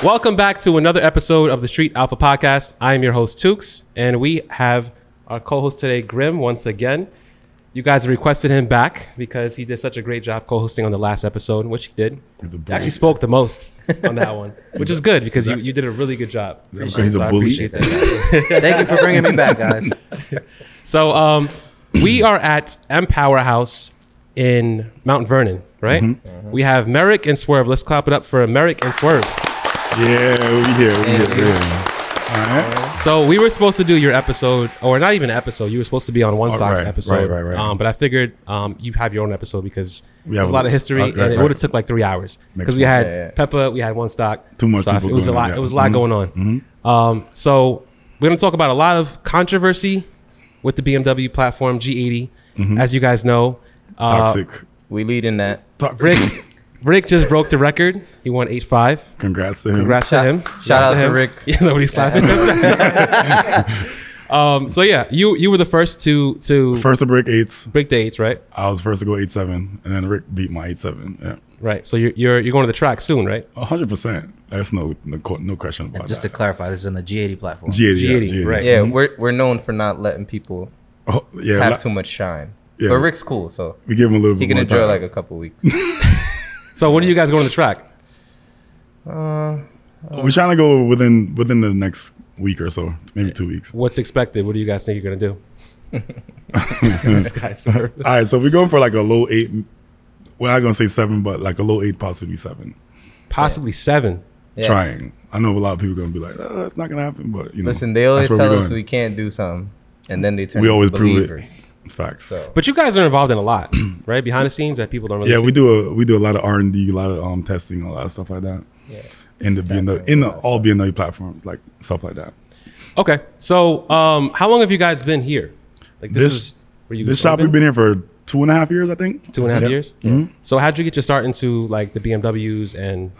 Welcome back to another episode of the Street Alpha Podcast. I am your host, Tukes, and we have our co host today, Grim, once again. You guys requested him back because he did such a great job co hosting on the last episode, which he did. He's a He bully. actually spoke the most on that one, which is good because you, you did a really good job. Because he's a So I bully? appreciate that. Thank you for bringing me back, guys. So um, we are at Empower House in Mount Vernon, right? Mm-hmm. We have Merrick and Swerve. Let's clap it up for Merrick and Swerve. Yeah, we here. We Thank here. you. Yeah. All right. So we were supposed to do your episode, or not even an episode. You were supposed to be on one Oh, Sox right, episode, right, right, right. Um, but I figured um, you have your own episode because We there's have a a lot lot- of history, right, right, and it right. would have took like three hours because Makes we had sense. Yeah, yeah. Peppa, we had one stock, Too much So I- people it was a going lot. on, yeah. It was a lot Mhm. going on. Um, so we're going to talk about a lot of controversy with the BMW platform G80, as you guys know. Uh, Mm-hmm. Toxic. We lead in that. Toxic. Rick, Rick just broke the record. He won H five. Congrats to him. Congrats to him. Shout out to him. Rick. Yeah, nobody's clapping. um, so yeah, you you were the first to to First to break eights. break the eights, right? I was first to go eight seven, and then Rick beat my eight seven. Yeah, Right. So you're you're, you're going to the track soon, right? A hundred percent. That's no no, co- no question about Just to that. clarify, this is on the G80 platform. G80, yeah, G80, G80. right. Yeah, we're we're known for not letting people Oh, yeah. have la- too much shine. Yeah. But Rick's cool, so we give him a little bit. he can more enjoy time. like a couple weeks. So when are you guys going to the track? We're trying to go within within the next week or so, maybe two weeks. What's expected? What do you guys think you're going to do? This guy's- All right, so we're going for like a low eight. We're not gonna say seven, but like a low eight, possibly seven. possibly seven. Yeah. Trying. I know a lot of people gonna be like, oh, that's not gonna happen, but you know. Listen, they that's always where tell we're us going. we can't do something, and then they turn. we into always prove believers. it. Facts. So But you guys are involved in a lot, right? Behind the scenes that people don't really yeah, see. we do a we do a lot of R and D, a lot of um testing, a lot of stuff like that. Yeah. In the BMW, in the all BMW platforms, like stuff like that. Okay. So um, how long have you guys been here? Like this, This- is where you This guys shop opened? we've been here for two and a half years, I think. two and a half Yep. Mm-hmm. years. So how'd you get your start into like the BMWs and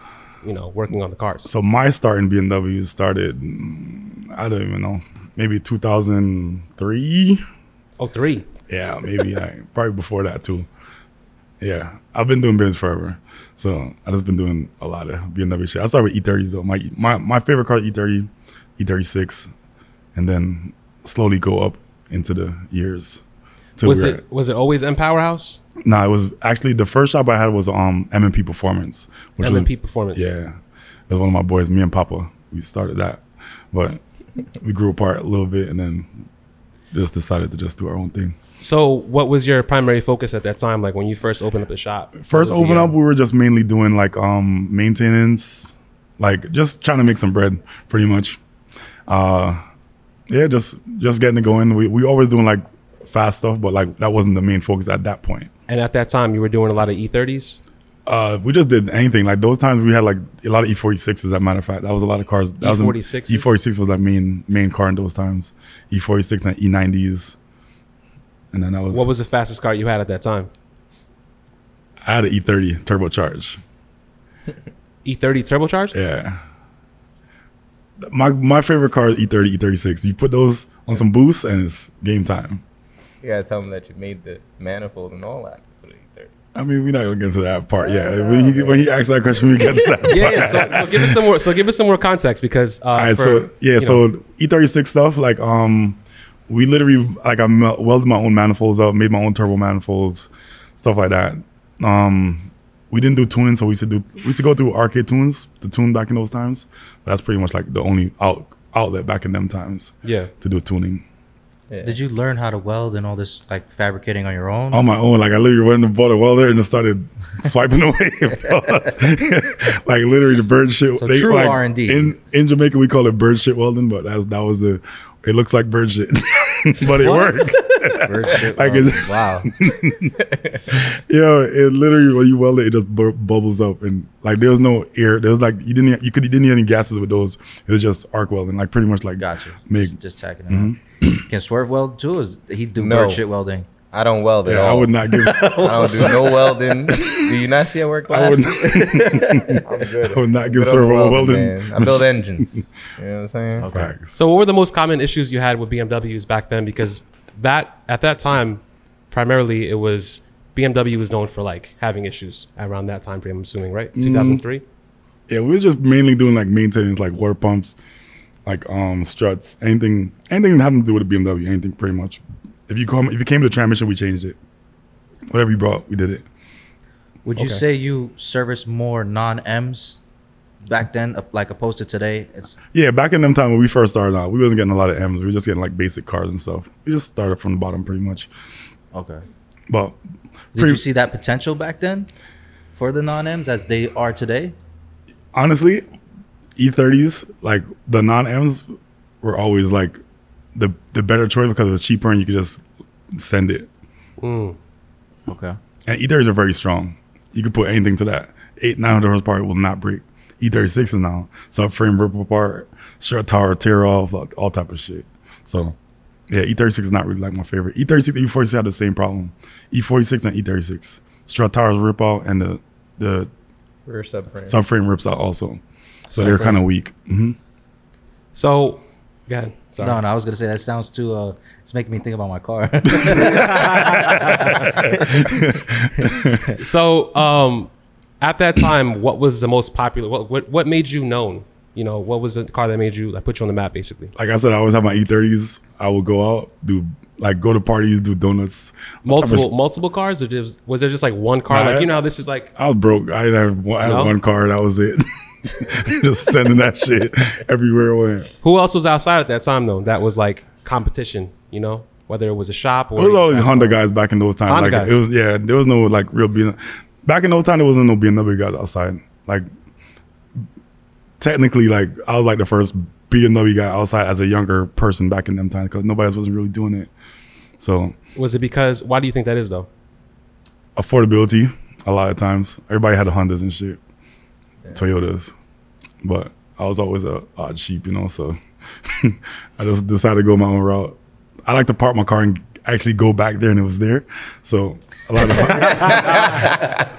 you know working on the cars? So my start in BMW started, mm, I don't even know, maybe 2003. Oh, three. Yeah, maybe like, probably before that too. Yeah, I've been doing business forever, so I just been doing a lot of BMW shit. I started with E30s though. My my my favorite car is E E30, E36, and then slowly go up into the years. to Was where- it was it always in Powerhouse? No, it was actually the first job I had was um M&P Performance, which was- M&P Performance. Yeah, it was one of my boys, me and Papa. We started that, but we grew apart a little bit, and then just decided to just do our own thing. So what was your primary focus at that time? Like when you first opened up the shop? what was First the, open uh, up, we were just mainly doing like um maintenance, like just trying to make some bread, pretty much. Uh, yeah, just just getting it going. We we always doing like fast stuff, but like that wasn't the main focus at that point. and at that time you were doing a lot of E E30s. Uh, we just did anything. Like those times, we had like a lot of E46s. As a matter of fact, that was a lot of cars. That E was a- E46s? E46 was that main main car in those times. E46 and E90s, and then that was What was the fastest car you had at that time? I had an E E30 turbocharged. E30 E turbocharged. Yeah. My my favorite car is E E30, E36. You put those on some boosts and it's game time. you gotta tell them that you made the manifold and all that for the E30. I mean, we're not gonna get to that part. Yeah, when he, when he asks that question, we get to that. Yeah. part. yeah. So, so give us some more. So give us some more context because uh, All right, for, so yeah, you so know, E36 stuff like um, we literally like I mel- welded my own manifolds up, made my own turbo manifolds, stuff like that. Um, we didn't do tuning, so we used to do we used to go through arcade tunes to tune back in those times. But that's pretty much like the only out outlet back in them times yeah. to do tuning. Yeah. Did you learn how to weld and all this like fabricating on your own? on my own. Like I literally went and bought a welder and just started swiping away. like literally the bird shit. So true like, R&D. In in Jamaica we call it bird shit welding, but that's that was a. It looks like bird shit, but it works. Bird shit Like, weld. it's- wow. Yo, it literally when you weld it, it just bu- bubbles up and like there was no air. There was like you didn't you could you didn't need any gases with those. It was just arc welding, like pretty much like Gotcha. Make, Just, just tacking it Mm-hmm. out. Can Swerve weld too? Is he do No. bird shit welding? I don't weld at yeah, all. I would not give. I don't do no welding. Do you not see I wear I would. glasses? I'm good. I would not give Good on Swerve all welding. man. I build engines. You know what I'm saying? Facts. So what were the most common issues you had with BMWs back then? Because that at that time, primarily it was BMW was known for like having issues around that time frame. I'm assuming, right? 2003. Yeah, we were just mainly doing like maintenance, like water pumps, like um struts, anything, anything having to do with a BMW, anything pretty much. If you come, if you came to the transmission, we changed it. Whatever you brought, we did it. Would you say you service more non M's back then, uh, like opposed to today? It's, Yeah, back in them time when we first started out, we wasn't getting a lot of M's. We were just getting like basic cars and stuff. We just started from the bottom pretty much. okay. But Did Pre- you see that potential back then for the non M's as they are today? honestly, E30s, like the non M's, were always like the the better choice because it was cheaper and you could just send it. Okay. And E30s are very strong. You can put anything to that. Eight, 900 horsepower will not break. E36 is now subframe rip apart, strut tower tear off, like, all type of shit. So, yeah, E36 is not really like my favorite. E E36 and E46 have the same problem. E46 and E36. Strut towers rip out and the, the Rear subframe. subframe rips out also. So they're kind of weak. hmm So, go ahead. Uh-huh. Sorry. No, no, I was gonna say that sounds too. Uh, it's making me think about my car. So, um, at that time, what was the most popular? What, what what made you known? You know, what was the car that made you that put you on the map, basically? Like I said, I always have my E30s. I will go out, do like go to parties, do donuts. all type of Multiple multiple cars, or just, was there just like one car? Nah, like I- you know, how this is like I was broke. I had, one, I had No? one car. That was it. Just sending that shit everywhere I went. who else was outside at that time though? That was like competition. You know, whether it was a shop or It was all these Honda guys back in those times. Honda like guys. it was yeah. There was no like real BMW. Back in those times, there wasn't no BMW guys outside. Like technically, like I was like the first BMW guy outside as a younger person back in them times because nobody else wasn't really doing it. So Was it because? Why do you think that is though? affordability a lot of times. Everybody had Hondas and shit, Toyotas, but I was always a odd sheep, you know. So I just decided to go my own route. I like to park my car and actually go back there, and it was there. So a lot of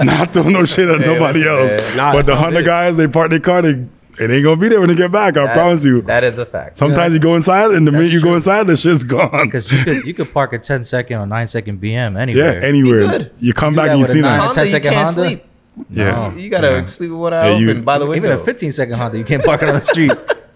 not throwing no shit at nobody else. that's- Nah, but that's the how it Honda is. guys, they park their car, they it ain't gonna be there when they get back. I That- promise you. That is a fact. Sometimes you go inside, and the minute you go inside, the shit's gone. Because you could you could park a 10 second or 9 second BM Yeah, anywhere. anywhere you come back that and you with a see nine- that. Honda, you 10-second can't Honda? sleep. Oh, Yeah, You gotta sleep with one eye Yeah, you- open by the window. Even a 15 second Honda, you can't park it on the street.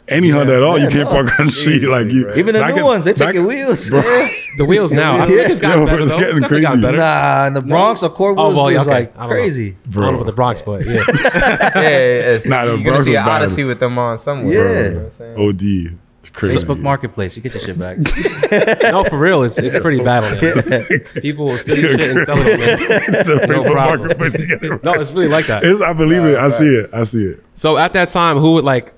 any Honda at all, you can't park on the street. Like you, bro. Even the back new in- ones, they take back- your wheels. Bro. Yeah. The wheels now. I think it's gotten Yo, better. it's though. getting It's definitely gotten crazy. better. Nah, in the Bronx, a cord Oh, wheels well, yeah, was okay. like I don't know. crazy. I don't know about the Bronx, but yeah. yeah, yeah, yeah. It's- Nah, the you're Bronx gonna see was an bad. Odyssey with them on somewhere. Yeah. You know what I'm saying? OD. It's Crazy. Facebook Marketplace, you get your shit back. no, for real, it's it's pretty bad on there. People will steal your shit and sell it. On there. It's a No Facebook problem. marketplace. You gotta- No, it's really like that. It's- I believe it. I see it. I see it. So at that time, who would like?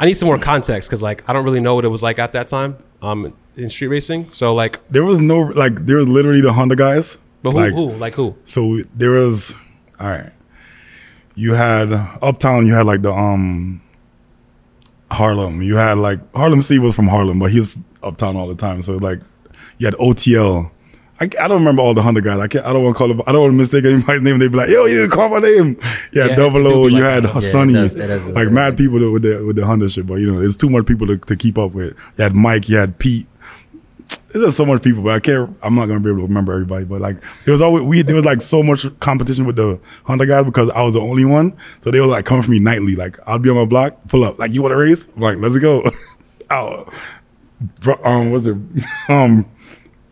I need some more context because like I don't really know what it was like at that time. Um, in street racing. So like, There was no like. There was literally the Honda guys. but who? like, who? Like who? So we- there was. All right. You had uptown. You had like the um. Harlem. You had like Harlem Steve was from Harlem, but he was uptown all the time. So like, you had OTL. I, I don't remember all the Honda guys. I can't. I don't want to call them. I don't want to mistake anybody's name. They be like, "Yo, you didn't call my name." Yeah, Yeah, Double it do O. be You like had that. Yeah, it Sonny, does- it does- like mad people that- with the with the Honda shit. But you know, there's too much people to, to keep up with. You had Mike. You had Pete. There's just so much people, but I can't. I'm not gonna be able to remember everybody. But like, there was always we there was like so much competition with the Honda guys because I was the only one. So they would like come for me nightly. Like I'd be on my block, pull up, like you want to race? I'm like let's go. Out. Bro- Um, was it um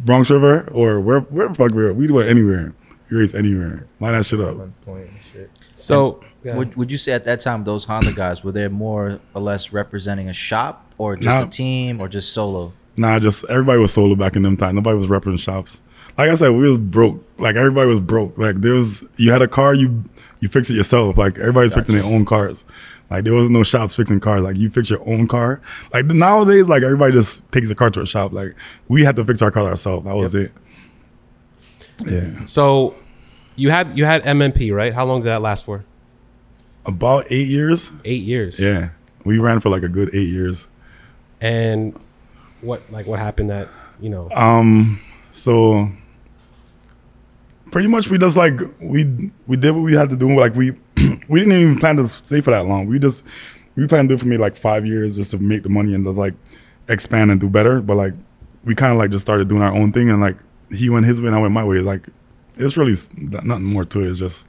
Bronx River or where? Where the fuck we were? We went anywhere. We raced anywhere. Line that shit up. One's point and shit. So yeah. Would, would you say at that time those Honda guys were they more or less representing a shop or just Nah. a team or just solo? Nah, just everybody was solo back in them time. Nobody was repping shops. Like I said, we was broke. Like everybody was broke. Like there was, you had a car, you you fix it yourself. Like everybody's fixing their own cars. Like there wasn't no shops fixing cars. Like you fix your own car. Like nowadays, like everybody just takes a car to a shop. Like we had to fix our car ourselves. That was it. Yeah, So you had you had MMP, right? How long did that last for? about eight years. Eight years. Yeah, we ran for like a good eight years. And what like what happened that you know? Um, so pretty much we just like we we did what we had to do. Like we we didn't even plan to stay for that long. We just we planned to do it for me like five years just to make the money and just like expand and do better. But like we kind of like just started doing our own thing and like he went his way and I went my way. Like it's really s- nothing more to it. It's just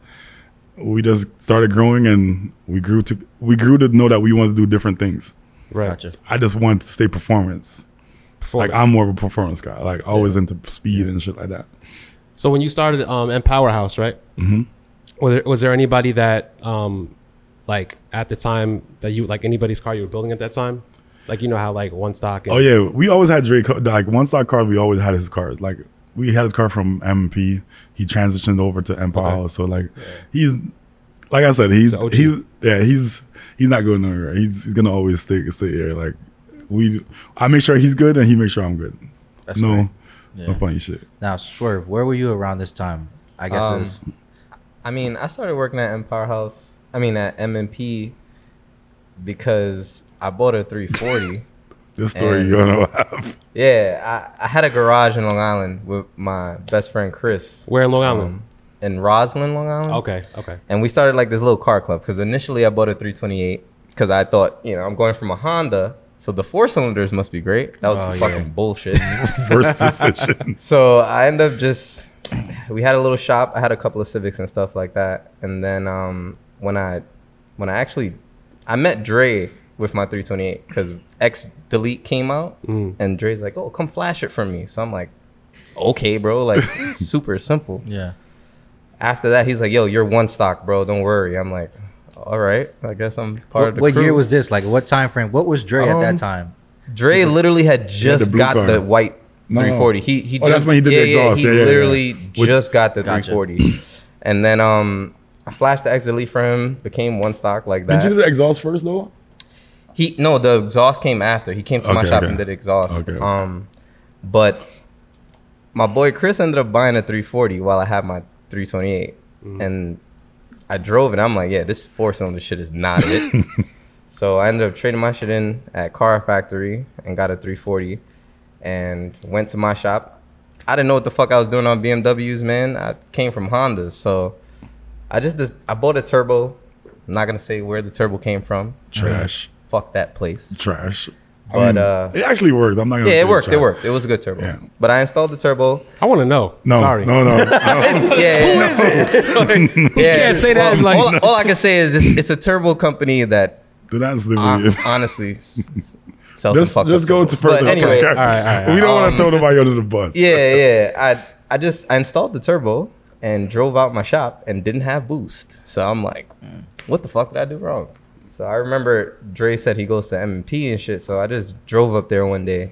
we just started growing and we grew to we grew to know that we wanted to do different things. right. Gotcha. I just wanted to stay performance. Like I'm more of a performance guy. Like always into speed and shit like that. So when you started um Empower House, right? Mm-hmm. Was there, was there anybody that um like at the time that you like anybody's car you were building at that time? Like you know how like one stock and Oh yeah, we always had Drake. Like one stock car, we always had his cars. Like we had his car from MP. He transitioned over to Empire. Okay. So like he's, like I said, He's he's a OG. he's yeah he's he's not going nowhere. He's he's gonna always stay stay here. Like we, I make sure he's good and he makes sure I'm good. That's no, great. no Yeah. funny shit. Now, Swerve, where were you around this time? I guess Um, if, I mean, I started working at Empire House. I mean, at MMP because I bought a 340. This story And- you're gonna laugh. yeah, I, I had a garage in Long Island with my best friend Chris. Where in Long um, Island? in Roslyn, Long Island. okay, okay. and we started like this little car club because initially I bought a 328 because I thought, you know, I'm going from a Honda, so the four cylinders must be great. That was Oh, yeah. fucking bullshit. First decision. so I end up just we had a little shop. I had a couple of Civics and stuff like that, and then um, when I when I actually I met Dre with my 328 because X Delete came out, Mm. and Dre's like, "Oh, come flash it for me." So I'm like, "Okay, bro." Like super simple yeah. after that, he's like, "Yo, you're one stock, bro. Don't worry." I'm like, "All right, I guess I'm part of What, the what crew." year was this? Like, what time frame? What was Dre at Um, that time? Dre? Literally had just blue got car. the white No, no. 340. He he Oh, just, that's when he did the exhaust. he Yeah, yeah, yeah. literally With- just got the Gotcha. 340, and then um, I flashed the exit lead for him. Became one stock like Did that. you do the exhaust first though? He no, the exhaust came after. He came to my Okay, shop okay. and did exhaust. Okay, okay. Um, but my boy Chris ended up buying a 340 while I had my 328, and I drove it. I'm like, yeah, this four cylinder shit is not it. so I ended up trading my shit in at Car Factory and got a 340, and went to my shop. I didn't know what the fuck I was doing on BMWs, man. I came from Hondas, so I just dis- I bought a turbo. I'm not gonna say where the turbo came from. Trash, Fuck that place. trash. I But, mean, uh, it actually worked. I'm not gonna. Yeah, say it it's worked. It trash. worked. It was a good turbo. Yeah. But I installed the turbo. I want to know. No, Sorry. no, no, no. Yeah. Who is it? yeah. can't say that, Well, like- all, all I can say is it's, it's a turbo company that Did not sleep hon- with you. honestly s- s- sells Let's, some fucked let's up go turbos. to personal. But anyway, okay. right, all right, we don't want um, to throw nobody under the bus. yeah, yeah. I I just I installed the turbo and drove out my shop and didn't have boost. So I'm like, what the fuck did I do wrong? So I remember Dre said he goes to M&P and shit. So I just drove up there one day,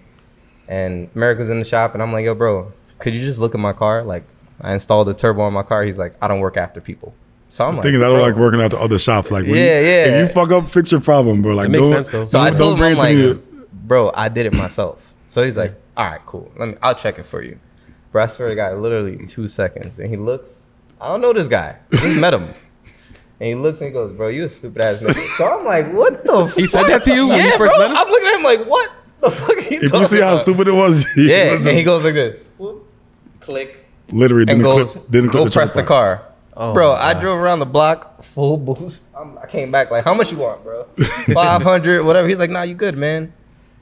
and Merrick was in the shop, and I'm like, yo, bro, could you just look at my car? Like, I installed the turbo on my car. He's like, I don't work after people. So I'm like, Thing is, I don't "Bro." like working out to other shops. Like, when Yeah, you, yeah. If you fuck up, fix your problem, bro. Like, It makes don't, sense, though. So I don't- told don't him, bring I'm it to like, me. bro, I did it myself. So he's like, all right, cool. Let me, I'll check it for you. Bro, I swear to God, literally two seconds. And he looks, I don't know this guy. Just met him. And he looks and he goes, bro, you a stupid ass nigga. So I'm like, what the fuck? He said that to you when you Yeah, first bro. met him? I'm looking at him like, what the fuck are you If talking you see how about? stupid it was, Yeah, was and he goes like this. Whoop, click. literally And didn't goes, clip, didn't clip go press the trunk car. Oh bro, my I God. drove around the block full boost. I'm, I came back like, how much you want, bro? 500, whatever. He's like, nah, you good, man.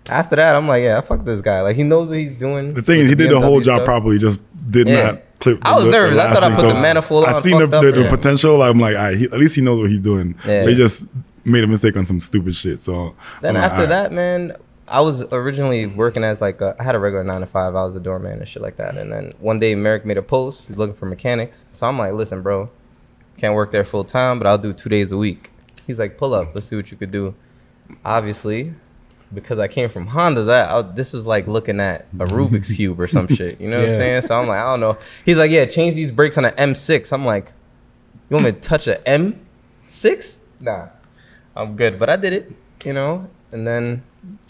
After that, I'm like, yeah, fuck this guy. Like, he knows what he's doing. The thing is, he did the whole job properly. properly. Just did Yeah. not clip. I was the- the nervous. I last thought I thing. put the manifold I on, seen the, fucked the, up. the Yeah. potential. I'm like, all right, he, at least he knows what he's doing. Yeah. They just made a mistake on some stupid shit. So Then I'm like, after all right. that, man, I was originally working as like a, I had a regular nine to five. I was a doorman and shit like that. And then one day, Merrick made a post. He's looking for mechanics. So I'm like, listen, bro, can't work there full time, but I'll do two days a week. He's like, pull up. Let's see what you could do. Obviously, because I came from Hondas, I, I, this was like looking at a Rubik's cube or some shit. You know what Yeah. I'm saying? So I'm like, I don't know. He's like, yeah, change these brakes on an M6. I'm like, you want me to touch a M6? Nah, I'm good. But I did it, you know. And then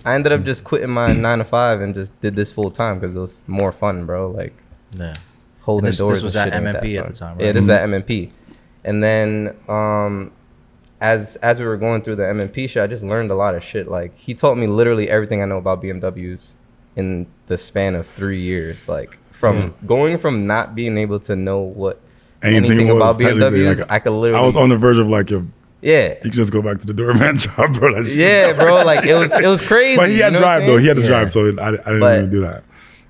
I ended up just quitting my nine to five and just did this full time because it was more fun, bro. Like Yeah. holding And this- doors. this was and at shit ain't that MMP at fun. the time, Yeah, right? this is Mm-hmm. at MMP. And then um, as as we were going through the MMP shit, I just learned a lot of shit. Like he taught me literally everything I know about BMWs in the span of three years. Like from going from not being able to know what anything, about technically, BMWs, like, I could literally I was on the verge of like, yo, yeah. you can just go back to the doorman job, bro. That shit- Yeah, bro. Like it was, it was crazy. But he you had know what I'm drive though. saying? He had to Yeah. drive, so it, I, I didn't But- even do that.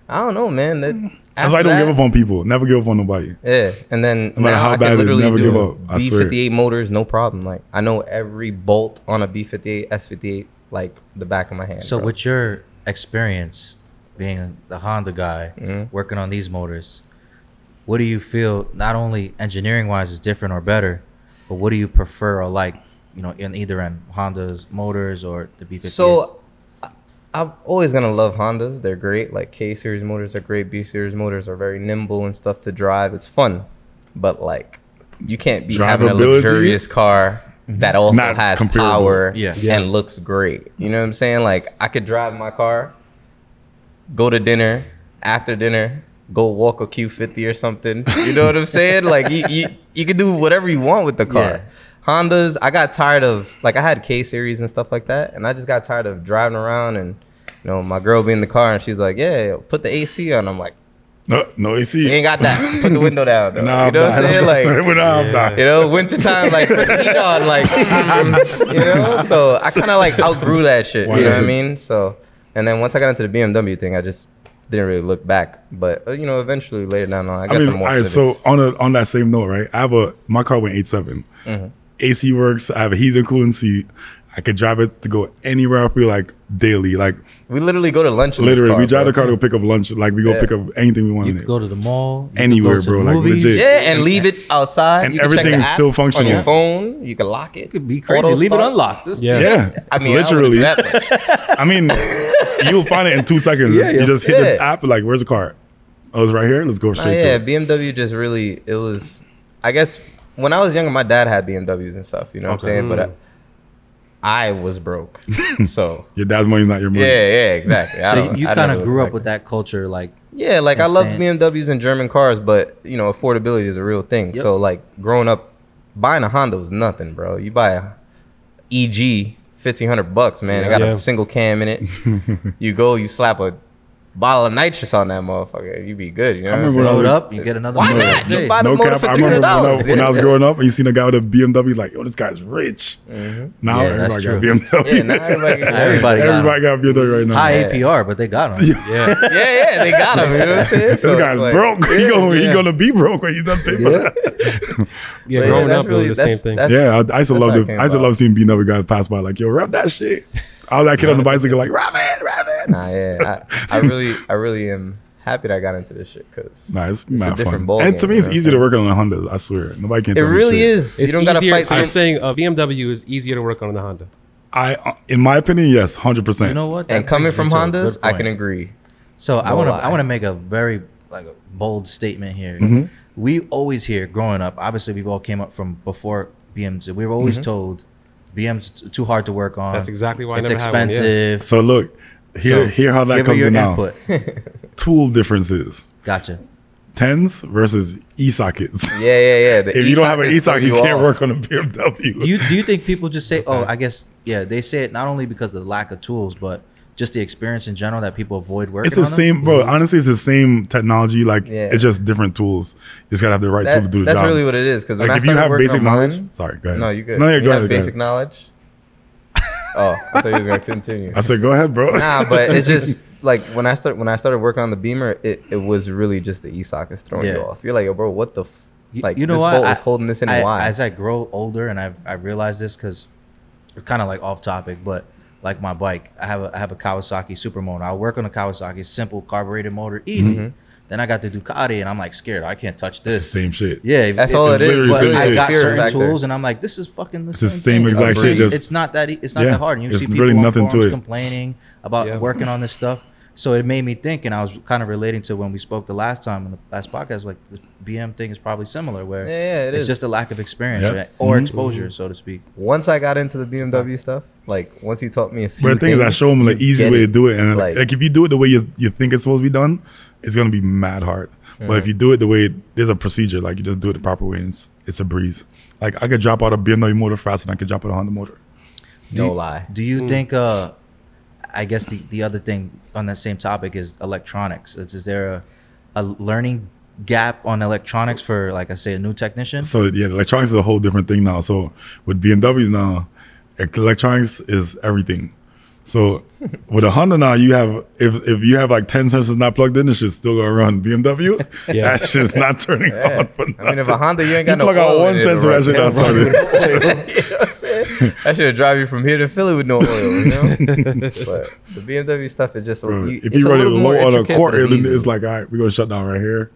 I don't know, man. That, That's why I after don't that- give up on people. Never give up on nobody. Yeah, and then No matter now how I can bad it is, literally never do give up. I B swear. fifty eight motors, no problem. Like I know every bolt on a B fifty eight S fifty eight like the back of my hand. So bro. with your experience being the Honda guy, Mm-hmm. working on these motors, what do you feel not only engineering wise is different or better, but what do you prefer or like, you know, in either end, Honda's motors or the B50? so I- I'm always gonna love Hondas. They're great. Like K series motors are great. B series motors are very nimble and stuff to drive. It's fun, but like you can't be having a Drivability? luxurious car that also Not has comparable. power Yeah. Yeah. and looks great. You know what I'm saying? Like I could drive my car, go to dinner, after dinner, go walk a Q50 or something. You know what I'm saying? like you, you you can do whatever you want with the car. Yeah. Hondas, I got tired of like I had K series and stuff like that, and I just got tired of driving around and you know my girl be in the car and she's like, yeah, put the AC on. I'm like, No, no AC. you ain't got that. Put the window down. Though. Nah, you know what I'm nah, saying? Like nah, I'm not. you know, wintertime, like put the heat on, like mm, you know. So I kind of like outgrew that shit. Why You know is what I it- mean? So, and then once I got into the BMW thing, I just didn't really look back. But uh, you know, eventually later down the line, I got I mean, some all more. right, so on a, on that same note, right? I have a my car went eight Mm-hmm. AC works. I have a heated and cooling seat. I could drive it to go anywhere I feel like daily. Like we literally go to lunch. In this literally, car, we drive the bro. car to go pick up lunch. Like we go Yeah. pick up anything we want you in could it. go to the mall, you could Anywhere, go to bro, the like, movies. legit. Yeah, and leave it outside. and You can check the everything's app still on functional. your phone. You can lock it. Could be crazy. Auto Leave it start. unlocked. This- Yeah. Yeah, I mean, literally. literally. I, mean, you'll find it in two seconds. Yeah, yeah. You just hit the Yeah. app. Like, where's the car? Oh, it's right here. Let's go Oh, straight yeah, to it. BMW just really it was. I guess when I was younger, my dad had BMWs and stuff. You know what I'm saying? But uh, I, I was broke, so Your dad's money's not your yeah, money. yeah, exactly. I So don't- you I kind never of grew looked up back. with that culture, like Yeah, like I love Understand. BMWs and German cars, but you know affordability is a real thing. So like growing up, buying a Honda was nothing, bro. You buy a EG fifteen hundred bucks, man. It got Yeah. a single cam in it. you go, you slap a bottle of nitrous on that motherfucker. You be good. You know I what I'm remember saying? when I load was- up, you get another Why motor not? next day. You buy the No motor cap. for I three remember hundred when I, dollars. when I was growing up, and you seen a guy with a BMW, like, oh, this guy's rich. Now Mm-hmm. Yeah, everybody that's got true. BMW. Yeah, now everybody got Everybody got 'em. Everybody got BMW right now. High APR, but they got them. yeah, yeah, they got him. You know what I'm saying? This guy's broke. he gonna, he gonna be broke when he's done paying for that. Yeah, But yeah, growing that's up, really- it was the same that's- thing. that's- Yeah, I, I used to that's love how it them. came I used to about. love seeing BMW guys pass by like, yo, rap that shit. I was that kid on the bicycle like, rap it, rap it. Nah, yeah, I, I really, I really am happy that I got into this shit because Nah, it's, a mad different fun. ball and game, to me, you it's know what I'm easier to saying? work on a Honda. I swear, nobody can. it tell me really shit. It's is. you don't easier. gotta fight. I'm some- saying a BMW is easier to work on than a Honda. I, uh, in my opinion, yes, hundred percent. You know what? and That coming brings from me to a good Hondas, I can point. agree. So I No want to lie. I want to make a very like a bold statement here. Mm-hmm. We always hear growing up. Obviously, we've all came up from before BMs. We were always Mm-hmm. told BMs t- too hard to work on. That's exactly why I it's never had one, yeah. expensive. So look, here, So here how that give comes it your in now. input. Tool differences: Gotcha. tens versus e sockets. Yeah, yeah, yeah. The if you don't have an e socket, e-sockets throw you can't off. work on a BMW. Do you do you think people just say, "Oh, I guess yeah"? They say it not only because of the lack of tools, but just the experience in general that people avoid working. it's the on them? same, bro. Honestly, it's the same technology. Like Mm-hmm. Yeah. it's just different tools. You just gotta have the right tool to That, do the that's job. really what it is. Because like if you have basic knowledge, sorry, go ahead. no, you good. No, yeah, When go you ahead. have go basic ahead. knowledge. Oh, I thought you was gonna continue. I said, go ahead, bro. nah, but it's just like when I start when I started working on the Beamer, it, it was really just the e-sock is throwing Yeah. you off. You're like, yo, bro, what the f-? You- like you know this what? bolt I- is holding this in I- why? As I grow older, and I I realize this because it's kind of like off topic, but like my bike, I have a I have a Kawasaki Supermoto. I work on a Kawasaki, simple carbureted motor, easy. Then I got the Ducati, and I'm like scared. I can't It's touch the this. same shit. Yeah, That's all It's it literally is. But the same I shit. got Fear certain tools, tools. and I'm like, this is fucking the It's same, the same thing. exact shit, just- it's not that. e- It's not Yeah, that hard. And you it's see people really on nothing to forums it. complaining about Yeah. working on this stuff. So it made me think, and I was kind of relating to when we spoke the last time in the last podcast. Like the BM thing is probably similar, where Yeah, yeah, it it's is. just a lack of experience Yeah. right? or Mhm. exposure, so to speak. Once I got into the BMW stuff, like once he taught me a few But the thing is, I things, show them the you easy get way to do it, and like, Like- if you do it the way you, you think it's supposed to be done, it's gonna be mad hard. But if you do it the way there's a procedure, like you just do it the proper way, and it's, it's a breeze. Like I could drop out a BMW motor faster than I could drop out a Honda motor. No lie. Do you think? uh I guess the, the other thing on that same topic is electronics. Is, is there a, a learning gap on electronics for, like I say, a new technician? So yeah, the electronics is a whole different thing now. So with BMWs now, ec- electronics is everything. So with a Honda now, you have if if you have like ten sensors not plugged in, it's shit's still gonna run. BMW, Yeah. that shit's not turning Yeah. on. For I mean, if nothing. a Honda, you ain't got You no plug out oil one in it, sensor, right? that shit not You know what I'm saying? That should drive you from here to Philly with no oil. You know? but the BMW stuff is just a, Bro, you, if it's you a run it little more low on a intricate, quarter, but then easy. it's like, all right, we're gonna shut down right here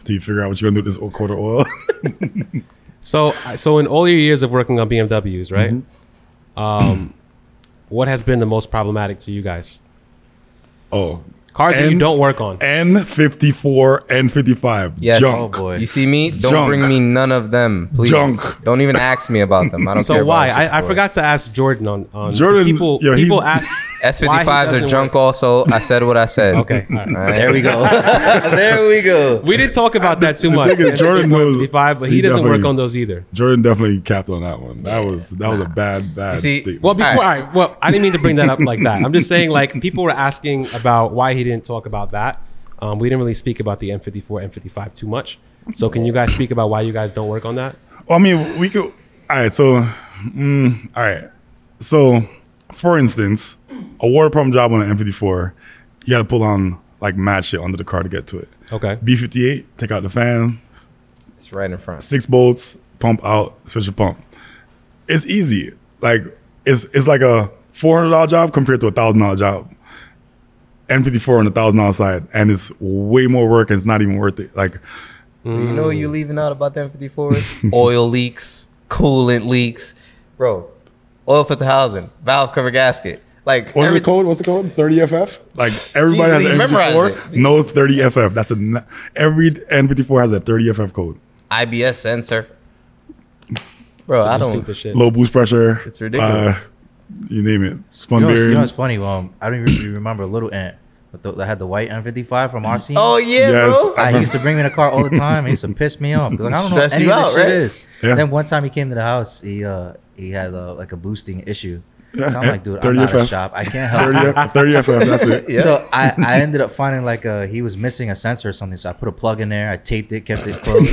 until you figure out what you're gonna do with this quarter oil. So, so in all your years of working on BMWs, right? Mm-hmm. Um, what has been the most problematic to you guys? oh, Cars that you And- don't work on. N fifty four, N fifty five, Yes. junk. Oh, boy. You see me? Don't Junk. bring me none of them, please. Junk. Don't even ask me about them. I don't care. So about why? it. I, I forgot to ask Jordan on on 'cause Jordan, People yo, he- people ask S why fifty he fives are doesn't junk. work. Also, I said what I said. Okay, all right. All right? There we go. there we go. we didn't talk about that too the much. thing is Jordan knows- 55, but he, he doesn't work definitely- on those either. Jordan definitely capped on that one. That was that was a bad bad see, statement. Well, before, all All right. right. Well, I didn't mean to bring that up like that. I'm just saying, like, people were asking about why he didn't talk about that. Um, we didn't really speak about the M54, M55 too much. So, can you guys speak about why you guys don't work on that? Well, I mean, we could. All right, so, mm, all right, so for instance, a water pump job on an M54, you got to pull on like mad shit under the car to get to it. Okay. B58, take out the fan, It's right in front. six bolts, pump out, switch the pump. It's easy. Like it's it's like a four hundred dollar job compared to a thousand dollar job. M54 on the thousand dollar side, and it's way more work, and it's not even worth it. Like You know what you're leaving out about the M54? Oil leaks, coolant leaks. Bro, oil filter housing, valve cover gasket. Like, What's every- the code? What's the code? 30FF? Like everybody Jesus, has you an memorize N54. it. No 30FF. That's a n- every N54 has a 30FF code. IBS sensor. Bro, I Some don't. stupid shit. Low boost pressure. It's ridiculous. Uh, you name it. You Spun know, what's- you know bearing. what's funny? Um, I don't even remember Little Ant with the, that had the white M55 from our scene. Oh, yeah, Yes, bro. I- I used to bring me in the car all the time. He used to piss me off. 'Cause, Like, I don't know what Stress any you of this out, shit right? is. Yeah. Then one time he came to the house. He uh he had uh, like a boosting issue. Yeah, So I'm yeah, like, dude, I'm not a 30FF. shop. I can't help. 30, you." 30FF. That's it. So I, I ended up finding like a he was missing a sensor or something. So I put a plug in there. I taped it, kept it closed.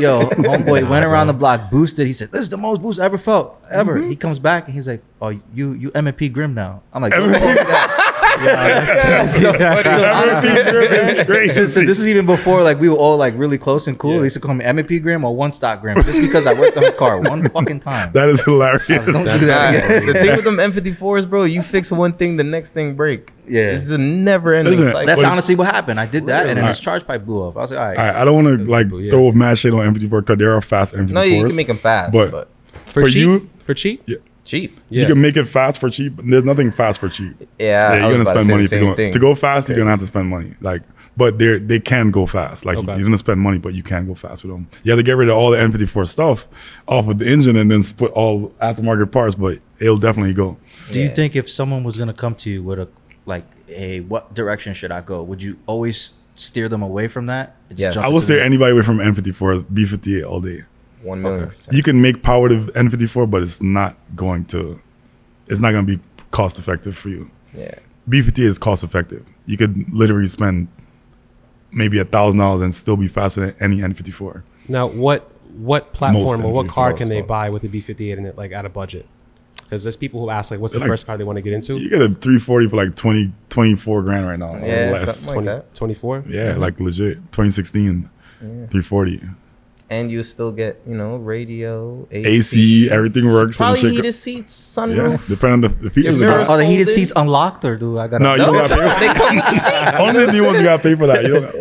Yo, homeboy went around the block, boosted. He said, "This is the most boost I ever felt ever." Mm-hmm. He comes back and he's like, "Oh, you you M and P Grim now." I'm like, "Oh." "Don't call me that." It's crazy. So this is even before like we were all like really close and cool. They used to call me M and P Grim or One Stock Grim just because I worked on the car one fucking time. That is hilarious. Don't do Nah, that again. the thing with them M54s, bro, you fix one thing, the next thing break. Yeah. It's a never ending Listen, cycle. That's Wait. honestly what happened. I did that and then Really? his charge pipe blew off. I was like, "All right." All right, I don't want to like yeah. throw mad shit on M54 because there are fast M54s. no, you can make them fast, But- but, for, For cheap? you- For cheap? Yeah. cheap. You Yeah. can make it fast for cheap. but There's nothing fast for cheap. Yeah, I yeah was you're gonna about to spend say money the if you're same going thing. to go fast. You're gonna have to spend money. Like, but they they can go fast. Like Okay. you, you're gonna spend money, but you can go fast with them. You have to get rid of all the N54 stuff off of the engine and then put all aftermarket parts. But it'll definitely go. Do you Yeah. think if someone was gonna come to you with a like, hey, what direction should I go? Would you always steer them away from that? and just Yes. jump I Up will into the- steer anybody away from N54 B58 all day. One million percent. You can make power to N54, but it's not going to. It's not gonna be cost effective for you. yeah. B58 is cost effective. You could literally spend maybe a thousand dollars and still be faster than any N54. Now, what what platform or what M54s, car can they most. buy with a B58 in it, like, at a budget? Because there's people who ask, like, what's the Like- first car they want to get into? You get a 340 for like 20, 24 grand right now. or Yeah, less. something like 20, that. 24? yeah, like legit. 2016, 340. and you still get you know radio, AC, everything works. and probably shit. heated seats, Yeah, sunroof. depending on the, the features. Your of the mirrors- car. Are Oh, the heated folded. seats unlocked or do I gotta? No, you don't got They come with the seat. pay. Only the new ones you got to pay for that. You don't,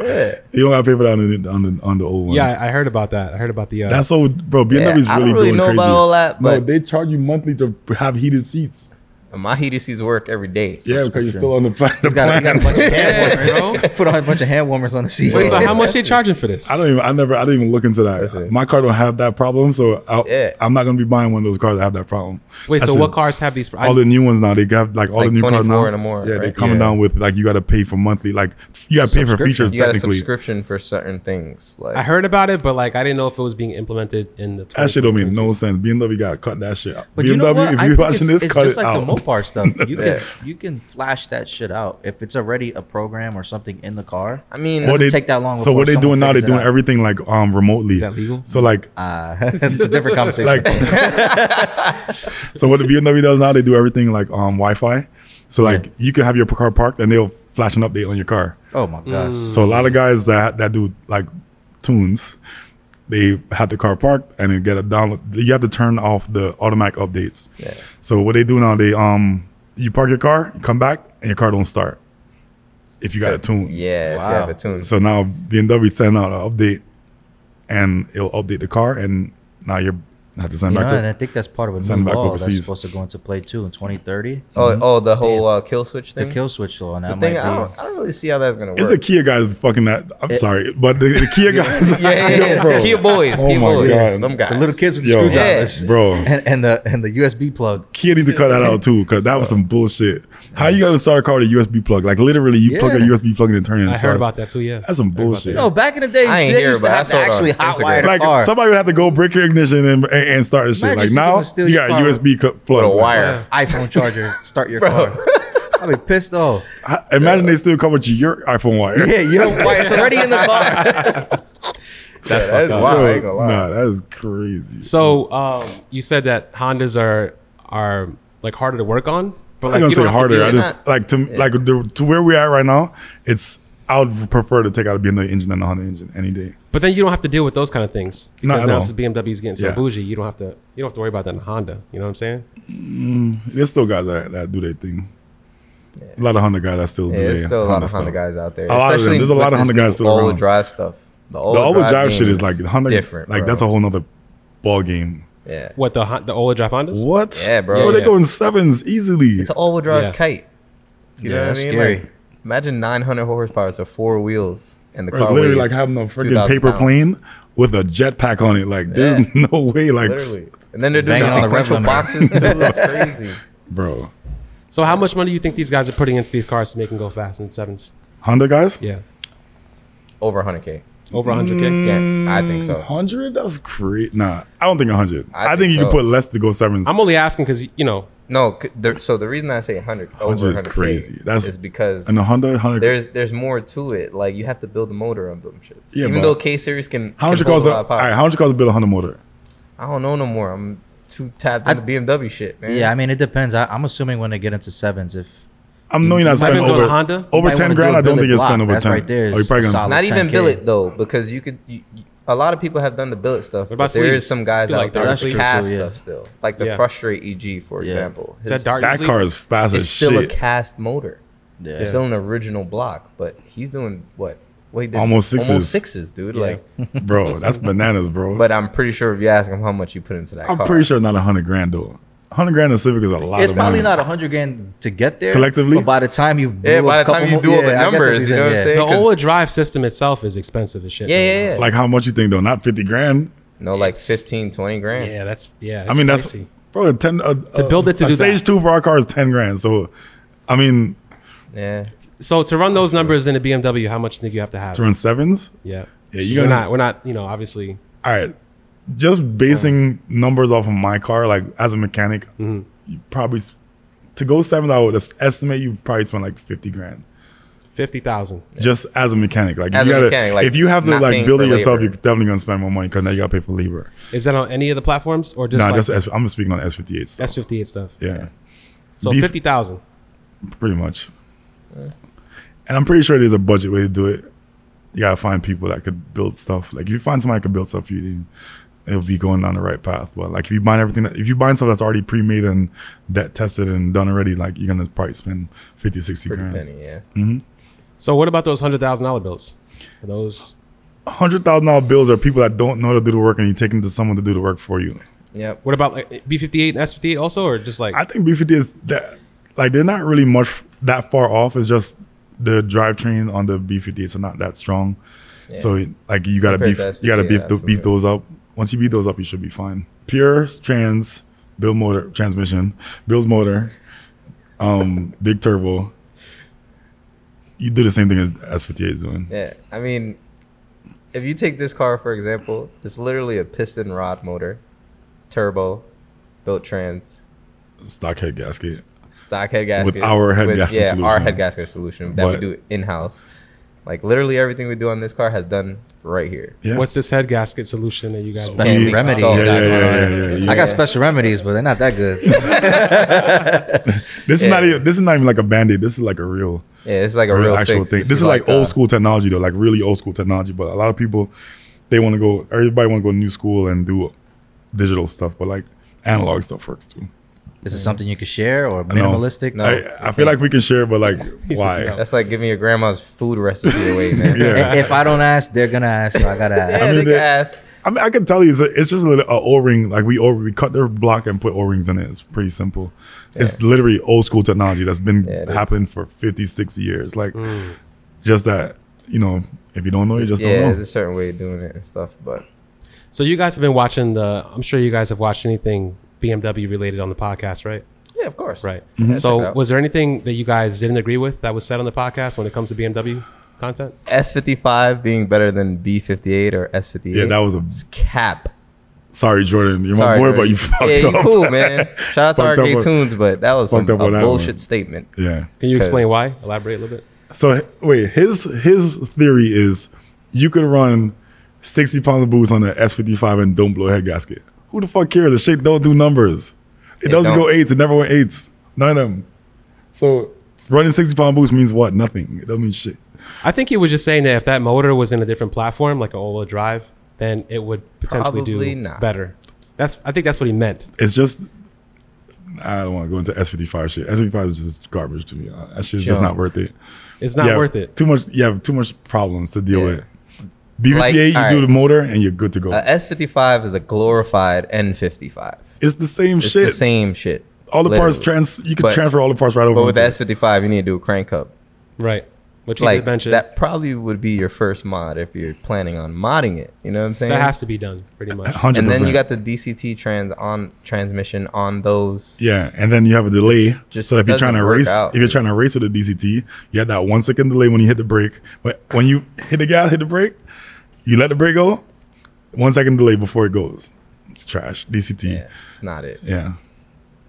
you don't got to pay for that on the, on the, on the old ones. Yeah, I I heard about that. I heard about the. Uh, That's so, bro. Yeah, BMW's I really don't really going know crazy. about all that, no, but they charge you monthly to have heated seats. my heated seats work every day. so- Yeah, because you're still on the plan. The He's got, he got a plan. bunch of hand yeah, bro. warmers. Put on a bunch of hand warmers on the seat. Wait, so how much they charging for this? I don't even. I never. I didn't even look into that. Listen. My car don't have that problem, so I, Yeah. I'm not gonna be buying one of those cars that have that problem. Wait, That's so it. what cars have these? all the new ones now. They got like all Like the new cars 24 now. and more, yeah, they're right? coming Yeah. down with like you got to pay for monthly. Like you got to pay for Subscription. features you got a technically. subscription for certain things. Like I heard about it, but like I didn't know if it was being implemented in the. That shit don't make no sense. BMW got to cut that shit. out. But BMW, you know what? if I you're think watching it's, this, it's cut just it like out. the Mopar stuff. You Yeah. can you can flash that shit out if it's already a program or something in the car. I mean, What Or doesn't take that long So before what they someone doing now? They're figures it doing out. everything like um remotely. that legal? So like Uh, it's a different conversation. like so what the BMW does now? They do everything like um Wi-Fi. So like you can have your car parked and they'll flash an update on your car. oh my gosh. So a lot of guys that that do like tunes, they have the car parked and then get a download. You have to turn off the automatic updates. Yeah. So what they do now, they um, you park your car, you come back, and your car don't start if you got a tune. yeah, if you Wow. have a tune. So now BMW sent out an update, and it'll update the car, and now you're have to send You know, back. and I To, think that's part of a Send new back law that's overseas. supposed to go into play too in 2030. oh, oh, the whole uh, kill switch The thing. kill switch law. Now The thing, might I be. don't, I don't really see how that's gonna work. it's the Kia guys fucking that. I'm sorry, but the, the Kia guys, yeah, yeah, Yo, yeah. bro. Kia boys, Oh Kia my boys, God. them guys, the little kids with the Yo. screwdrivers, bro. and, and the and the USB plug. Kia need to cut that out too, cause that was some bullshit. How you gonna start a car with a USB plug? Like literally, you plug a Yeah. USB plug in and turn it. I starts. heard about that too. Yeah, That's some bullshit. No, back in the day, I ain't they hear used to about it. have I to saw it on actually hotwire Instagram. the Like car. somebody would have to go break your ignition and and, and start the shit. Imagine Like someone now steal you your got a car USB cu- plug with a wire. iPhone charger, start your Bro. car. I'll be pissed off. I- Imagine they still come with your iPhone wire. Yeah, you don't. Why, it's already in the car. That's, yeah, Yo, that's wild. I ain't gonna lie. nah, that is crazy. So um, you said that Hondas are are like harder to work on, but I'm you gonna don't say have to harder. do I it- just like to like the, to where we at right now. It's I would prefer to take out a BMW engine than a Honda engine any day. but then you don't have to deal with those kind of things Not because at now all. since BMW is getting so Yeah. bougie, you don't have to you don't have to worry about that in Honda. You know what I'm saying? There's still guys that, that do their thing. A lot of Honda guys that still Yeah, do. there's their still a lot of stuff. Honda guys out there. A lot of them. especially There's a lot with of Honda this guys new still all-wheel around. drive stuff. The The all all drive shit game is like Honda. different. Like bro. that's a whole nother ball game. yeah. What the Hon- the older drive Hondas? What? Yeah, bro. Bro, they Yeah. go in sevens easily. It's an all-wheel drive Yeah. kite. You Yeah, know what that's I mean? scary. Like, imagine 900 horsepower so four wheels, and the Bro, it's car literally like weighs having a freaking 2,000 paper pounds. plane with a jetpack on it. Like, there's no way. Like, Literally. And then they're doing Banging on the the rev sequential limiter. boxes too. That's crazy. bro, So how much money do you think these guys are putting into these cars to make them go fast in sevens? Honda guys, Yeah, Over 100k. over 100k. Mm. Yeah, I think so. hundred. That's great. Nah, I don't think hundred. I, I think, think you can so. put less to go sevens. I'm only asking because you know No, c- there, so the reason I say 100 Which over is 100 crazy. That's- is because and a Honda, hundred. there's there's more to it. Like you have to build a motor on them shits. Yeah, Even but- though K series can How can much it hold costs? a A, lot all of power. right, how much it costs to build a Honda motor? I don't know no more. I'm too tapped into BMW shit, man. Yeah, I mean it depends. I, I'm assuming when they get into sevens, if I'm knowing not spending Sevens on over a Honda? over might ten wanna grand. do a I don't think billet you're spending block. over That's ten. right there Oh, is you're probably gonna- solid. not even 10K. billet though, because you could. You, you- a lot of people have done the billet stuff, about but there is sleeves? some guys Feel out like there dark that sleeves cast too, yeah. stuff still, like the Yeah. frustrate EG, for Yeah. example. Is that His- dark? That Sleep? car is fast It's as still a shit. cast motor, yeah, Yeah. still an original block, but he's doing what? What he did? Almost sixes. almost sixes, dude. Yeah. Like, bro, that's bananas, bro. but I'm pretty sure if you ask him how much you put into that I'm car, pretty sure not a hundred grand though. Hundred grand in Civic is a lot. it's of probably money. not a hundred grand to get there Collectively? But by the time you blew Yeah, a by the time couple you mo- do all the I guess that's numbers, he you said, know what I'm yeah. saying? the because- all-wheel drive system itself is expensive as shit. Yeah, though. yeah, yeah. Like how much you think though? Not fifty grand. no, like it's- 15, 20 grand. yeah. That's yeah. I mean, that's pricey. bro. A ten a, to build it to a do stage that. two for our car is ten grand. So, I mean, Yeah. so to run those numbers in a BMW, how much do you think you have to have? to run sevens. Yeah. Yeah, you we're gotta- not. We're not. You know, obviously. All right, just basing numbers off of my car, like as a mechanic, Mm-hmm. you probably s- to go sevens. I would es- estimate you probably spend like fifty grand Fifty thousand. just as a mechanic. Like As you a gotta, mechanic, like, if you have to not like paying build for it yourself, labor. you're definitely gonna spend more money because now you gotta pay for labor. Is that on any of the platforms or just nah, like just S- I'm speaking on S fifty eight stuff. S fifty eight stuff? yeah. So Beef- fifty thousand. pretty much. And I'm pretty sure there's a budget way to do it. you gotta find people that could build stuff. Like if you find somebody that could build stuff for you, then it'll be going down the right path. But like if you buy everything, that, if you buy stuff that's already pre-made and that tested and done already, like you're gonna probably spend 50, 60 Pretty grand. Mm. penny, yeah. So what about those hundred thousand dollar bills? Are those Hundred thousand dollar bills are people that don't know to do the work and you take them to someone to do the work for you. Yep. what about like B fifty eight and S fifty eight also, or just like I think B50 is that like they're not really much f- that far off. It's just the drivetrain on the B50s are not that strong. So it- like you gotta Compared beef, to you gotta S50, beef, yeah, the, beef absolutely. those up. Once you beat those up, you should be fine. Pure trans, build motor, transmission, build motor, um, big turbo. You do the same thing as S58 is doing. Yeah. I mean, if you take this car for example, it's literally a piston rod motor, turbo, built trans, Stock head gasket. stock head gasket our head gasket yeah, our solution. head gasket solution that But- we do in house. Like literally everything we do on this car has done right here. Yeah. what's this head gasket solution that you guys? Special Yeah, remedy. yeah, you got yeah, going yeah, on. yeah, yeah, yeah. I got special remedies, but they're not that good. This is Yeah. not even this is not even like a band-aid. This is like a real Yeah, it's like a real, real actual fix. thing. This, is like, the- old school technology though, like really old school technology. But a lot of people, they want to go. Everybody want to go to new school and do digital stuff, but like analog stuff works too. Is it something you could share or I know. minimalistic? No. I, I feel like we can share, but like why? That's like giving your grandma's food recipe away, man. Yeah. If I don't ask, they're gonna ask. So I gotta Yeah, ask. mean, sick they- ass. I mean, I can tell you, it's, a, it's just a little uh, O-ring. Like we o- we cut their block and put O-rings in it. It's pretty simple. It's literally old school technology that's been Yeah, it is. Mm. happening for 50, 60 years. Like just that, you know, if you don't know, you just Yeah, don't there's know. a certain way of doing it and stuff, but So you guys have been watching the. I'm sure you guys have watched anything BMW related on the podcast, right? yeah, of course. Right. Mm-hmm. Yeah, check it So out. was there anything that you guys didn't agree with that was said on the podcast when it comes to BMW content? S55 being better than B58 or S58. Yeah, that was a It's cap. sorry, Jordan. You're my Sorry, boy, Dirty. but you fucked yeah, up. you cool, man. Shout out to Fucked up RK on- Tunes, but that was some, fucked a up on that bullshit one. statement. Yeah. Can you explain Cause- why? Elaborate a little bit. So h- wait, his his theory is you could run sixty pounds of boots on an S fifty five and don't blow a head gasket. Who the fuck cares? The shit don't do numbers. It, It doesn't go don't. eights. It never went eights. None of them. So running sixty pound boots means what? Nothing. It doesn't mean shit. I think he was just saying that if that motor was in a different platform, like an all-wheel drive, then it would potentially Probably do not. better. That's I think that's what he meant. It's just I don't want to go into S fifty five shit. S fifty five is just garbage to me. Uh, That shit's just Sure. not worth it. It's not Yeah, worth it. Too much. You have too much problems to deal Yeah. with. B Like, Uh, fifty eight, you all do right. the motor and you're good to go. A S55 is a glorified N55. it's the same It's shit. the same shit. all the parts literally. trans you can But- transfer all the parts right over But with the into it. S55, you need to do a crank up. Right. Which like, Like, mentioned, that, that probably would be your first mod if you're planning on modding it. You know what I'm saying? has to be done pretty much. 100%. and then you got the DCT trans on transmission on those. yeah and then you have a delay just so if you're doesn't trying to work race out. if you're trying to race with a dct you have that one second delay when you hit the brake but when you hit the gas hit the brake you let the brake go one second delay before it goes it's trash dct Yeah, yeah, it's not it.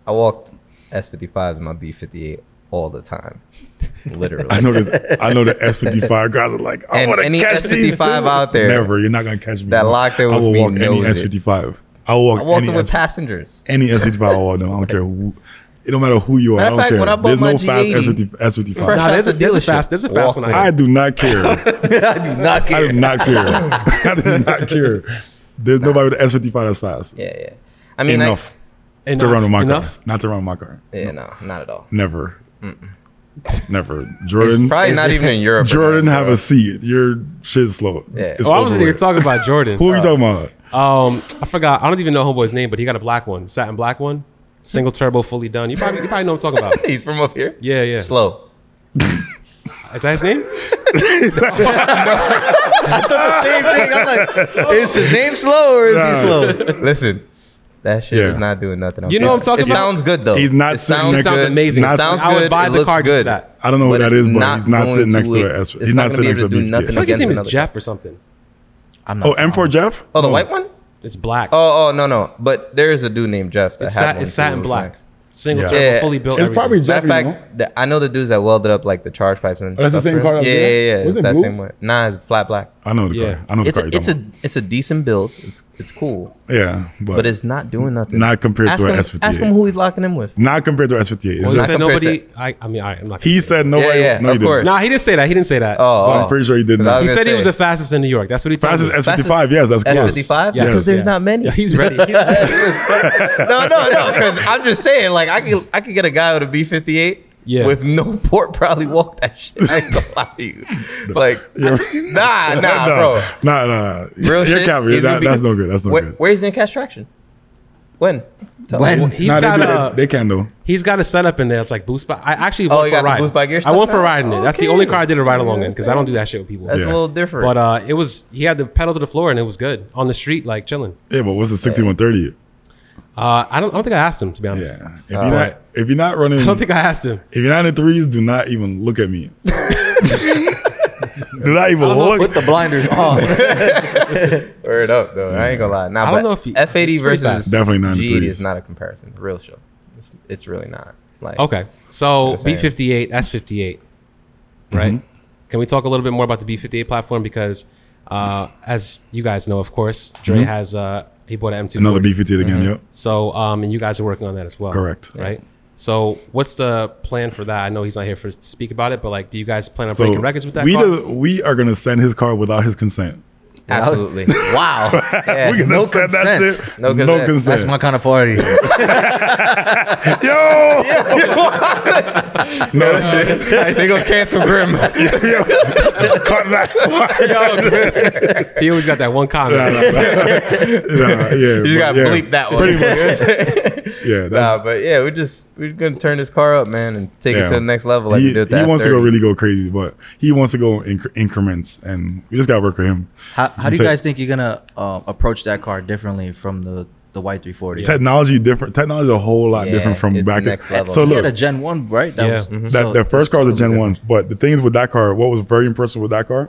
I walked S55s in my B58 all the time, literally. i know this i know the s55 guys are like i And want to any catch these too. S55 out there never you're not gonna catch me that locked in i with will me walk any knows it. s55 i will walk I walked any in with S55. passengers. any S55 I want them. I don't care who. It don't matter who you are. I Matter don't of fact, care. when I bought There's my no fast G80 S55. S55. fresh Nah, out there's a- the there's a dealership, fast- there's a fast walked one in. out I do not care. I I do not care. do not care. I do not care. There's nobody with an S55 that's fast. Yeah, yeah. I mean, Enough Enough. to run with my Enough. car. Not to run with my car. I, yeah, no, not at all. Never. Never. It's Jordan. probably not even in Europe. Jordan, have a seat. Your shit's slow. Yeah. It's Oh, I was over even with. talking about Jordan. Who are you talking about? Um, I forgot. I don't even know homeboy's name, but he got a black one, satin black one, single turbo, fully done. You probably, you probably know what I'm talking about. He's from up here. Yeah, yeah. Slow. Is that his name? Same thing. I'm like, is his name slow or is he Nah. slow? Listen, that shit Yeah. is not doing nothing. You know what I'm talking it about? sounds good though. He's not It sitting sounds next to- Sounds good. amazing. It Not- sounds I would good. buy It the looks car just for good. that. I don't know who But that it's is, but not he's not going sitting to next to it. an S. It's He's not not gonna sitting next to be able a to do beefcake. nothing I think his against name is another Jeff or something. I'm Oh, M4 Jeff? Oh, the No. white one? It's black. Oh, oh, no, no. But there is a dude named Jeff that it's had sat, one it's too. satin It was black, nice. single Yeah. turbo, Yeah. fully built. It's everything. probably Jeff. Matter of you know? fact, the, I know the dudes that welded up like the charge pipes and Oh, that's the stuff same for car it. that's Yeah, there? yeah, yeah. Was It's it that blue? same one. Nah, it's flat black. I know the Yeah. car. I know the It's car. a, you're it's a talking it's a decent build. It's it's cool, about. yeah, but, but it's not doing nothing. Not compared ask to an him, S58. Ask him who he's locking in with. not compared to S58. It's Well, he just, said compared nobody. I, I mean, all right, I'm not. gonna say he it. said nobody. Yeah, yeah, no, he of didn't. course. Nah, he didn't say that. He didn't say that. Oh, I'm pretty sure he didn't. But I he was said gonna he was say- the fastest in New York. That's what he told Fastest me. S55. Yes, that's S close. fifty five Yes. because Yeah. there's not many. Yeah, he's ready. He's- no, no, no. Because I'm just saying, like I could I could get a guy with a B fifty eight. Yeah. With no port, probably walk that shit. I ain't gonna lie to you. Like, You're- nah, nah, bro. Nah, nah, nah. Real You're shit. capping. he's gonna That- be- that's no good. That's no where, good. Where he's gonna catch traction? When? Tell me. When? he's Nah, they got do a that. they can though. he's got a setup in there. It's like boost by. I actually Oh, went for you got a the ride. boost by gear I stuff went for a now? ride in it. That's the Okay. only car I did a ride along Yeah, in because I don't do that shit with people. That's Yeah. a little different. But uh, it was he had the pedal to the floor and it was good on the street, like chilling. Yeah, but what's a 6130? Uh, I don't. I don't think I asked him to be Yeah. honest. If you're not if you're not running I don't think I asked him. if you're not in the threes, do not even look at me. do not even look. Put the blinders on. Word up, though. I ain't gonna lie. Nah, I don't but know if you- it's F80 pretty versus fast. Definitely not in the G80 threes. is not a comparison. Real show. It's, it's really not. Like Okay, so Just saying. B58, S58, right? Mm-hmm. Can we talk a little bit more about the B58 platform because, uh, as you guys know, of course, Dre Mhm. has uh, he bought an M2. Another B fifty eight again, yep. So, um, and you guys are working on that as well. Correct. Right. So, what's the plan for that? I know he's not here for to speak about it, but like, do you guys plan on So breaking records with that we car? do- we are gonna send his car without his consent. Absolutely. wow. Yeah, We're gonna no send consent. that shit. No consent. That's my kind of party. Yo! no, they gonna cancel Grim. yo, cut that. he always got that one comment. Nah, nah, nah, yeah, You just gotta bleep that one. Pretty much. Yeah, that's, nah, but yeah, we just we're gonna turn this car up, man, and take it Yeah. to the next level. Like he, we did he that. wants to go really go crazy, but he wants to go in incre- increments, and we just got to work with him. How, how do you So- guys think you're gonna um, approach that car differently from the the white 340? Technology different. Technology is a whole lot Yeah, different from it's back. next level. So He had look, a Gen One, right? That Yeah. that, Mhm. that first car was a Gen One, but the thing is with that car, what was very impressive with that car,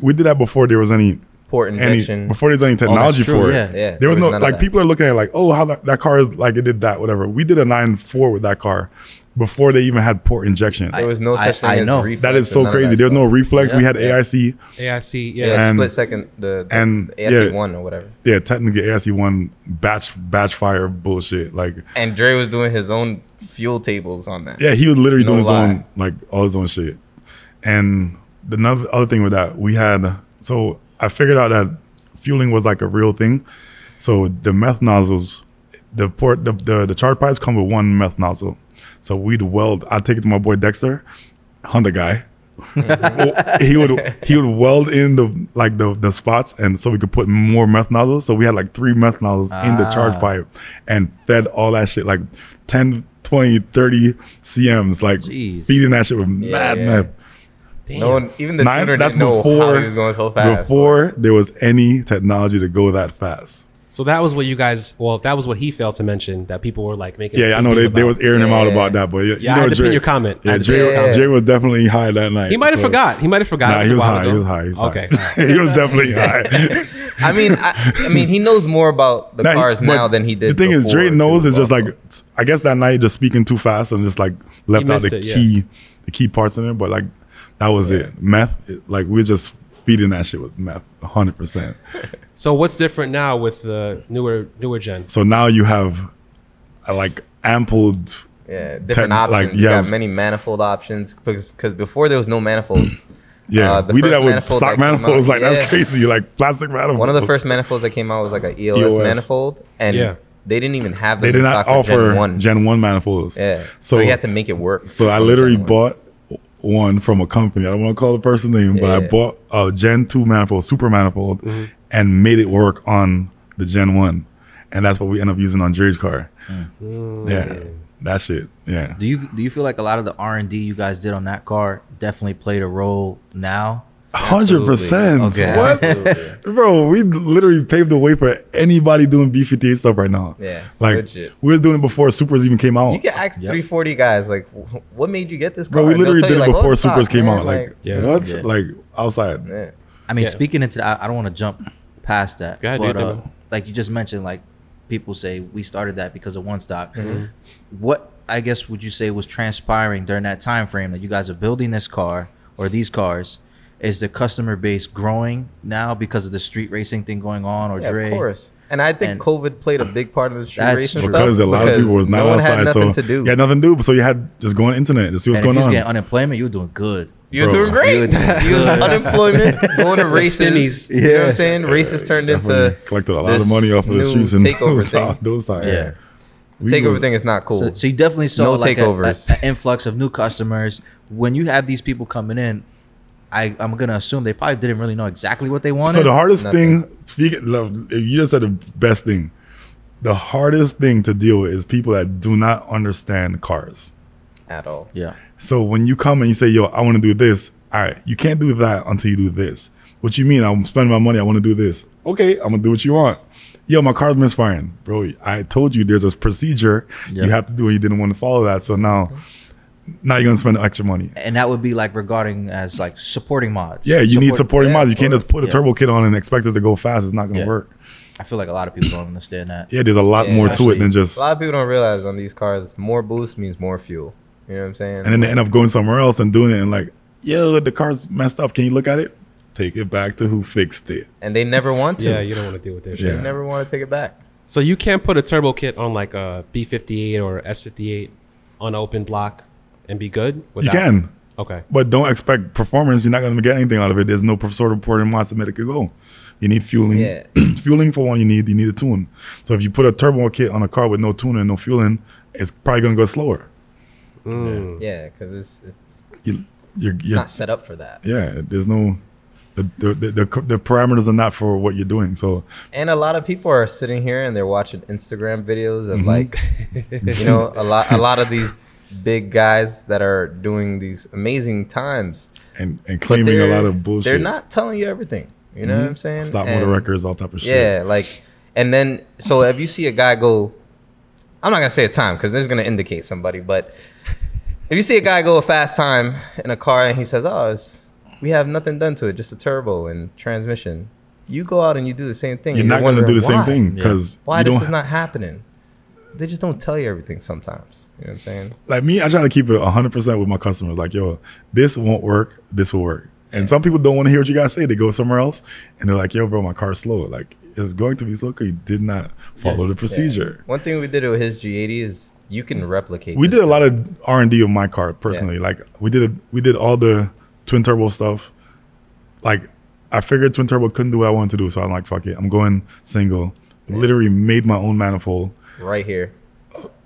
we did that before there was any port any injection. Oh, before there was any technology true, for it. yeah. yeah, There, was, no none of like that. people are looking at it like, oh, how that, that car is like it did that, whatever. We did a nine four with that car before they even had port injection. There was no I- such thing I as know. reflex that is and so none of crazy. that There's no stuff. reflex. we Yeah. had AIC. AIC, yeah. yeah, and- split second the, the and, and the ASC yeah. one or whatever. Yeah, technically AIC one batch batch fire bullshit. Like And Dre was doing his own fuel tables on that. Yeah, he was literally No doing his lie. own like all his own shit. And the noth- other thing with that, we had so I figured out that fueling was like a real thing. So the meth nozzles, the port the the, the charge pipes come with one meth nozzle. So we'd weld. I take it to my boy Dexter, Honda guy. he would he would weld in the like the the spots and so we could put more meth nozzles. So we had like three meth nozzles in the charge Ah. pipe and fed all that shit like 10, 20, 30 CMs, like Jeez. feeding that shit with Yeah, mad yeah. meth. No one, even the Nine- tuner that's didn't know how before he was going so fast. before there was any technology to go that fast. So that was what you guys. Well, that was what he failed to mention that people were like making. a Yeah, I big know deal they, they about. was airing him out Yeah. about that, but yeah, Yeah, I had to pin your comment. I Yeah, had to Jay, pin your comment. Jay was definitely high that night. He might have so- forgot. He might have forgot. Nah, It he a was while high. ago. He was high. He was okay. high. he was definitely high. I mean, I, I mean, he knows more about the Nah, he- cars but now than he did. The thing is, before, Dre too, knows is just also. like I guess that night just speaking too fast and just like left He out the missed it, yeah. key, the key parts in it. But like that was it. Meth, it- like we're just feeding that shit with meth, hundred percent. So what's different now with the newer newer gen? So now you have uh, like ampled. yeah, tech- different options. like, you yeah. got many manifold options because because before there was no manifolds. Yeah, Uh, the we did first that with manifold stock that came manifolds. out, Like yeah. that's crazy. Like plastic manifolds. One of the first manifolds that came out was like a EOS, EOS. manifold, and Yeah. they didn't even have them E They did in not stock for Gen offer one. Gen One manifolds. yeah, so, So you had to make it work. So I from literally Gen one. bought one from a company. I don't want to call the person's name, but I Yeah. bought a Gen 2 manifold, super manifold, and made it work on the Gen 1. And that's what we end up using on Dre's car. Yeah. That shit. Yeah. Do you do you feel like a lot of the R and D you guys did on that car definitely played a role now? 100%. Okay. What? Bro, we literally paved the way for anybody doing B58 stuff right now. Yeah, Like, good shit. we was doing it before Supers even came out. You can ask Yep. 340 guys like, "Wh- what made you get this car? Bro, we And they'll literally tell did it you, like, "Oh, before it's stock, Supers came man," out. Like, Yeah. what? Yeah. Like, outside. yeah. I mean, Yeah. speaking into that, I, I don't want to jump past that. Go ahead, but dude, uh, do it. like you just mentioned, like people say we started that because of one stock. Mm-hmm. What I guess would you say was transpiring during that time frame that you guys are building this car or these cars, Is the customer base growing now because of the street racing thing going on or Yeah, Dre? of course. And I think And- COVID played a big part of the street That's racing true. stuff because a lot of because people was not no one outside, had so nothing to do. yeah, nothing to do. So you had just go on the internet to see what's And if going you was on. getting unemployment, you were doing good. You're Bro. doing great. You were doing You was good. unemployment, going to races. Stimmies. You know what I'm saying? Races turned into Definitely collected a lot of this money off of the new streets and takeover those, thing. ti- those times. Yeah. We takeover was- thing is not cool. So, so you definitely saw No like a- a- takeovers. a influx of new customers. When you have these people coming in, I, I'm gonna assume they probably didn't really know exactly what they wanted. So the hardest Nothing. thing, speak- love, you just said the best thing. The hardest thing to deal with is people that do not understand cars. at all. yeah, So when you come and you say, "Yo, I want to do this," all right, you can't do that until you do this. What you mean? I'm spending my money. I want to do this. Okay, I'm gonna do what you want. Yo, my car's misfiring, bro. I told you there's a procedure you Yeah. have to do, and you didn't want to follow that. So now, now you're gonna spend extra money. and that would be like regarding as like supporting mods. Yeah, you need Support- supporting yeah, mods. of You can't just course. put a Yeah. turbo kit on and expect it to go fast. It's not gonna Yeah. work. I feel like a lot of people don't understand that. Yeah, there's a lot Yeah, more to it actually, than just. A lot of people don't realize on these cars, more boost means more fuel. You know what I'm saying? And then they end up going somewhere else and doing it and like, yo, the car's messed up. Can you look at it? Take it back to who fixed it. and they never want to. Yeah, you don't want to deal with that Yeah. They shit. never want to take it back. So you can't put a turbo kit on like a B58 or S58 on an open block and be good. You Without, can, Okay. but don't expect performance. You're not going to get anything out of it. There's no per- sort of pouring mods to make it go. You need fueling. Yeah. fueling for one, you need you need a tune. So if you put a turbo kit on a car with no tune and no fueling, it's probably going to go slower. Mm. Yeah, because it's, it's You, you're, you're, not set up for that. yeah, there's no. The, the, the, the, co- the parameters are not for what you're doing. So And a lot of people are sitting here and they're watching Instagram videos Mm-hmm. of like, you know, a lot a lot of these big guys that are doing these amazing times. and, and but claiming a they're- lot of bullshit. Mm-hmm. They're not telling you everything. You know what I'm saying? Stop motor And- records, all type of shit. Yeah, like, and then so if you see a guy go, I'm not gonna say a time because this is gonna indicate somebody, but if you see a guy go a fast time in a car and he says, "Oh, it's, we have nothing done to it, just a turbo and transmission," you go out and you do the same thing. You're and not going to do wondering the same why. thing because Why you this don't. is not happening? They just don't tell you everything sometimes. You know what I'm saying? like me, I try to keep it 100 percent with my customers. Like, yo, this won't work. This will work. And some people don't want to hear what you guys say. They go somewhere else, and they're like, "Yo, bro, my car's slow. Like, it's going to be slow because you did not follow the procedure." One thing we did with his G80 is you can replicate. We this did a thing. lot of R and D of my car personally. Like, we did a, we did all the twin turbo stuff. Like, I figured twin turbo couldn't do what I wanted to do, so I'm like, "Fuck it, I'm going single." Literally made my own manifold. right here.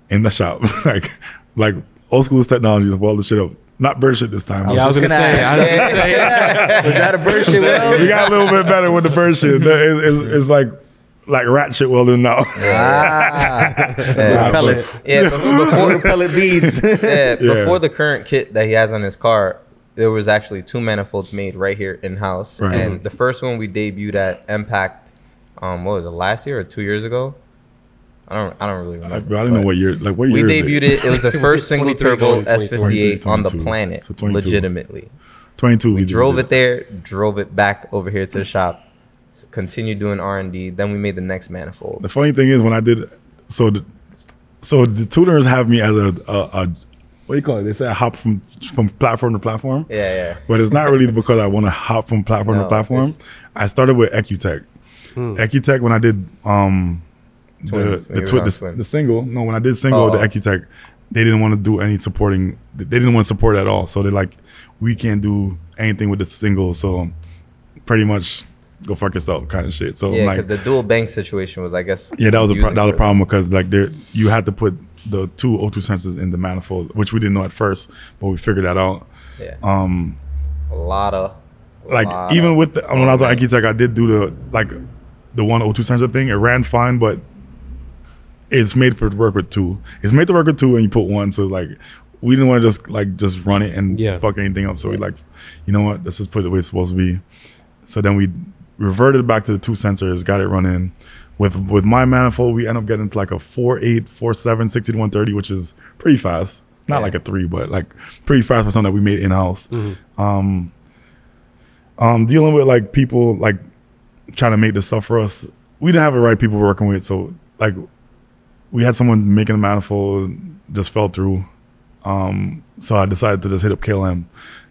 in the shop. like like old school technology is weld the shit up. Not bird shit this time. Yeah, I was just gonna gonna say. I was gonna say. Was that a bird shit? Will? we got a little bit better with the bird shit. The- It's, it's, it's like like rat shit welding now. Yeah. Pellets. Yeah, but before, pellet beads. yeah, Yeah. before the current kit that he has on his car, there was actually two manifolds made right here in house. Right. And the first one we debuted at Impact, um, what was it last year or two years ago? I don't, I don't really remember. like, bro, I don't know but what year. Like what we year? debuted is it? it. It was the first single 23 turbo going 22. S58 on the 22. planet, So 22. legitimately. Twenty two. We Drove it there, drove it back over here to the shop, continued doing R and D. Then we made the next manifold. The funny thing is when I did so the so the tuners have me as a, a, a what do you call it? They say I hop from from platform to platform. Yeah, yeah. but it's not really because I want to hop from platform No, to platform. it's- Hmm. I started with EcuTech. EcuTech when I did um Twins, the when the, you twi- were on the, Twins. the single. No, when I did single the Oh. EcuTech, they didn't want to do any supporting. They didn't want to support at all. So they're like, we can't do anything with the single. So pretty much go fuck yourself kind of shit. So Yeah, because like the dual bank situation was, I guess. yeah, that was a pro- confusing that was a for them. problem because like there you had to put the two O2 sensors in the manifold, which we didn't know at first, but we figured that out. Yeah. Um, a lot of a like lot even of- with the, when I was on Akitech, I did do the like the one O two sensor thing. It ran fine, but it's made for work with two. It's made to work with two, and you put one. So like we didn't want to just like just run it and Yeah. fuck anything up. So we like, you know what? Let's just put it the way it's supposed to be. So then we reverted back to the two sensors, got it running. With with my manifold, we end up getting to like a 4.8, 4.7, 60 to 130, which is pretty fast. Not Yeah. like a three, but like pretty fast for something that we made in house Mm-hmm. um, dealing with like people like trying to make this stuff for us. We didn't have the right people working with, so like we had someone making a manifold just fell through. Um, so I decided to just hit up KLM,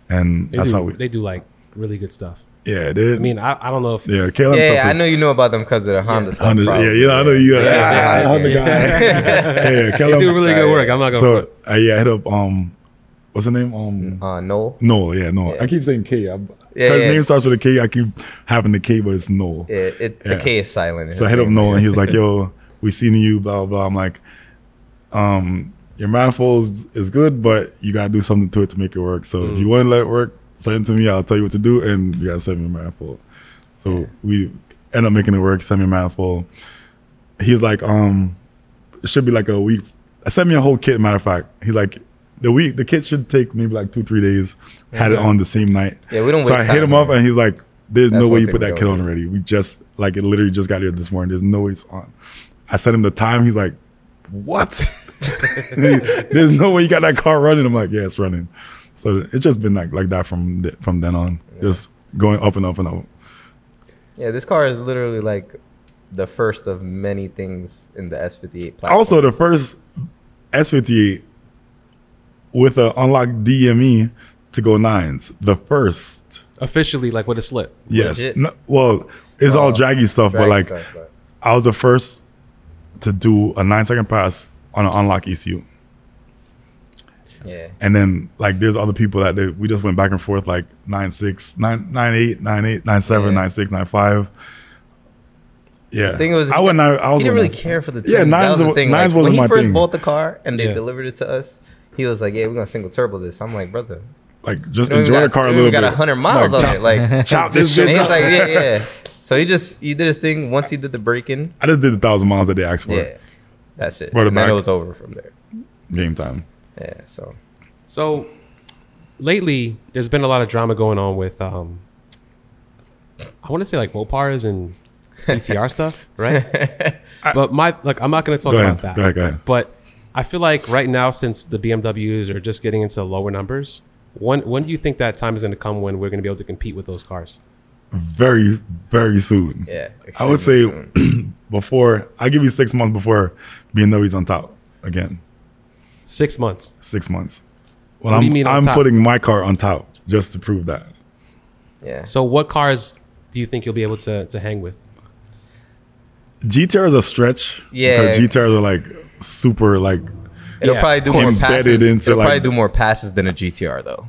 and They that's do- how we. They do like really good stuff. Yeah, dude. I mean, I, I don't know if yeah, Caleb. yeah, yeah, I know you know about them because of the Honda stuff. Honda, probably. yeah, you know, I know you. Yeah, yeah, yeah. Honda guy. yeah, yeah, they Caleb. do really good work. I'm not gonna. so uh, yeah, I hit up um, what's the name? Um, Uh, Noel. Noel. Yeah, Noel. Yeah. I keep saying K. I, Yeah, his yeah. name starts with a K. I keep having the K, but it's Noel. Yeah, it, Yeah. The K is silent. So I hit up Noel, and he was like, "Yo, we seen you, blah blah." blah. I'm like, um, your manifold is- is good, but you gotta do something to it to make it work. So Mm. if you want to let it work, send it to me. I'll tell you what to do, and you gotta send me a manifold. So we end up making it work. Send me a manifold. He's like, um, it should be like a week. I sent me a whole kit. Matter of fact, he's like. The week the kit should take maybe like two three days. Had it on the same night. Mm-hmm. Yeah, we don't So I waste hit time him up here. and he's like, "There's That's no one way you thing put we that don't kit on do. already. We just like it literally just got here this morning. There's no way it's on. I sent him the time. He's like, what? There's no way you got that car running. I'm like, yeah, it's running. So it's just been like like that from th- from then on, just going up and up and up. Yeah, this car is literally like the first of many things in the S58 platform. Also, the first S58 with an unlocked DME to go nines. The first, Officially, like with a slip. yes. Legit? No- well, it's all draggy stuff, but Drag like stuff, but- I was the first to do a nine second pass on an unlock ECU. yeah, And then like there's other people that they, we just went back and forth like nine six, nine nine eight, nine eight, nine seven, Yeah. nine six, nine five. Yeah. I think it was. I went nine, I was he didn't one really nine- care for the. Yeah, tuning. nines that was the wa- thing. nines like, wasn't when my he first thing. bought the car and they Yeah. delivered it to us. He was like, "Yeah, we're gonna single turbo this." I'm like, "Brother, Like just we enjoy got, the car a we little got bit. hundred miles Like, on chop- it." Like, Chop this and bitch. he was up. like, "Yeah, yeah." So he just he did his thing. Once he did the braking, I just did a thousand miles that they asked for. yeah, that's it. Brought it And then back. it was over from there. Game time. Yeah, so So lately, there's been a lot of drama going on with, um, I want to say like Mopars and ETR stuff, right? but my like, I'm not going to talk Go about ahead, that. go ahead, go ahead. But I feel like right now, since the BMWs are just getting into lower numbers, when when do you think that time is going to come when we're going to be able to compete with those cars? Very, very soon. yeah, I would say extremely soon. before I give you six months before BMW's on top again. Six months. Six months. Well What I'm do you mean on I'm top? putting my car on top just to prove that. yeah. So what cars do you think you'll be able to to hang with? GTR is a stretch. Because Yeah. GTRs are like super like It'll Yeah, probably do more embedded passes. into, It'll probably like- do more passes than a GTR though.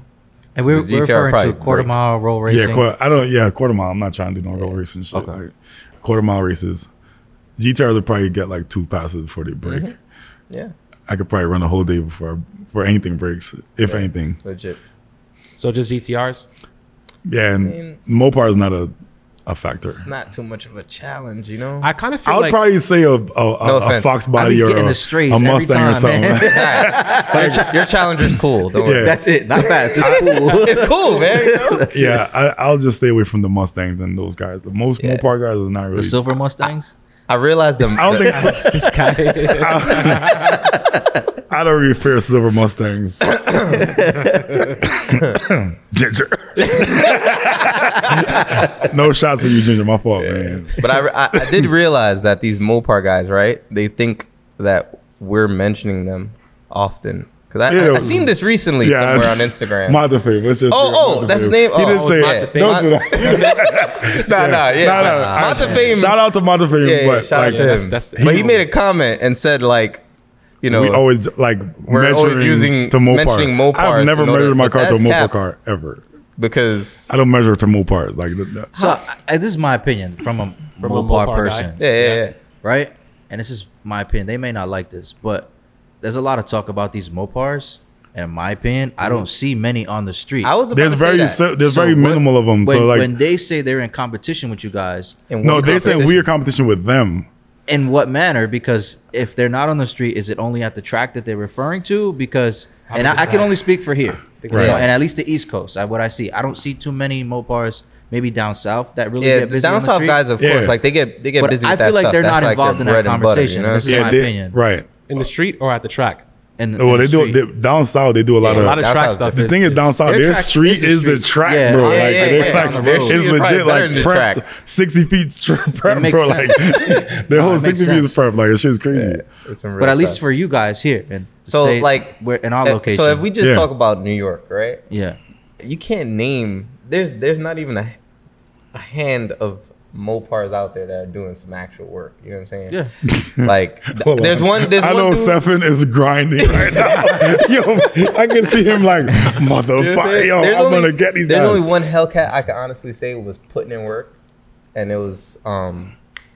And we're, The we're GTR referring probably to quarter break. mile roll racing. yeah, quarter, I don't yeah, quarter mile. I'm not trying to do no road race and shit. Like, quarter mile races. GTRs would probably get like two passes before they break. Mm-hmm. Yeah, I could probably run a whole day before before anything breaks, if anything. legit. So just GTRs. Yeah, and mean- Mopar is not a, a factor. It's not too much of a challenge, you know. I kind of I feel would like probably say a a, a, a offense. fox I be body or getting a, the strays a every Mustang or time, something. man. Your ch- your challenger's cool. Don't worry. Yeah. That's it. Not fast. Just cool. It's cool, man. you know? yeah, I, I'll just stay away from the Mustangs and those guys. The most Yeah. Mopar guys is not really. the silver Mustangs. I realized them. I don't the- think so. this guy. I don't really fear silver Mustangs. ginger. no shots at you, Ginger. My fault, man. but I, re- I, I did realize that these Mopar guys, right? They think that we're mentionew them often because I, I, I Ew. seen this recently somewhere on Instagram. Mata Fave. Let's just Oh, oh, that's the name? He Oh, didn't oh, say it's it. Mata Don't Fave. do that. Nah, nah, yeah, Nah, nah, nah. nah. Mata Fave- Shout out to Mata Fave, yeah, yeah, but shout like, out to that's- him. that's- but he made a comment and said like, you know, we always like We're measuring always using- to Mopar. mentioning Mopars I've never in order- measured my but car to a that's Mopar cap. car ever. because I don't measure to Mopars like th- th- So I, I- this is my opinion from a From a Mopar Mopar, guy. person, yeah, yeah, yeah. right? And this is my opinion. They may not like this, but there's a lot of talk about these Mopars. And in my opinion, I don't see many on the street. I was about There's to say very that. si- there's So very when- minimal of them. When, so like when they say they're in competition with you guys, In no, one they're saying competition. we're competition with them. in what manner? Because if they're not on the street, is it only at the track that they're referring to? Because and I, I can only speak for here, you Right. know, and at least the East Coast. I, what I see, I don't see too many Mopars. Maybe down south that really Yeah, get the busy. down on the south street. guys, of Yeah. course, like they get they get But busy. I With feel that like stuff. they're not That's like involved their in that bread and butter, you conversation. know? This is my they- opinion. right? in the street or at the track? In, Well, in they the do street. they, down south. They do a lot Yeah, of A lot of That's track how- stuff. The thing is down south, their their, track street is is the the, street. track, Yeah. bro. Yeah, like, yeah, they yeah, yeah. like Their street is it's probably legit like better than the prep track. sixty feet prep, makes bro. Like their it whole makes sixty feet sense. is prep. Like it's shit's crazy. It's some but real at least stuff. for you guys here and So, say like, we're in our Uh, location. So if we just Yeah. talk about New York, right? yeah, You can't name there's there's not even a, a hand of Mopars out there that are doing some actual work. You know what I'm saying? Yeah. Like th- Hold there's on. one. There's I one know dude- Stefan is grinding right now. yo, I can see him like You know what I'm motherfucker. saying? Yo, There's I'm only- gonna get these There's guys. only one Hellcat I can honestly say was putting in work, and it was um,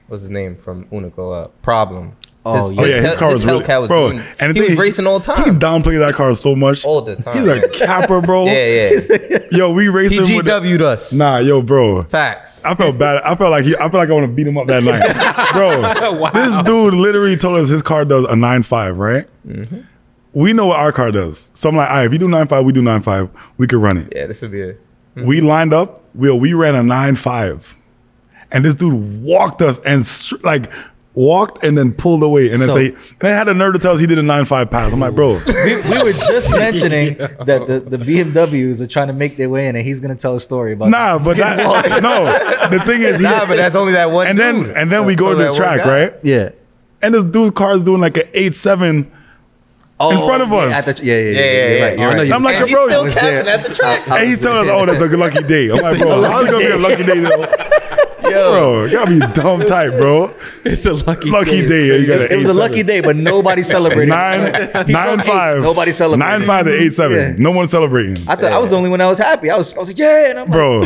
what's his name from Unico? Uh, Problem. Oh, His- Oh his yeah, his Hell- car was his really, Hellcat was bro. doing- and the he thing, was racing all the He time. downplayed that car so much. All the time, He's a man. capper, bro. yeah, yeah. Yo, we He racing with. the- GW'd us. Nah, yo, bro. Facts. I felt bad. I felt like he, I felt like I want to beat him up that night, bro. Wow. This dude literally told us his car does a nine five, right? Mm-hmm. We know what our car does. So I'm like, all right, if you do nine five, we do nine five. We could run it. Yeah, this would be a We lined up. We we ran a nine five, and this dude walked us and str- like walked and then pulled away and then So- say and then had a nerve to tell us he did a nine five pass. I'm like, bro, we, we were just mentioning that the, the BMWs are trying to make their way in, and he's going to tell a story about that. nah. But that no. The thing is, he, nah, but that's only that one. and then dude. and then we go That's to only the that track, one guy. right? Yeah. And this dude car is doing like an eight seven. Oh, front of yeah, us. at the tr- yeah, yeah, yeah. Yeah, yeah, you're yeah. right, you're I know right. you- I'm like, And he's bro, still I was capping there. at the track. I- I- And he's telling us, oh, that's a good lucky day. I'm like, bro, how's it gonna be a lucky day though? Bro, you gotta be dumb type, bro. It's a lucky Lucky day. You got an It was a lucky day, but nobody celebrated. Nine, He nine broke five. eights. Nobody celebrated. Nine five to eight seven. Yeah. No one celebrating, I thought I was the only one that was happy. I was, I was like, yeah, and I'm like, bro.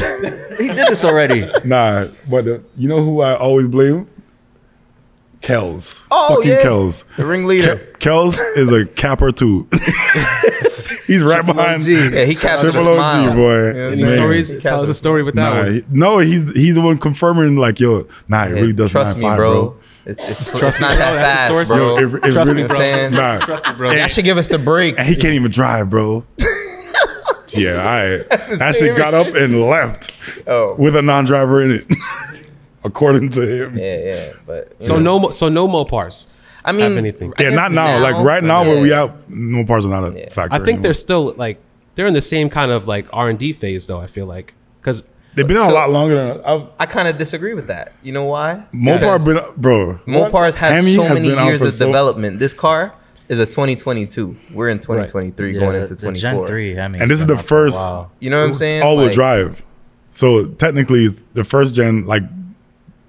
he did this already. Nah, but the, you know who I always blame? Kells. Oh, Fucking yeah. Kells. The ringleader. Ke- Kells is a capper too. He's right behind. OG. Yeah, he capped with a Triple OG, smile. boy. Any Man. stories? Tell us a story with that Nah, one. he- no, he's he's the one confirming like, yo, nah, it Yeah, really does Trust nine me, five, bro. It's, it's, it's bro, that's not the that source. fast, Yo, bro. it, it Trust really me, bro. Nah. Trust me, bro. That should give us the break. And he can't even drive, bro. yeah, I his that shit favorite got up and left Oh. with a non-driver in it, according to him. Yeah, Yeah, yeah, but you So know. no, mo- so no Mopars. I mean, have anything. I guess not now. Like right now, where we at, no parts are not a Yeah. factor. I think they're anymore. still like they're in the same kind of like R and D phase though. I feel like because they've been out a so- lot longer than I've, I kind of disagree with that. You know why? Mopar Because been bro. Mopars has Hemi so has many been out years for of so- development. This car is a 2022. We're in 2023 Yeah, going the- into the 24. Gen 3, I mean, And this is been the out for a first- while. You know what I'm saying? all-wheel Like, drive. So technically, it's the first gen like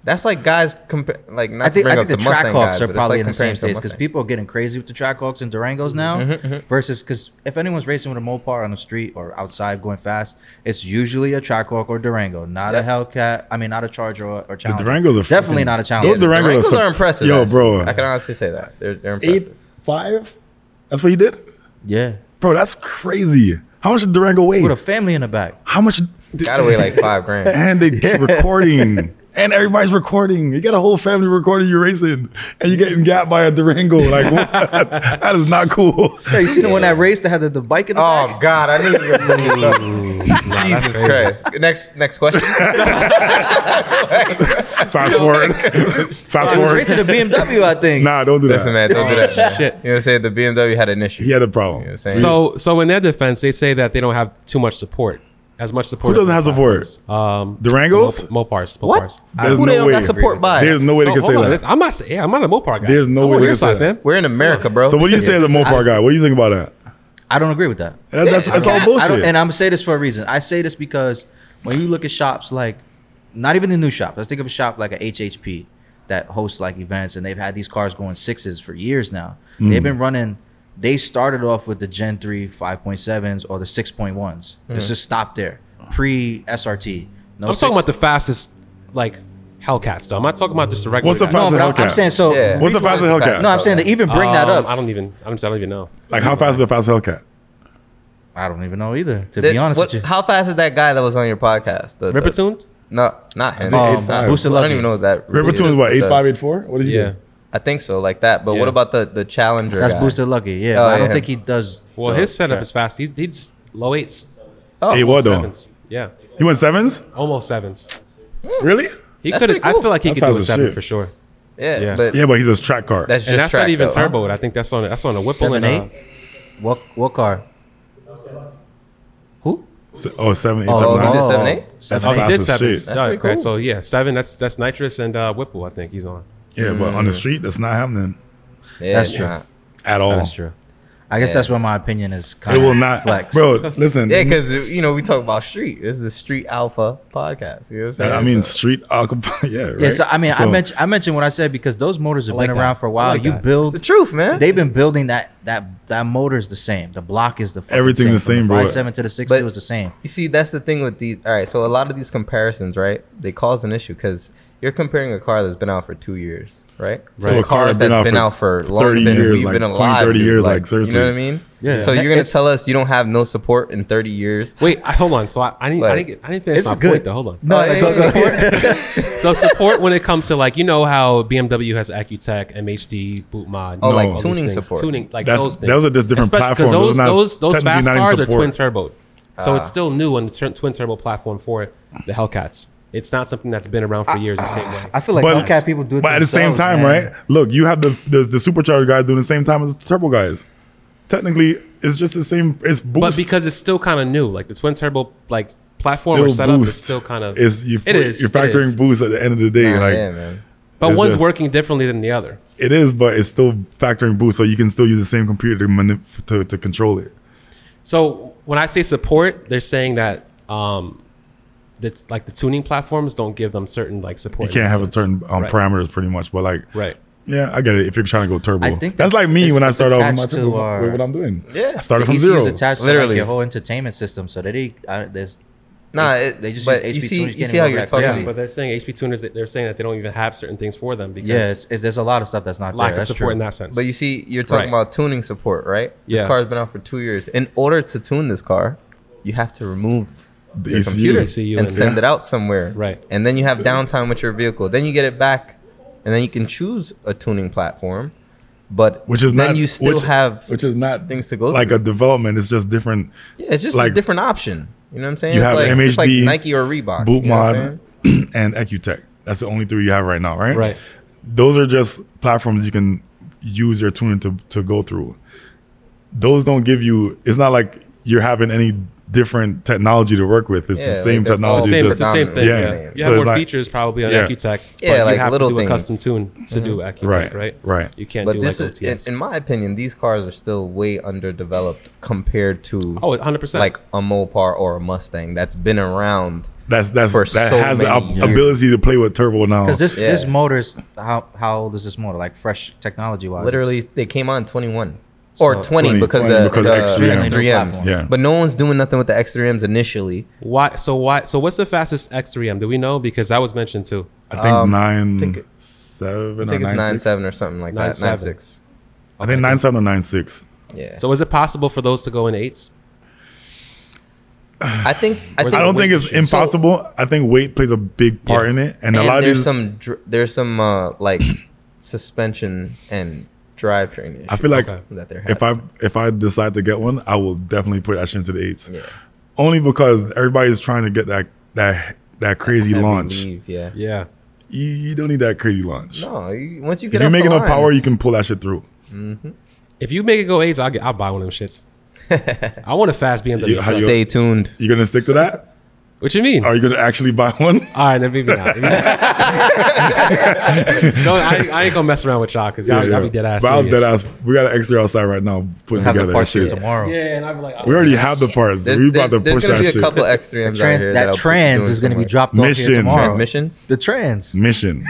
That's like guys compa- like not I think, to bring I think the up the Mustang guys, Trackhawks but are it's probably like in the comparing same to stage because Mustang. Mm-hmm, people are getting crazy with the Trackhawks and Durangos now. Versus, because if anyone's racing with a Mopar on the street or outside going fast, it's usually a Trackhawk or Durango, not Yep. a Hellcat. I mean, not a Charger or, or Challenger. Durangos are definitely freaking- not a those Challenger. Durangos are Wrangles some- are impressive. Yo, actually. bro. I can honestly say that they're, they're impressive. eight five. That's what he did, yeah, bro. That's crazy. How much did Durango weigh? with a family in the back. How much? Gotta weigh like five grand. And they keep recording. And everybody's recording. You got a whole family recording you racing, and you're getting gapped by a Durango. Like what? that is not cool. Yeah, you seen the one that raced that had the, the bike in the Oh back? God, I need to look this up. Jesus Christ. Next, next question. Fast forward. Fast It was racing forward. a BMW, I think. Nah, don't do that. Listen, man, don't do that. man. Shit. You know what I'm saying? The BMW had an issue. He had a You know what problem. I'm saying? so so in their defense, they say that they don't have too much support, as much support. Who as doesn't have Mopars. support? Um, Durangos? Mopars. Mopars. what? There's Who no they don't way. got support by? There's no way they So, can say hold on, that. I'm not. say- Yeah, I'm not a Mopar guy. There's no I'm way on they your can say side, that. man. We're in America, bro. So what do you say as a Mopar guy? What do you think about that? I don't agree with that. That- that's that's all I don't, bullshit. and I'm gonna say this for a reason. I say this because when you look at shops like, not even the new shop. Let's think of a shop like a HHP that hosts like events, and they've had these cars going sixes for years now. Hmm. They've been running. They started off with the Gen 3 5.7s or the 6.1s. Let's just stop there. Pre SRT. No, Hmm. I'm talking about the fastest like Hellcats though. I'm not talking about just the regular. What's the guys. No, fastest but I'm- Hellcat? I'm saying so. Yeah. What's the fastest Hellcat? No, I'm saying to even bring that Um, up. I don't even. I'm just. I don't even know. Like how fast is a fast Hellcat? I don't even know either. To That- be honest what- with you, How fast is that guy that was on your podcast? The, the- Rippertune? No, not him. Um, It's not- Busta I don't Lucky. even know what that. really River Tune is what eight five eight four? What did he Yeah. do? I think so, like that. But Yeah. what about the the Challenger? that's guy? Booster Lucky. Yeah, Oh, but I don't yeah. think he does. Well, the his setup track. is fast. He's, he's low eights, Oh, He was though. sevens. Yeah, He went sevens? almost sevens. Really? He That's could. pretty cool. I feel like he That's could do fast a as seven shit. for sure. Yeah, Yeah. but Yeah, but he's a track car. that's just and that's track, not even though. turbo. I think that's on. That's on a Whipple Seven, and uh, eight? What what car? Who? Se- Oh, seven, eight, Oh, seven, he nine. did seven, eight? That's Uh, oh, he fast did as seven. shit. Yeah, That's pretty okay, cool. so yeah, seven. That's that's nitrous and uh, Whipple. I think he's on. Yeah, but on the street, that's not happening Yeah, That's it's true. not. at all. That's true. I guess Yeah. that's where my opinion is. It Kind will not, flex, bro. Listen, Yeah, because you know we talk about street. This is a street alpha podcast. You know what I'm saying? I mean, So- street alcohol. Yeah, right? Yeah, so I mean, I So- mentioned I mentioned what I said because those motors have I like been that. around for a I while. like you that. it's the build, truth, man. they've been building that that that motor is the same. The block is the fucking Everything's the same, bro. Five seven to the six But- two is the same. You see, that's the thing with these. All right, so a lot of these comparisons, right? They cause an issue because you're comparing a car that's been out for two years, right? Right. To a car cars that's been out for longer 30 than years, we've like been 20, alive, 30 dude. years, like, you know what I seriously. mean? Yeah. So you're gonna It's- tell us you don't have no support in 30 years? Wait, I, hold on. So I, I didn't, I Like, didn't, get, I didn't finish it's my good. point though. Hold on. No, Oh, yeah, so, yeah, so- So support when it comes to like you know how BMW has AccuTech, MHD, boot mod, Oh, all like these tuning things. support. tuning like That's- those things. those are just different Especially 'cause platforms. Those Those are not- those, those technically fast not even cars are twin support. turbo, so Ah. it's still new on the tur- twin turbo platform for the Hellcats. It's not something that's been around for years the same way. I feel like But- Hellcat people do it. but to at the same themselves, time, man. right? Look, you have the, the the supercharger guys doing the same time as the turbo guys. Technically, it's just the same. It's boost. but because it's still kind of new, like the twin turbo like platform or Still setup is boost. still kind of It's- you, it is You're it factoring is. boost at the end of the day. Nah, like yeah, man. but it's one's just- working differently than the other. it is, but it's still factoring boost, so you can still use the same computer to manip- to, to control it. So when I say support, they're saying that um, that like the tuning platforms don't give them certain like You support. in can't that have a sense. certain um, Right. parameters, pretty much. But like, Right. Yeah, I get it. If you're trying to go turbo, I think that's, that's- like me it's- when I it's started off with my attached to turbo, our- with what I'm doing. Yeah. I started The from ECU is zero. attached to Literally. like your whole entertainment system, so they didn't- I- there's Nah, They- it, they just but use you HP see, tuners you getting see how over you're that talking. crazy. But they're saying HP tuners. They're saying that they don't even have certain things for them because yeah, it's, it's, there's a lot of stuff that's not lack there. of That's support true. in that sense. But you see, you're talking Right. about tuning support, right? Yeah. This car's been out for two years. In order to tune this car, you have to remove The E your ECU. computer ECU and and- send it out somewhere. Right. And then you have downtime with your vehicle. Then you get it back, and then you can choose a tuning platform. But which is then not you still which- have which is not things to go like through. a development. It's just different. yeah, it's just like- a different option. You know what I'm saying? You It's have like, it's like MHD, Nike or Reebok, Boot you know what I'm mod saying? and Ecutech. That's the only three you have right now, right? Right. Those are just platforms you can use your tuning to, to go through. Those don't give you. It's not like you're having any different technology to work with. It's Yeah, the like same they're all technology. it's the same, just- it's the same thing. predominantly Yeah. oh, the same. You So have it's more like- features probably on Yeah. AccuTech. Yeah, but like you have little to do things. Mm-hmm. a custom tune to do AccuTech, right? Right, right. You can't But do this like is, OTS. in, in my opinion, these cars are still way underdeveloped compared to oh, 100 percent. like a Mopar or a Mustang that's been around. That's that's For that so has the many op- years. ability to play with turbo now. Because this Yeah. this motor's how how old is this motor? Like fresh technology wise, Literally, they came on 21 or So- 20, 20, because 20 the, because the X3M. X3Ms. Yeah. But no one's doing nothing with the X3Ms initially. why? So why? So what's the fastest X3M? Do we know? Because that was mentioned too. I think um, nine think it- seven I think or nine, it's nine six. seven or something like Nine that. Nine seven. six. I think nine seven or nine six. Yeah. So So is it possible for those to go in eights? I think I Where's think, I don't weight think it's issue. impossible. I think weight plays a big part Yeah. in it, and, a and lot of there's these. some dr- there's some uh, like suspension and drivetrain issues. I feel like that they're if having. I if I decide to get one, I will definitely put that shit into the eights. Yeah. Only because everybody's trying to get that that that crazy I launch. You, believe, yeah. Yeah. you don't need that crazy launch. No, you, once you if get you're up the making up lines- power, you can pull that shit through. If you make it go eights, I'll get. I'll buy one of them shits. I want a fast BMW. You- how you- stay tuned. You gonna stick to that? what you mean? Are you gonna actually buy one? All right, then maybe not. no, I, I ain't gonna mess around with y'all because y'all, y'all be dead ass. But I'll serious. dead ass. We got an X-ray outside right now putting have the together that parts shit. tomorrow. Yeah, and I'll be like, oh. We already have the parts. There's, we about there's, to there's push gonna that be a shit. couple X3Ms out Trans, here that that'll put you trans doing is going to be somewhere. dropped off Mission. here tomorrow. Transmissions. The trans. Mission.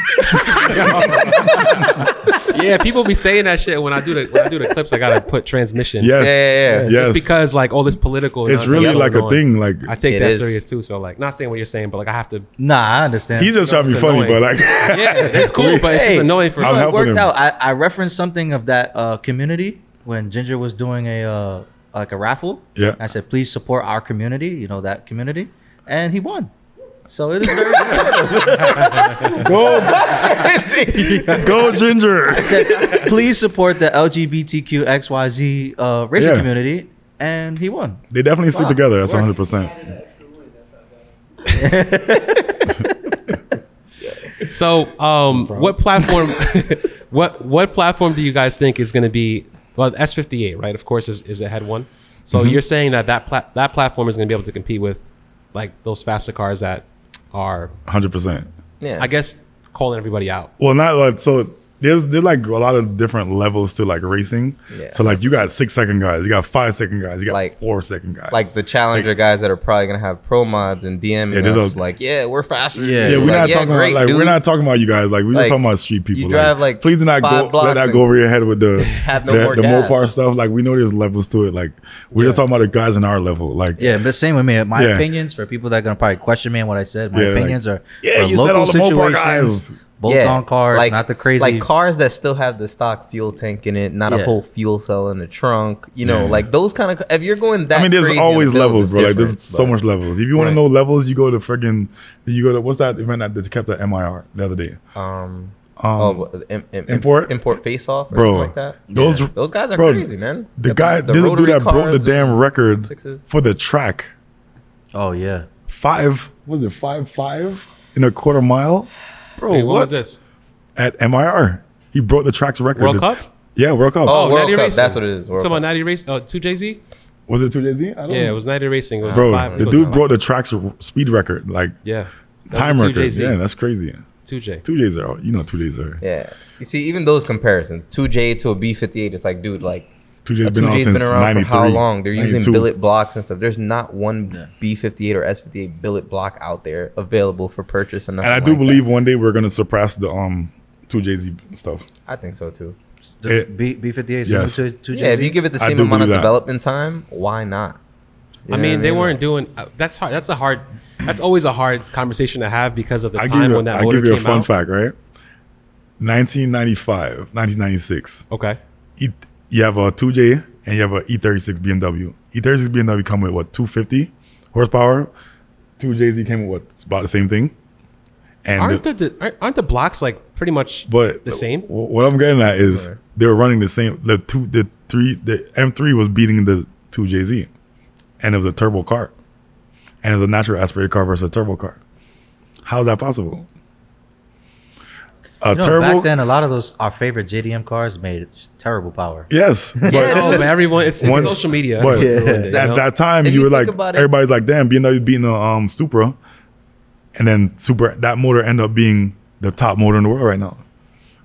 yeah. People be saying that shit when I do the when I do the clips. I gotta put transmission. Yes. Yeah, yeah, yeah. Yes. Just because like all this political. it's nonsense really going like a on. thing. Like I take It that is. serious too. So like, not saying what you're saying, but like I have to. Nah, I understand. he's just trying to be it's funny, annoying. but like Yeah, it's cool, but it's just Hey, annoying for. you I'm me. know, it helping worked him. out. I, I referenced something of that uh, community when Ginger was doing a uh, like a raffle. Yeah. I said, please support our community. You know that community, and he won. So it is very. go, go ginger. I said, please support the LGBTQ XYZ uh, racial Yeah. community, and he won. They definitely stick together. That's 100. percent So, um, what platform? what what platform do you guys think is going to be? Well, S fifty eight, right? Of course, is, is a head one. So Mm-hmm. you're saying that that pla- that platform is going to be able to compete with like those faster cars that are, 100. percent Yeah. I guess, calling everybody out. Well, not like so. there's there's like a lot of different levels to like racing. Yeah. So like you got six second guys, you got five second guys, you got Like- four second guys. Like the challenger guys that are probably gonna have pro mods and DM Yeah, and there's us, a- like yeah, we're faster. Yeah. yeah, we're Like, not talking great, about like we're dude. not talking about you guys. Like we're Like, just talking about street people. drive, like, please do not five go let blocks that and go over your head with the have no the, more the gas. Mopar stuff. Like we know there's levels to it. Like we're just talking about the guys in our level. Like Yeah, but same with me. My Yeah. opinions for people that are gonna probably question me and what I said. My Yeah, like, opinions are "Yeah, for you said all the Mopar guys." bolt on cars, not the crazy. like cars that still have the stock fuel tank in it, not Yeah. a whole fuel cell in the trunk. You know, Yeah. like those kind of. If you're going that, I mean, crazy there's in always the build, levels, it's bro. Like different, there's so but- much levels. If you want Right. to know levels, you go to friggin' you go to what's that event that they kept at MIR the other day, Um, Um, oh, but im- im- import? import face off or bro. something like that. Those Those guys are bro, crazy, man. The guy, this dude rotary that broke the cars damn and record sixes. for the track oh yeah, five was it five five in a quarter mile, bro. Wait, what what was this? at MIR? He broke the track's record. World Cup? Yeah, World Cup. Oh, World Natty Cup. Racing. That's what it is. World Talking about Cup. Natty Race, uh, two Jay Z. Was it two Jay Z? Yeah, it was Natty Racing. It was Bro, five, it the was dude five- broke the track's r- speed record, like Yeah, That time was a record. Yeah, 2JZ. that's crazy. two J. Two days are, you know, two days are. Yeah, you see, even those comparisons, two J to a B fifty eight, it's like, dude, like. Two days A been on 2J's since been around for ninety how three. long? They're using billet blocks and stuff. There's not one B58 or S58 billet block out there available for purchase. And, And I nothing do like that. believe one day we're gonna surpass the um two Jay Z stuff. I think so too. the It- B B fifty eight yes. two two. Yeah, if you give it the I same do amount of believe that. development time, why not? I mean, they weren't doing. Uh, that's hard. That's a hard. That's always a hard conversation to have because of the I give time you, when that I motor give you a came fun out. fact, right? 1995, 1996. Okay. E- you have a 2J and you have a E E36 BMW. E36 BMW come with what 250 horsepower. 2JZ came with what about the same thing. And Aren't the, the aren't- aren't the blocks like pretty much But the same? wh- What I'm getting at is they were running the same. The two, the three, the M3 was beating the two JZ, and it was a turbo car, and it was a natural aspirated car versus a turbo car. How is that possible? A You know, turbo. back then, a lot of those our favorite JDM cars made terrible power. yes, but No, but everyone it's, it's Once- social media. but That's what ruined it, you know? at that time, If you you were think like about it- everybody's like, damn, BMW beating the um Supra, and then Supra that motor ended up being the top motor in the world right now.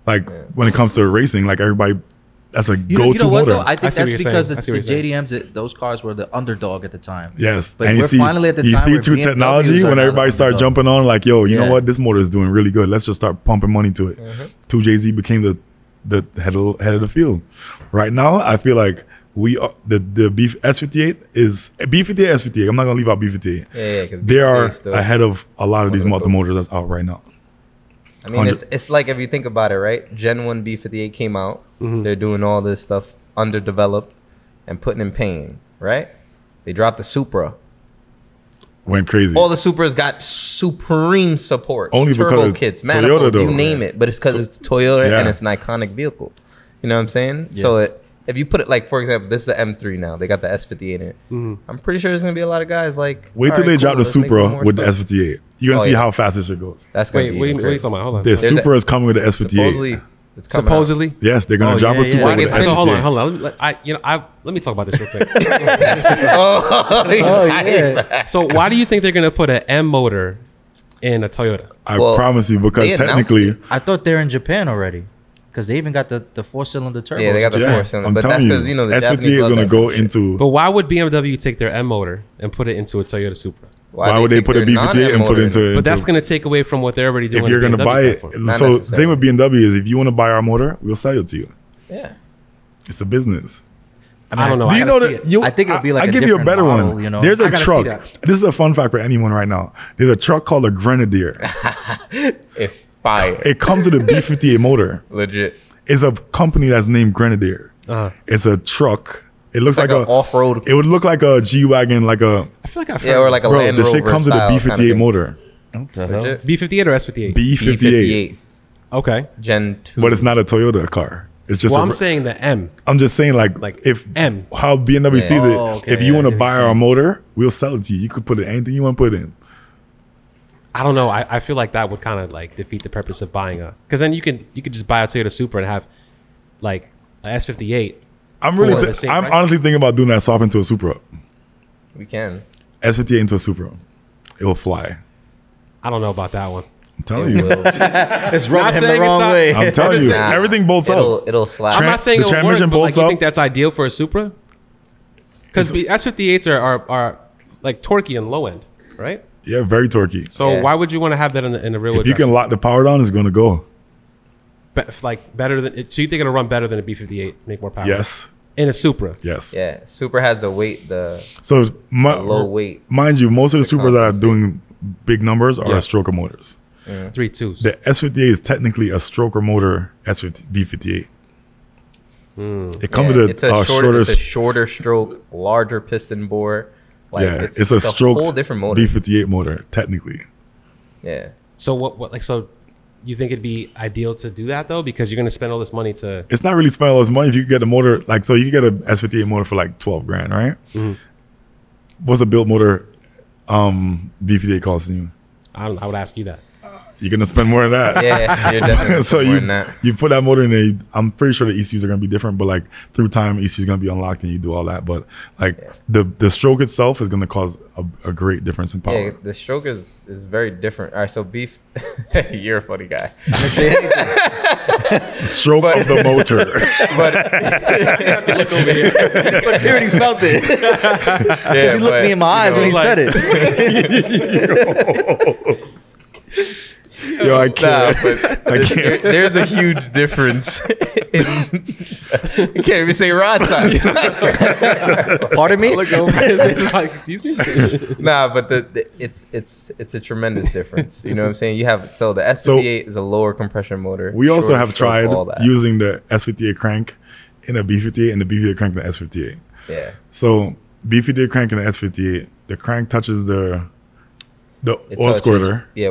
Like when it comes to racing, like everybody, that's a You know, you go-to know what motor. though? I think I see what that's you're because the, saying. I see what the you're saying. JDMs, it, those cars were the underdog at the time. Yes, but we're finally at the you time see where through BMWs technology are when now the everybody started underdog. jumping on, like, yo, you Yeah. know what? This motor is doing really good. Let's just start pumping money to it. Mm-hmm. Two JZ became the the head of, head of the field. Right now, I feel like we are, the the B S fifty eight is B fifty eight S fifty eight. I'm not gonna leave out B fifty eight. Yeah, yeah, 'cause They B58 are is still ahead of a lot of these of the multi motors that's out right now. I mean, it's, it's like if you think about it, right? Gen 1 B58 came out. Mm-hmm. They're doing all this stuff underdeveloped and putting in pain, right? They dropped the Supra. Went crazy. All the Supras got supreme support. Only Turbo because it's kits, Toyota, manifold, though. you name it. But it's because it's Toyota Yeah. and it's an iconic vehicle. You know what I'm saying? So it, if you put it like, for example, this is the M3 now. They got the S58 in it. Mm-hmm. I'm pretty sure there's gonna be a lot of guys like. Wait till "All they right, drop cool, the let's make some Supra more with the stuff." S fifty eight. You're gonna Oh, see yeah. how fast this shit goes. That's gonna Wait, be wait, wait, wait, incredible. talking about. Hold on. The There's a- Supra's coming with the S fifty eight. Supposedly, it's coming out. Supposedly. Yes, they're gonna Oh, drop yeah, a yeah. Supra Why with did the they- S So hold fifty on, eight. hold on. Let me, let, I, you know, I let me talk about this real quick. Oh, he's hiding back. so why do you think they're gonna put an M motor in a Toyota? I Well, promise you, they because announced technically, it. I thought they're in Japan already because they even got the, the four cylinder turbo. Yeah, they got the Yeah, four cylinder, I'm but that's telling because you know the S58 Japanese is love going to that go kind of shit. into. But why would BMW take their M motor and put it into a Toyota Supra? Why would they put a B58 and put it into? But that's into- gonna take away from what they're already doing. If you're going going to to buy it, platform. Not so the necessarily. thing with BMW is if you want to buy our motor, we'll sell it to you. Yeah, It's a business. I don't know. Do I you know gotta see that? it. You, I think it'll be like I a give you a different better model, one. you know? There's I a gotta see truck. that. This is a fun fact for anyone right now. There's a truck called a Grenadier. it's fire, it comes with a B58 motor. legit. It's a company that's named Grenadier. Uh-huh. It's a truck. It looks like like, a an off-road- It would look like a G wagon, like a I feel like I've heard Yeah, or like a bro. Land The shit Rover comes with a style B58 kinda thing. motor. Legit. B58 or S58. B58. B58 okay. Gen two. but it's not a Toyota car. It's just. Well, a, I'm saying the M. I'm just saying, like, Like, if M. how BMW sees it, Oh, okay, if you yeah, I want get to what buy you're our motor, we'll sell it to you. You could put it anything you want to put in. I don't know. I, I feel like that would kind of like defeat the purpose of buying a because then you can you could just buy a Toyota Supra and have like a S58. I'm really, For the thi- same I'm price? honestly thinking about doing that swap into a Supra, we can. S58 into a Supra. It will fly. I don't know about that one. I'm telling you. will. It's Not rubbing saying him the it's wrong not- way. I'm telling you. Nah, Everything bolts it'll, up. It'll slap. I'm Tran- not saying it the won't work, transmission but like, bolts you up. think that's ideal for a Supra? Because the S58s are, are are like torquey and low end, right? Yeah, very torquey. So Yeah. why would you want to have that in the in the real? If you can lock the power down, it's gonna go. like better than it, so you think it'll run better than a B58, make more power? Yes. in a Supra. Yes. Yeah, Super has the weight. The So my, low weight. Mind you, most of the supers that are compensate. doing big numbers are Yeah. stroker motors. three twos. The S58 is technically a stroker motor S50, B58. It comes Hmm. yeah, with a, it's a uh, shorter, shorter, it's a shorter stroke, larger piston bore. Like yeah, it's, a stroked whole different motor. B58 motor technically. Yeah, So what? What like so? You think it'd be ideal to do that though, because you're going to spend all this money to It's not really spending all this money if you could get a motor like so you could get a S58 motor for like twelve grand, right? Mm-hmm. What's a built motor um, B58 costing you? I don't know. I would ask you that. You're gonna spend more than that. yeah, you're definitely so more you than that. you put that motor in there. I'm pretty sure the ECUs are gonna be different, but like through time, E ECUs gonna be unlocked and you do all that. But like the the stroke itself is gonna cause a, a great difference in power. Yeah, the stroke is is very different. All right, so beef, you're a funny guy, Stroke of the motor. but He already felt it. yeah, he looked but, me in my you eyes know, when he like- said it. Yo, I Nah, can't. but I can't. there's, there- there's a huge difference. In, I can't even say rod size. Pardon me. Look over. it's like, excuse me. nah, but the, the it's it's it's a tremendous difference. You know what I'm saying? You have so the S58 is a lower compression motor. We also shorter have stroke, tried all that. using the S58 crank in a B58 and the B58 crank in the S58. yeah. So B58 crank in the S58, the crank touches the the It oil touches- squirter. Yeah,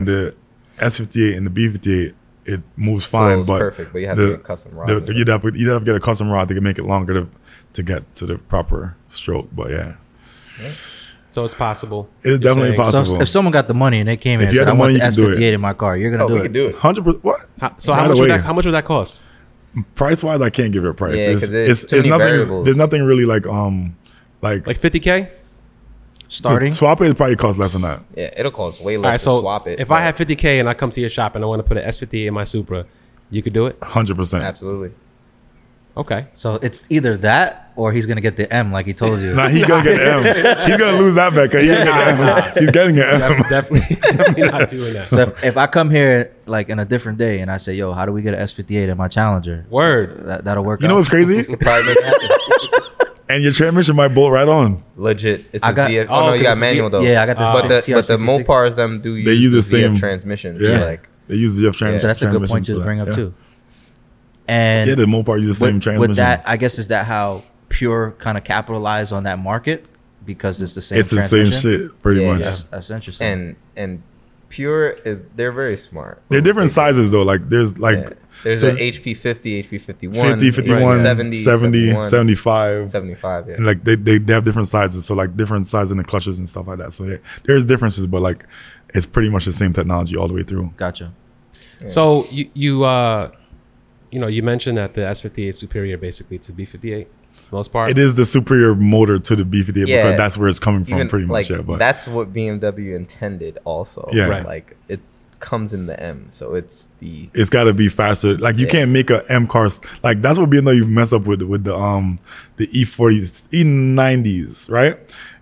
the S58 and the B58, it moves fine, Flows but perfect, but you have to get custom rod the- and stuff. you'd, have, you'd have to get a custom rod to make it longer to, to get to the proper stroke. But yeah, So it's possible. it is definitely saying- So possible. if, if someone got the money and they came in, If and you said, had "I the want money, the you can do it. S58 in my car," you're gonna Oh, do we it. can do it. Hundred percent. What? How- so how By the much would way, that? How much would that cost? price wise? I can't give it a price. Yeah, there's, 'cause there's it's, too it's many nothing. variables. There's nothing really like um, like, Like 50k. Starting. Swap it probably costs less than that. Yeah, it'll cost way less All right. to So swap it. if but I have 50k and I come to your shop and I want to put an S58 in my Supra, you could do it. Hundred percent. absolutely. Okay. So it's either that or he's gonna get the M, like he told you. Nah, he's gonna get an M. He's gonna lose that bet 'cause he ain't getting an M. He's getting an M. Def- definitely, definitely not doing that. So if, if I come here like in a different day and I say, "Yo, how do we get an S58 in my Challenger?" Word. That, that'll work. You know out. what's crazy? Probably make it happen. And your transmission might bolt right on. Legit. It's a I got- ZF. Oh, Oh, no, 'cause you got it's manual Z- though. yeah, I got the But the CR66. but the Mopars them do use, Ah. They use the ZF same- transmissions. Yeah, Like they use the Jeff trans. So that's a good point transmission to for that. bring up Yeah. too. And Yeah, the Mopar uses the same with, transmission. with that, uh, I guess is that how Pure kind of capitalized on that market because it's the same. it's the same transmission? shit, pretty Yeah, much. yeah. That's, that's interesting. and and pure is they're very smart. They're different sizes though. Like there's like Yeah. There's so an HP 50, HP 51, 50, 51, 70, 70, 71, 75. 75. Yeah. and like they, they they have different sizes, so like different sizes in the clutches and stuff like that. So yeah, there's differences, but like it's pretty much the same technology all the way through. gotcha. So you you uh, you know, you mentioned that the S58 is superior basically to B58, most part. It is the superior motor to the B58 Yeah. because that's where it's coming from, Even pretty like much. Yeah, but that's what BMW intended also. Yeah. Right. Like it's comes in the M, so it's the it's got to be faster. Like you can't make a M car s- like that's what BMW you mess up with with the um the E40s, E90s, right?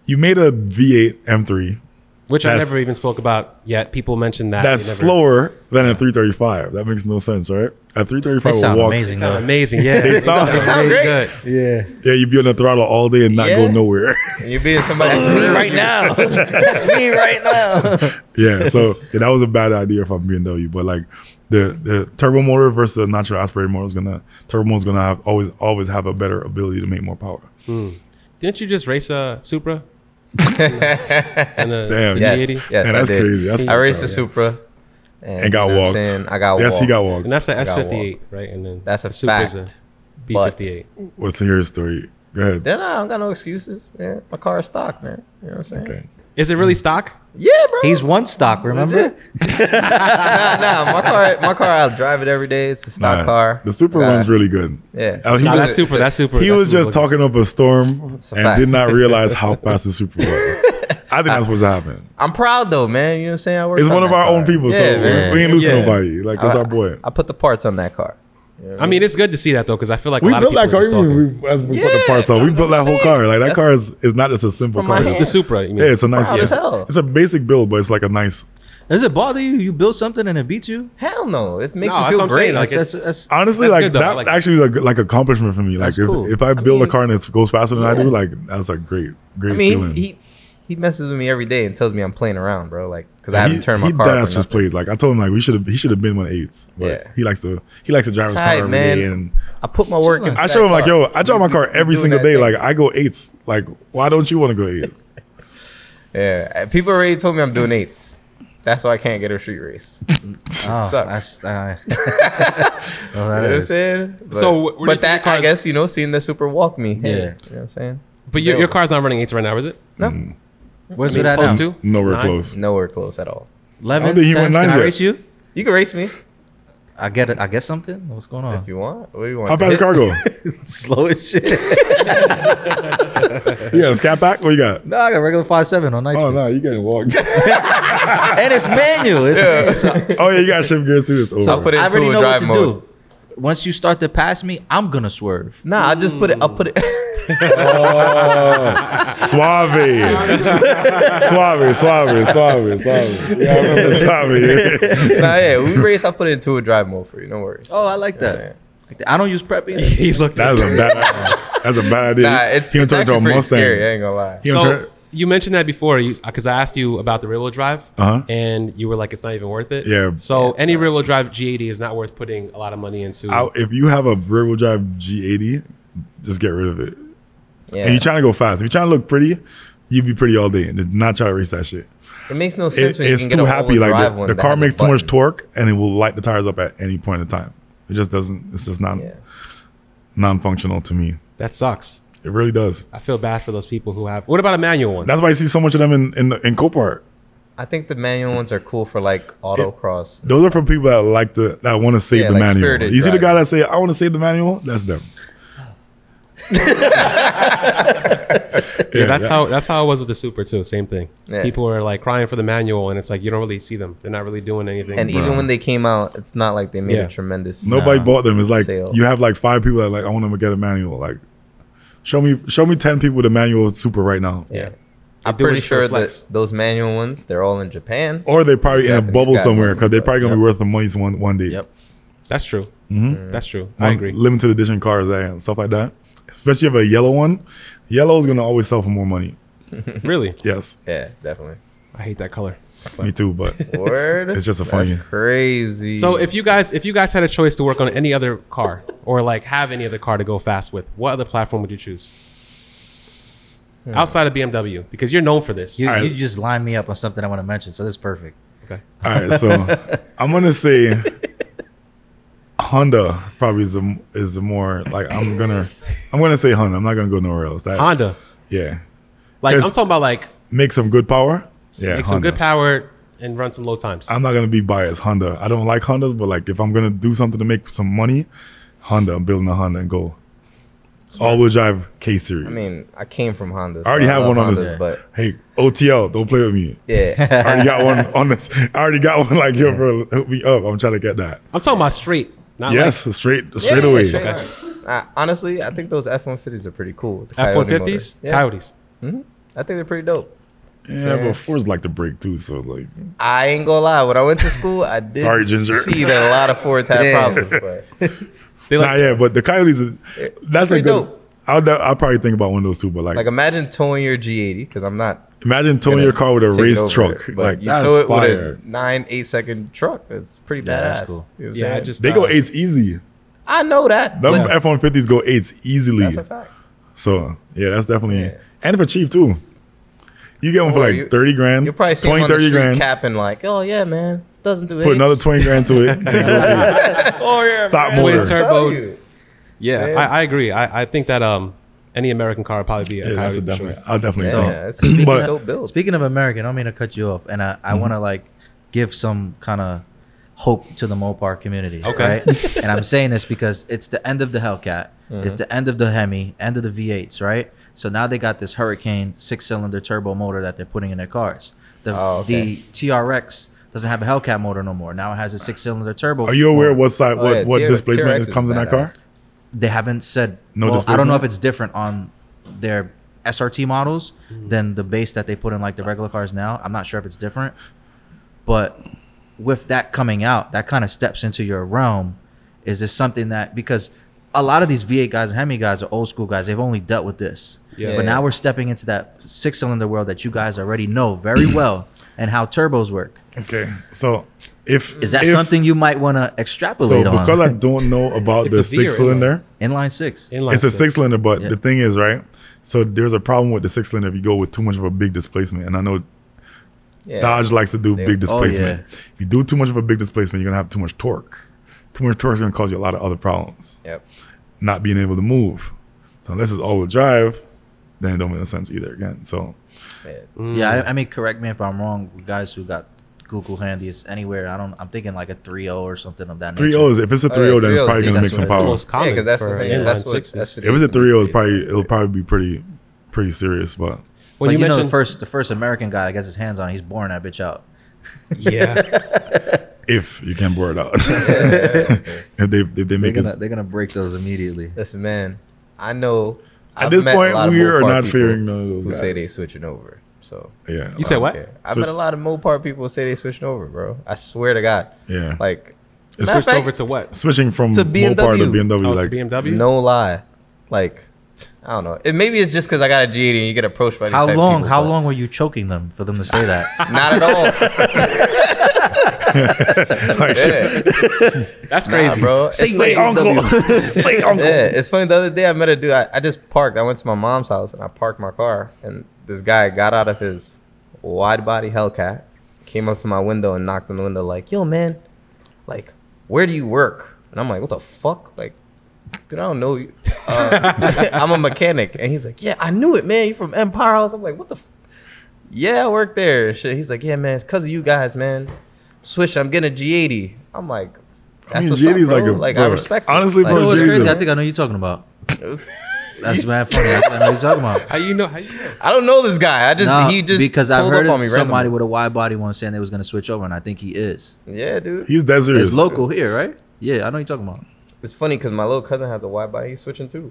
You made a V8 M3 which I That's- never even spoke about yet. People mentioned that that's They never- slower than a 335. That makes no sense, right? A 335 They will sound walk. amazing Oh, though. amazing. Yeah, They sound- It's sound really great. good. Yeah. Yeah, you'd be on the throttle all day and not go Yeah. nowhere. you're being somebody's me right now. That's me right now. yeah, so yeah, that was a bad idea from BMW. But like the the turbo motor versus the natural aspirated motor is gonna turbo motor's gonna have always always have a better ability to make more power. Didn't you just race a uh, Supra? And the, Damn. the Yes. G80. Yes, Man, I that's did. crazy. That's I raced the fucked up. Supra, and, And got you know what I'm walked. saying? I got yes, walked. he got walked. And that's an I got S58, right? And then That's a the Supra's a fact, but- B58. What's your story? Go ahead. Then I don't got no excuses. Man. My car is stock, man. You know what I'm saying? Okay. Is it really stock? Yeah, bro. He's one stock, remember? nah, nah. My car, my car. I drive it every day. It's a stock Nah, car. The super Nah, one's really good. Yeah. Uh, he Nah, just- that's super. That's super. He that's was super just looking. talking up a storm a and fact. did not realize how fast the super was. I think that's supposed to happen. I'm proud though, man. You know what I'm saying? I worked It's on one of that our car. own people, yeah, so man. we ain't losing Yeah. nobody. Like that's I- our boy. I put the parts on that car. I mean, it's good to see that though, because I feel like we a lot of built people that are car. just even talking. We, as we put the Yeah, parts on, we built that whole car. Like that That's- car is, is not just a simple From car. my It's It's- the Supra. You mean. yeah, it's a nice. Proud It's, as hell. it's a basic build, but it's like a nice. Does it bother you? You built something and it beat you? Hell no. It makes No, me that's feel what I'm great. saying, like, It's- That's, it's- that's, Honestly, That's like good, though. I that like that. actually is a, like accomplishment for me. Like That's if, cool. if I build a mean- car and it goes faster than I do, Yeah. like that's a great, great I mean, feeling. he, he he messes with me every day and tells me I'm playing around, bro. Like, because I He- haven't turned my he car. does up or just nothing. played. Like I told him, like we should have. He should have been one of eights. But Yeah. he likes to. He likes to drive his It's car alright, every day. man. And I put my work Chill in. out. I show him like, yo, I drive my car every single day. Like I go eights. Like why don't you want to go eights? yeah. People already told me I'm doing eights. That's why I can't get a street race. You oh, sucks. That's, uh, well, know that what I'm is. saying? But, So, wh- where do you think but that your I cars- guess you know, seeing the super walk me. Hey, Yeah. You know what I'm saying? But your, your car's not running eights right now, is it? No, Where's I mean, it at close now? to? Nowhere Nine? close. nowhere close at all. 11, think he 10, went can nines I yet. race you? You can race me I get it. I get something. What's going if on? you want. What do you want? How fast the car go? Slow as shit. yeah, it's cat back. What you got? no, I got regular five seven on nitrous. Oh no, you getting walked. and it's manual. It's manual. So, oh yeah, you got to shift gears too. It's over. put it I into already a know what drive to mode. do. Once you start to pass me, I'm gonna swerve. Nah, I'll just put it. I'll put it. Oh. Suave. suave, suave, suave, suave. Yeah, I remember suave. yeah. nah, yeah. We race. I'll put it into a drive mode for you. No worries. Oh, I like that. Like that. I don't use prep either. he looked. That's at a bad. That's a bad idea. Nah, it's, he gonna it's turn into actually a pretty Mustang. scary. I ain't gonna lie. He it. gonna turn. So you mentioned that before, because I asked you about the rear wheel drive, Uh-huh. and you were like, "It's not even worth it." Yeah. So any rear wheel drive G80 is not worth putting a lot of money into. I, if you have a rear wheel drive G80, just get rid of it. Yeah. And you're trying to go fast. If you're trying to look pretty, you'd be pretty all day and just not try to race that shit. It makes no sense. It, when you it's can get too a happy. all-wheel Like drive the, one the that car has a makes too much button. torque, and it will light the tires up at any point in time. It just doesn't. It's just not Yeah. non-functional to me. that sucks. It really does. I feel bad for those people who have. What about a manual one? That's why I see so much of them in in, in Copart. I think the manual ones are cool for like autocross. Those are for people that like the that want to save Yeah, the like manual. You spirited see the driving. guy that say, "I want to save the manual." That's them. yeah, that's how that's how it was with the Super too. Same thing. Yeah. People were like crying for the manual, and it's like you don't really see them. They're not really doing anything. and e even when they came out, it's not like they made Yeah. a tremendous. Nobody Nah. bought them. It's like Sale. you have like five people that like I want them to get a manual. Like, show me, show me ten people with a manual super right now. Yeah. They I'm do it pretty for sure flex. that those manual ones, they're all in Japan. Or they probably in a Japanese bubble guys somewhere want because they're them, probably gonna be worth the money one one day. Yep. that's true. That's true. I One- agree. Limited edition cars and stuff like that. Especially if you have a yellow one, yellow is gonna always sell for more money. really, Yes, Yeah, definitely. I hate that color. me too. But Word. It's just a That's funny- crazy. So if you guys if you guys had a choice to work on any other car or like have any other car to go fast with, what other platform would you choose? Hmm. Outside of BMW, because you're known for this. You, Alright. you just lined me up on something I want to mention, so that's perfect. okay. all right, so I'm gonna say Honda probably is the is the more like I'm gonna I'm gonna say Honda. I'm not gonna go nowhere else. That Honda. yeah, Like I'm Yes. talking about like make some good power. Yeah, make some Honda. Uh, good power and run some low times. I'm not gonna be biased. Honda. I don't like Hondas, but like if I'm gonna do something to make some money, Honda. I'm building a Honda and go. All-wheel drive K series. I mean, I came from Honda. I already have one on this. Hondas, but hey, OTL, don't play with me. yeah, I already got one on this. I already got one. Like yo, bro, hook me up. I'm trying to get that. I'm talking about straight. Not yes, straight, straight away. Straight line. I, honestly, I think those F-150s are pretty cool. The like Coyote motor. F-150s, Yeah, Coyotes. I think they're pretty dope. Yeah, but Fords like to break too. So like, I ain't gonna lie. When I went to school, I did Sorry, Ginger. see that a lot of Fords had Damn. problems. But They nah, like yeah. But the Coyotes, is- that's a pretty good. dope. I'll, I'll probably think about one of those two. But like, like, imagine towing your G80 because I'm not imagine towing gonna your car with a take it race over truck. there, but Like you that's tow it fire. with a nine, eight second truck. That's pretty Yeah, badass. that's cool. You know what I'm yeah, I saying? just they go uh, eights easy. I know that. Them but F one fifties go eights easily. That's a fact. So yeah, that's definitely Yeah. and for cheap too. You get one for Or like you- 30 grand, You'll probably see 20, 30 30 grand, capping like, oh yeah, man, doesn't do it. put another 20 grand to it. oh, yeah, Stop Twin motor. turn- Turbo. Tell you. Yeah, Man. I, I agree. I, I think that um, any American car would probably be a Yeah, that's Coyote a for definite. sure. I'll definitely. So- So, Yeah, it's a But- dope build. Speaking of American, I don't mean to cut you off, and I, Mm-hmm. I want to like give some kind of hope to the Mopar community. Okay. right? and I'm saying this because it's the end of the Hellcat, Mm-hmm. it's the end of the Hemi, end of the V8s, right? So now they got this Hurricane six cylinder turbo motor that they're putting in their cars. The, Oh, okay. the TRX doesn't have a Hellcat motor no more. Now it has a six cylinder turbo. Are you aware motor. what side, Oh, what, yeah, what TRX displacement is is- comes in that car? badass. They haven't said. No well, I don't know displacement? if it's different on their SRT models than the base that they put in like the regular cars now. I'm not sure if it's different, but with that coming out, that kind of steps into your realm. Is this something that because a lot of these V8 guys and Hemi guys are old school guys. They've only dealt with this. Yeah. But now we're stepping into that six cylinder world that you guys already know very well and how turbos work. Okay. So if. Is that if- something you might want to So extrapolate because on? I don't know about It's the a V or six cylinder, Inline six. Inline it's a six. six cylinder, but Yeah. the thing is, right? So there's a problem with the six cylinder if you go with too much of a big displacement. And I know Yeah. Dodge likes to do They- big Oh, displacement. If you do too much of a big displacement, you're gonna have too much torque. Too much torque is gonna cause you a lot of other problems. Yep. Not being able to move. So unless it's all wheel drive, then it don't make no sense either. Again, so Yeah. Yeah, Mm-hmm. I, I mean, correct me if I'm wrong, guys who got Google Handy is anywhere. I don't. I'm thinking like a 3.0 or something of that. three nature. O's. If it's a Oh, three yeah, O, then it's 3Os, probably I gonna make think that's some That's what- the power. most common Yeah, 'cause that's for the thing, yeah, inline that's what- sixes. that's what- If it's a three O, it's probably it'll probably be pretty pretty serious. But when but you, you, know, mentioned the first the first American guy that gets his hands on, it, he's boring that bitch out. yeah, if you can blur it out, if they if they They're make gonna it they're gonna break those immediately. Listen, man, I know. At I've this met a point, lot of we are Mopar not people fearing none of those Who say guys. they switching over? So yeah. you said like, what? yeah. I So- met a lot of Mopar people who say they switching over, bro. I swear to God. Yeah. Like, It's matter of Switched fact, over to what? Switching from To Mopar to BMW. BMW, Oh, like to BMW. no lie, like. I don't know. It, maybe it's just because I got a G80 and you get approached by these How type long? people, How but long were you choking them for them to say that? Not at all, like, yeah, that's nah, crazy, bro. It's say like- uncle, say uncle. Yeah, it's funny. The other day I met a dude. I, I just parked. I went to my mom's house and I parked my car. And this guy got out of his wide body Hellcat, came up to my window and knocked on the window like, "Yo, man, like, where do you work?" And I'm like, "What the fuck?" Like, dude, I don't know you. Uh, I'm a mechanic. And he's like, "Yeah, I knew it, man. You from Empire House?" I'm like, "What the? F-? Yeah, I work there." Shit. He's like, "Yeah, man. It's cause of you guys, man. Switch. I'm getting a G80." I'm like. I That's mean, what's up, Jitty's bro. like a like I bro, respect. it. Honestly, Like, you know bro, what's Jitty's crazy? I a- think I know you're talking about. it was- That's mad funny. I think I know you're talking about. How you know? How you know? I don't know this guy. I just Nah, he just because I've pulled heard up of on me somebody randomly. with a wide body one saying they was gonna switch over, and I think he is. yeah, dude. he's that serious. It's local here, right? Yeah, I know you're talking about. it's funny because my little cousin has a wide body. He's switching too.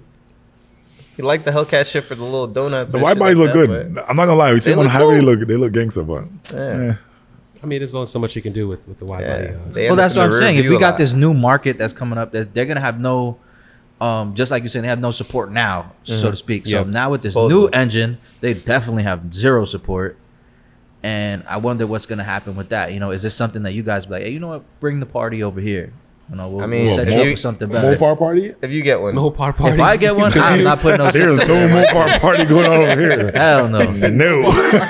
He liked the Hellcat shit for the little donuts. The and white shit bodies like look good. that, I'm not gonna lie. We see They them on the look highway, they cool. look they look gangster, but Yeah. eh. I mean, there's only so much you can do with with the but, wide yeah, body. uh, they end Well, up that's in what the I'm saying. If review we a got lot. this new market that's coming up, that they're gonna have no, um, just like you said, they have no support now, so to speak. So Yeah. now with this new Mm-hmm. Supposedly. engine, they definitely have zero support. And I wonder what's gonna happen with that. You know, is this something that you guys be like, hey, you know what, bring the party over here? You know, we'll, I mean, we'll set if you up you- for something better. Mopar party. if you get one, no par party. if I get one, I'm not putting no There's six. no Mopar party going on over here. Hell no. You No,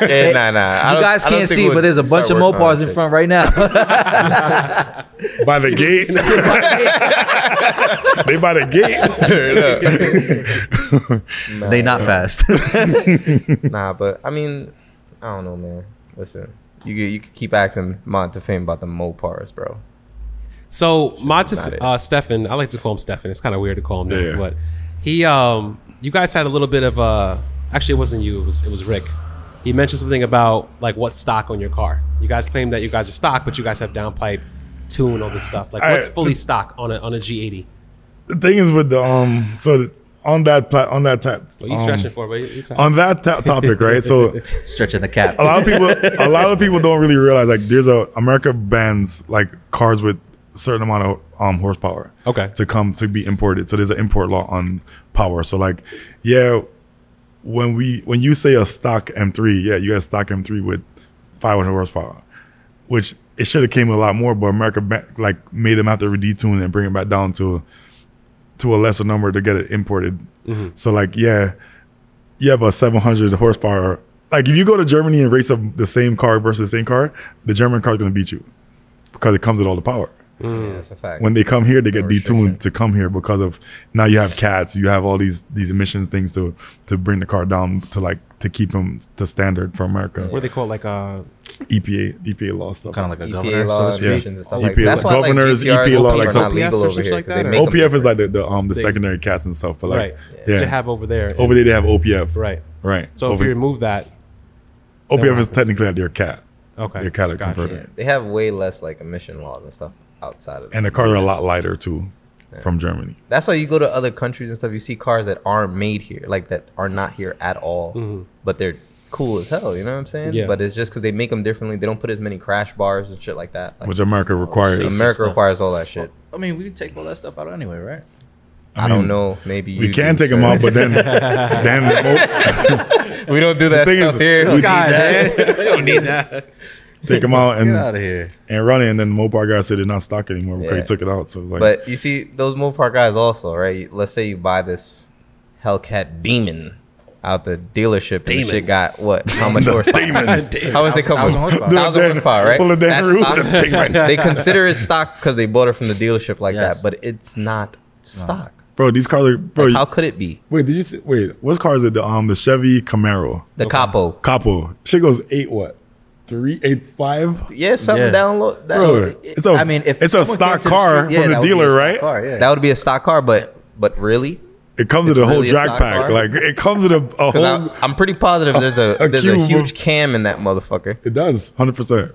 yeah, nah, nah. I don't- guys I don't think can't see, we'll but there's a start bunch of working on Mopars in shit. front right now. by the gate. they by the gate. they not fast. Nah, but I mean, I don't know, man. Listen, you could- you could keep asking Mont to fame about the Mopars, bro. So not it. Monta, uh, Stefan, I like to call him Stefan. It's kind of weird to call him that, Yeah. but he, um, you guys had a little bit of uh, actually, it wasn't you. It was it was Rick. He mentioned something about like what stock on your car. You guys claim that you guys are stock, but you guys have downpipe, tune, all this stuff. Like I- what's fully stock on a on a G80? The thing is with the um. So on that pla- on that type What are you stretching for? But it's on that to- topic, right? So Stretching the cap. a lot of people a lot of people don't really realize like there's a America bans like cars with certain amount of um horsepower. Okay. To come to be imported. So there's an import law on power. So like yeah, when we when you say a stock M3, yeah, you got a stock M3 with 500 horsepower, which it should have came with a lot more, but America ba- like made them have to redetune and bring it back down to to a lesser number to get it imported. So like yeah, you have a 700 horsepower Like if you go to Germany and race up the same car versus the same car, the German car's gonna beat you because it comes with all the power. Yeah, that's a fact. Hmm. When they come here, they get restriction. detuned to come here because of now you have cats, you have all these these emissions things to to bring the car down to like to keep them to standard for America. E What do they call it? like uh EPA EPA law stuff. kind of like a EPA governor. so law to speak. emissions and stuff like EPA that. That's why governors, like EPA GTRs E law, are like not some- legal or over shit here. like that, 'cause they or- make 'em OPF is like the, the um the secondary cats and stuff, but like right yeah, they have over there over there they have OPF, right right. so if Over- you remove that OPF is technically like their cat, okay their catalytic Gotcha. converter, They have way less like emission laws and stuff outside of and the cars are a lot lighter too, from Germany. That's why you go to other countries and stuff. You see cars that aren't made here, like that are not here at all, Mm-hmm. but they're cool as hell. You know what I'm saying? Yeah. But it's just because they make them differently. They don't put as many crash bars and shit like that. Like, which America requires. see. America stuff. requires all that shit. I mean, we can take all that stuff out anyway, right? I, mean, don't know. Maybe we you can do, take them sir. out, but then then oh, we don't do that thing stuff is, here. we- God, God, man. they don't need that take them out Get out and of here. and run it, and then Mopar guys said they're not stock anymore because Yeah. they took it out. So like, But you see, those Mopar guys also, right? Let's say you buy this Hellcat Demon out the dealership, and the shit got what? How much horsepower? demon. How much they come with? Thousand horsepower. Thousand Then- horsepower, right? pull it down That's the roof, stock. then demon. they consider it stock because they bought it from the dealership like that, Yes. but it's not stock. bro, these cars are bro. How could it be? wait, did you see, wait? What car is it? The um the Chevy Camaro. The capo. Capo. Shit goes eight what? Three eight five. Yeah, something Yeah. download. That, Bro, it's a I mean, if it's a someone came stock to the car street- yeah, from that the would be a dealer, stock right? car, yeah. that would be a stock car, but but really? It comes with a It's whole really a drag stock pack. car? Like it comes with a, a Because whole. I'm, I'm pretty positive there's a, A there's cube a of- huge cam in that motherfucker. It does, hundred percent.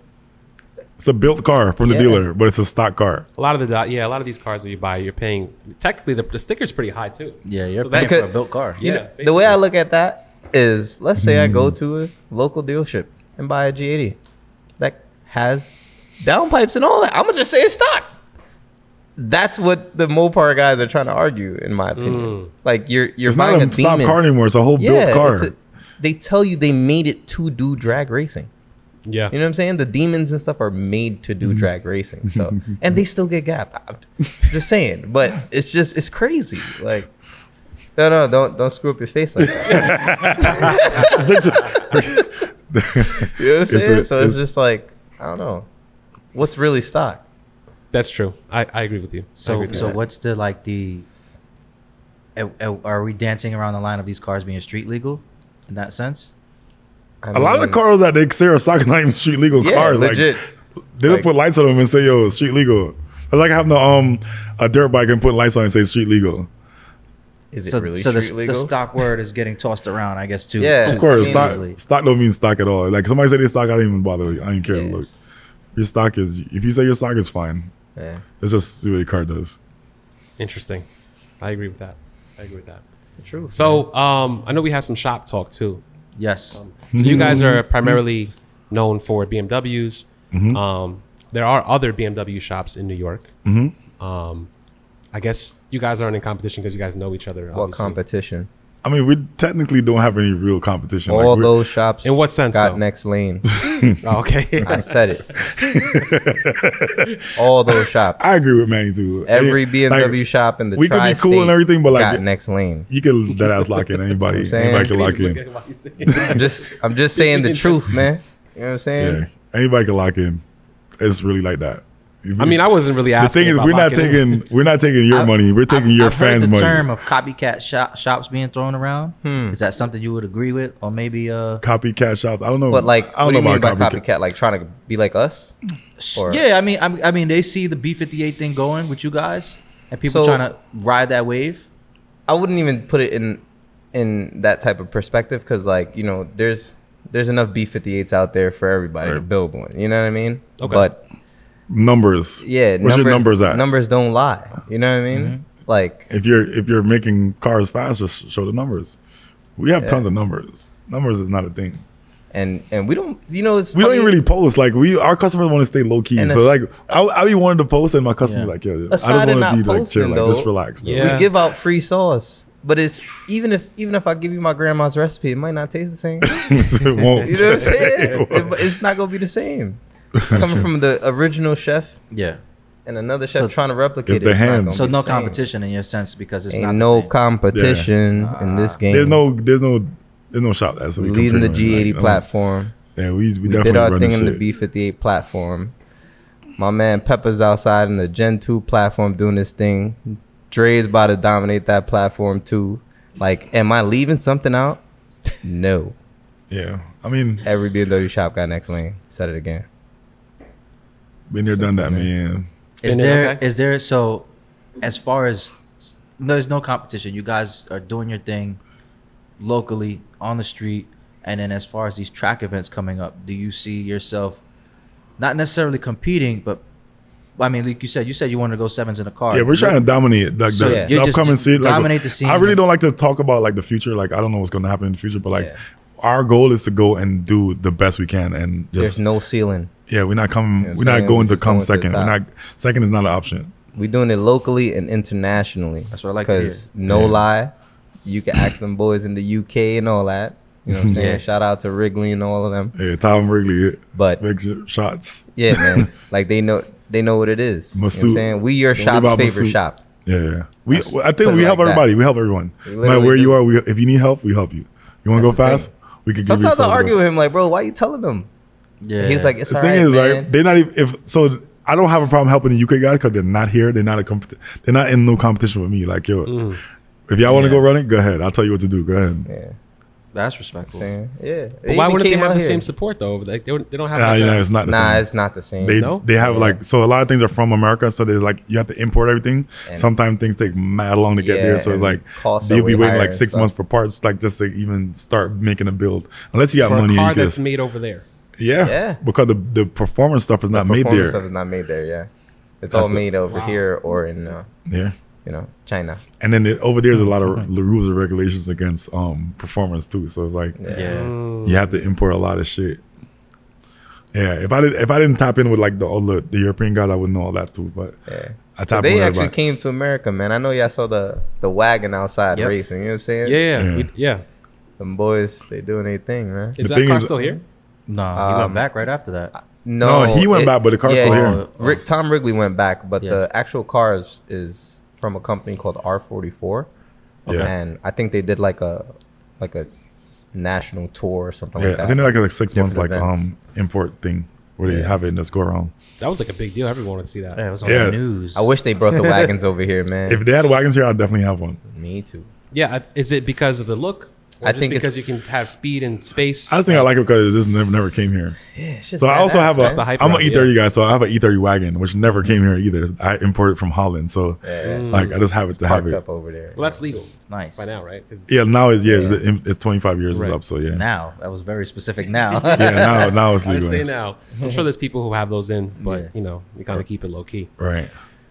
It's a built car from the Yeah. dealer, but it's a stock car. a lot of the do- yeah a lot of these cars that you buy you're paying technically the, the sticker's pretty high too Yeah, you're So paying that- for a could- built car. yeah the way I look at that is, let's say I go to a local dealership and buy a G80 that has downpipes and all that. I'm gonna just say it's stock. That's what the Mopar guys are trying to argue, in my opinion. Like you're you're It's buying not a, a stock demon. car anymore. It's a whole yeah, built it's car. a- they tell you they made it to do drag racing. yeah You know what I'm saying? The demons and stuff are made to Mm-hmm. do drag racing. So and they still get gapped. I'm just saying, but it's just it's crazy. Like no, no, don't don't screw up your face like that. You know what I'm It's saying? the- so it's, it's- just like I don't know. What's really stock? that's true I, I agree with you I agree So, with so that. what's the like the? a- a- Are we dancing around the line of these cars being street legal, in that sense? I A lot of mean, the cars that they say are stock are not even street legal yeah, cars. legit. Like they don't Like- put lights on them and say yo street legal. It's like having the um a dirt bike and put lights on and say street legal. is it so, really so the, street legal? the stock word is getting tossed around, I guess, too. Yeah. too Of course, I mean- stock, easily. stock don't mean stock at all. Like somebody said they stock, I don't even bother. I don't care. Yeah. Look, your stock is. If you say your stock is fine, yeah. let's just see what your car does. interesting I agree with that I agree with that It's the truth. so um I know we have some shop talk too Yes. Um, So you guys are primarily known for BMWs. Mm-hmm. Um, there are other BMW shops in New York. Mm-hmm. Um, I guess you guys aren't in competition because you guys know each other. What obviously. competition? I mean, we technically don't have any real competition. Like, All we're- those shops In what sense, got though? next lane. Oh, okay. I said it. All those shops. I agree with Manny too. Every Like, BMW shop in the we could be cool and tri-state everything, but, like, got it- next lane. you can let us lock in anybody. You know what I'm anybody can Look lock at in. what you said. I'm just I'm just saying the truth, man. You know what I'm saying? Yeah, anybody can lock in. It's really like that. If I you- mean, I wasn't really the asking. thing is, about we're not locking in. taking we're not taking your money. We're taking your I've fans' heard the money. term of copycat shop, shops being thrown around. Hmm. Is that something you would agree with, or maybe uh? copycat shop. I don't know. But like, I what don't do you know mean by about copycat? Like trying to be like us? Or- yeah, I mean, I, I mean, they see the B fifty eight thing going with you guys, and people So- trying to ride that wave. I wouldn't even put it in in that type of perspective because like you know there's there's enough B58s out there for everybody to Right. build one. You know what I mean? Okay. But Numbers. yeah, What's your numbers at? Mm-hmm. Numbers don't lie. You know what I mean? Like If you're if you're making cars faster, sh- show the numbers. We have tons of numbers. Numbers is not a thing. and and we don't you know it's We don't funny, even really post. Like we, our customers want to stay low key. And So as- like, I, I be wanting to post, and my customer Yeah. like, yo, I just Aside want of not to be like chill, posting, like just though, relax, bro. Yeah. we give out free sauce. But it's even if even if I give you my grandma's recipe, it might not taste the same. So it won't. You know what I'm saying? It won't. It- it's not gonna be the same. It's coming from the original chef Yeah. and another chef So- trying to replicate It's it. the It's not hand. gonna So be no the same. competition in your sense because it's Ain't not no the same. competition in this game. There's no, there's no, There's no shot that's leading the G80 platform. uh, Yeah, we, we, We definitely did our run thing this in the shit. B58 platform. My man Pepper's outside in the Gen 2 platform doing this thing. Dre's about to dominate that platform too. Like, am I leaving something out? No. Yeah, I mean, Every BMW shop got next lane. Said it again. been there, done that, man. Is And then, there is okay. there so as far as there's no competition. You guys are doing your thing locally on the street and then as far as these track events coming up, do you see yourself not necessarily competing but I mean, like you said, you said you wanted to go sevens in a car. Yeah, we're trying to dominate it. Like So the, yeah. the you're just- upcoming just scene. Like, dominate the scene. I really don't like to talk about like the future. Like I don't know what's going to happen in the future, but like Yeah. our goal is to go and do the best we can and There's just no ceiling. yeah, we're not coming. know what we're I'm not saying? going We're to just come going to the second. We're not top. second is not an option. We doing it locally and internationally. That's what I like to no lie, you can ask them boys in the UK and all that. You know what I'm saying? Yeah. Shout out to Wrigley and all of them. Yeah, Tom Wrigley But big sh- shots. yeah, man, like they know they know what it is. You know what Masood. I'm saying? We your Don't leave shop's out favorite Masood. shop. Yeah, we. That's- I think put it we like help that. everybody. We help everyone. We No matter literally where do. you are, we if you need help, we help you. You want to go That's the thing. fast? We could. give you Sometimes I some- argue with him, like, bro, why you telling them? Yeah. He's like, it's the all thing right, is, man. right? They're not even if so. I don't have a problem helping the UK guys because they're not here. They're not a comp- They're not in no competition with me. Like yo, Mm. if y'all want to Yeah. go run it, go ahead. I'll tell you what to do. Go ahead. yeah, that's respectful. saying, yeah. But why even wouldn't they came have out the here. same support though? Like they, don't- they don't have. Nah, like, you a- know, it's not the Nah, same. it's not the same. they No? they have like so a lot of things are from America, so there's like you have to import everything. And- Sometimes things take mad long to get Yeah, there, so and like costs are you'll be way waiting higher like and six stuff. months for parts, like just to even start making a build. Unless you got for money, a you car can that's just, made over there. yeah, Yeah. because the the performance stuff is not made Performance stuff there. is not made there. Yeah, it's That's all the- made over Wow. here or in uh, Yeah. you know China. And then the, over Mm, there's a lot of the rules and regulations against um performance too. So it's like Yeah. Yeah. you have to import a lot of shit. Yeah, if I did if I didn't tap in with like the all the, the European guys, I wouldn't know all that too. But Yeah. I tap in they with actually everybody. came to America, man. I know y'all saw the the wagon outside Yep. racing. You know what I'm saying? Yeah, yeah, Yeah. we- yeah. Them boys, they doing their thing, man. Is The that thing car is- still here? No, he Um, went back right after that. No, No, he went back, but the car's yeah, still he- here. Rick Tom Wrigley went back, but Yeah. the actual car is, is from a company called R44, Yeah. and I think they did like a like a national tour or something yeah, like that. I think they're like a like six months like Different events. um import thing where they Yeah. have it and just go around. That was like a big deal. Everyone wanted to see that. Yeah, it was on Yeah. the news. I wish they brought the wagons over here, man. If they had wagons here, I'd definitely have one. Me too. Yeah, I- is it because of the look? Or I just think it's- because you can have speed and space. I just think I like it because this never never came here. So I also have a the hype am an around it, E30 guy, so I have an E30 wagon which never came here either. I imported from Holland, so like I just have it to have parked it. up over there. well, that's legal It's nice. by now, right? 'Cause- Yeah, now it's yeah, It's, it's 25 years Right. is up, so yeah. Now. That was very specific now. yeah, now now it's I legal. say now. I'm sure there's people who have those in, but Yeah. you know, you gotta keep it low key. Right.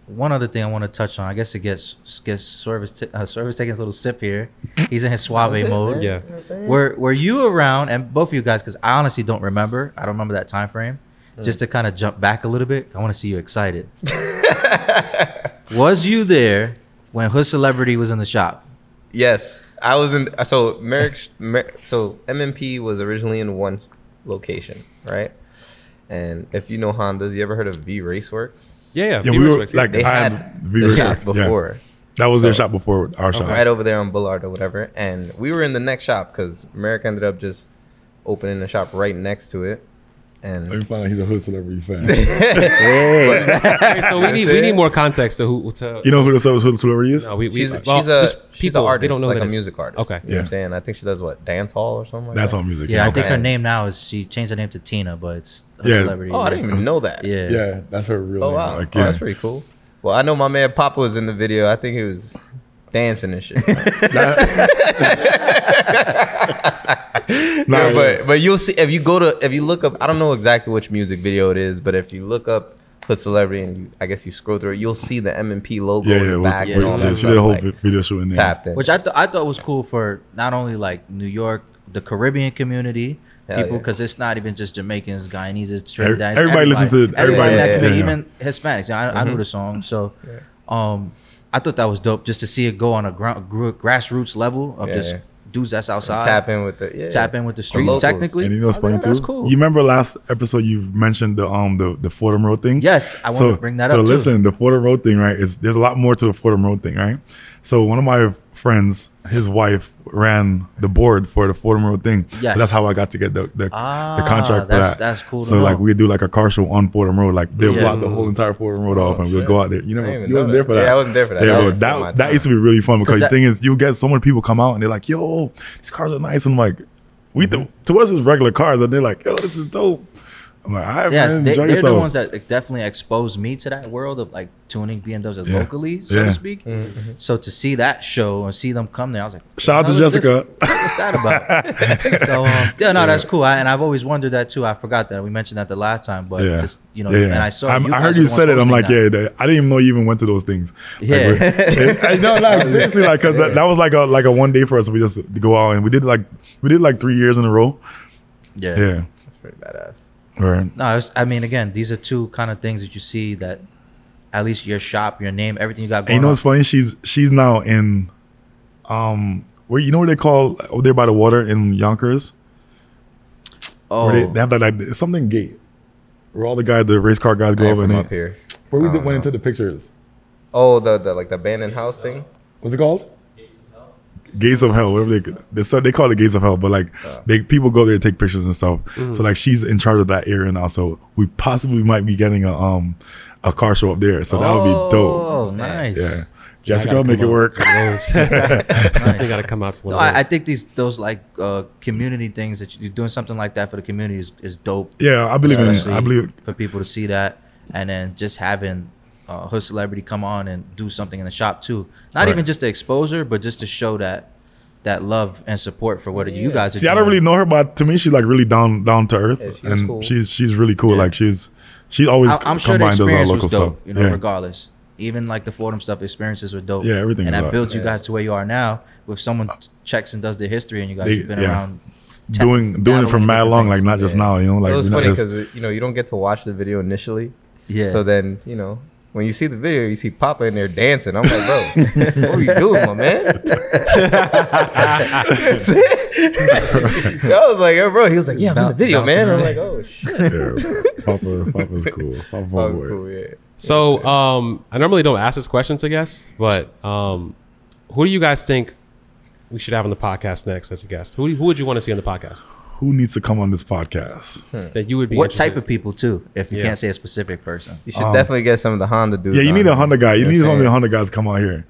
One other thing I want to touch on, I guess it gets gets service t- uh, service taking his little sip here. He's in his suave mode. Yeah. Were Were you around? And both of you guys, because I honestly don't remember. I don't remember that time frame. Mm. Just to kind of jump back a little bit, I want to see you excited. was you there when Hood Celebrity was in the shop? Yes, I was in. So Merrick, Mer, so MMP was originally in one location, right? And if you know Hondas, you ever heard of V Raceworks? Yeah, yeah. Yeah, Be we were respectful. like They I had had the shop before. That was their So- shop before our shop. right over there on Bullard or whatever. And we were in the next shop because Merrick ended up just opening a shop right next to it. Let And me find out he's a hood celebrity fan. Okay, so we need we it. need more context to who to you know who the cel- hood celebrity is? no, we, we, she's, well, she's a just people she's an artist, they don't know like that a it's- music artist. Okay. you know what I'm Yeah. saying. I think she does what dance hall or something. Like That's that. all music. Yeah, I think Okay. her name now is she changed her name to Tina, but it's Hood Yeah. Celebrity. Oh, I didn't even know that. Yeah. Yeah, that's her real Oh name. wow, Like, oh, yeah. that's pretty cool. Well, I know my man Papa was in the video. I think he was dancing and shit. Nah, Yeah, but but you'll see if you go to if you look up. I don't know exactly which music video it is, but if you look up Hood Celebrity and you, I guess you scroll through it, you'll see the M and P logo yeah, in yeah, the it was- back. and yeah, all yeah, that she did a stuff, whole like, vi- video shoot in there. tapped in. which I, th- I thought was cool for not only like New York, the Caribbean community, Hell people, yeah. because it's not even just Jamaicans, Guyanese, it's Every- Trinidadians. everybody listens to- everybody in that listens to community, it, even Hispanics. I, I Mm-hmm. knew the song, so um, I thought that was dope just to see it go on a ground, gr- grassroots level of Yeah, just yeah. dudes that's outside, tap in with the yeah. tap in with the streets. locals. technically, And you know Oh, what's I funny think too? That's cool. You remember last episode you mentioned the um the the Fordham Road thing? Yes, I wanted to bring that up, So too. listen, the Fordham Road thing, right? Is there's a lot more to the Fordham Road thing, right? So one of my friends, his wife ran the board for the Fordham Road thing. Yes. So that's how I got to get the the, Ah, the contract that's- for that. that's cool to So like know. we do like a car show on Fordham Road, like they'll Yeah. block the whole entire Fordham Road off, and we'll shit. go out there. You I didn't know, even you wasn't know there that. for that. Yeah, I wasn't there for that. Yeah, That bro, was before my that, that time. used to be really fun because that- the thing is, you get so many people come out and they're like, "Yo, these cars are nice," and I'm like, "We Mm-hmm. th- to us it's regular cars," and they're like, "Yo, this is dope." I'm like, "All right, Yes, man, they, enjoy they're the yourself." ones that like, definitely exposed me to that world of like tuning BMWs Yeah. locally, so Yeah. to speak. Mm-hmm. So to see that show and see them come there, I was like, Shout out to "What the hell is Jessica." this? What's that about? so um, yeah, no, that's cool. I, and I've always wondered that too. I forgot that we mentioned that the last time, but yeah. just you know, Yeah. and I saw. I'm- I guys heard are you the ones said it. I'm hosting like, that. yeah, that- I didn't even know you even went to those things. Like, Yeah. we're- I know, like seriously, like because that, that was like a like a one day for us. We just go out and we did like we did like three years in a row. yeah, Yeah, That's pretty badass. right. No, I, was, I mean, again, these are two kind of things that you see that at least your shop, your name, everything you got And going. you know on. what's funny? She's she's now in, um, where you know what they call over there by the water in Yonkers. oh, Where they, they have that like it's something gate. Where all the guys, the race car guys, I go ain't over and from up they, here. where we I did, don't went know. into the pictures. Oh, the, the like the abandoned house thing. What's it called? Gates of Hell, whatever they they, so they call it Gates of Hell, but like they people go there to take pictures and stuff. So like she's in charge of that area now. So we possibly might be getting a um a car show up there. So that would be dope. Oh, nice. Yeah, I Jessica, gotta make come it out work. to those. Definitely nice. got to come out to one No, of those. I, I think these those like uh, community things that you're doing something like that for the community is, is dope. Yeah, I believe in. especially I believe for people to see that, and then just having uh, her celebrity come on and do something in the shop too. Not Right. even just the exposure, but just to show that that love and support for what you guys are See, doing. I don't really know her, but to me, she's like really down down to earth, she's and cool. she's she's really cool. Like she's she always I, am sure the combined those all experience local was stuff. dope, you know, yeah. regardless. Even like the Fordham stuff, experiences were dope. Yeah, everything And was that dope. builds you Yeah. guys to where you are now. If someone checks and does the history, and you guys They- have been yeah. around doing doing it for dabbling in mad different long, like things. not just Yeah. now. You know, like it was we're not funny just- because you know you don't get to watch the video initially. Yeah. So then you know when you see the video, you see Papa in there dancing. I'm like, bro, what are you doing, my man? I was like, yo, bro. He was like, yeah, I'm in the video, man. I'm like, oh shit. Yeah, Papa, Papa's cool. Papa, That was boy. cool. Yeah. So um, I normally don't ask this questions, I guess, but um, who do you guys think we should have on the podcast next as a guest? Who, who would you want to see on the podcast Who needs to come on this podcast? that you would be? what type interested- of people too? If you Yeah. can't say a specific person, You should definitely get some of the Honda dudes. Yeah, you need on. a Honda guy. You know need what I'm only saying? Honda guys come out here.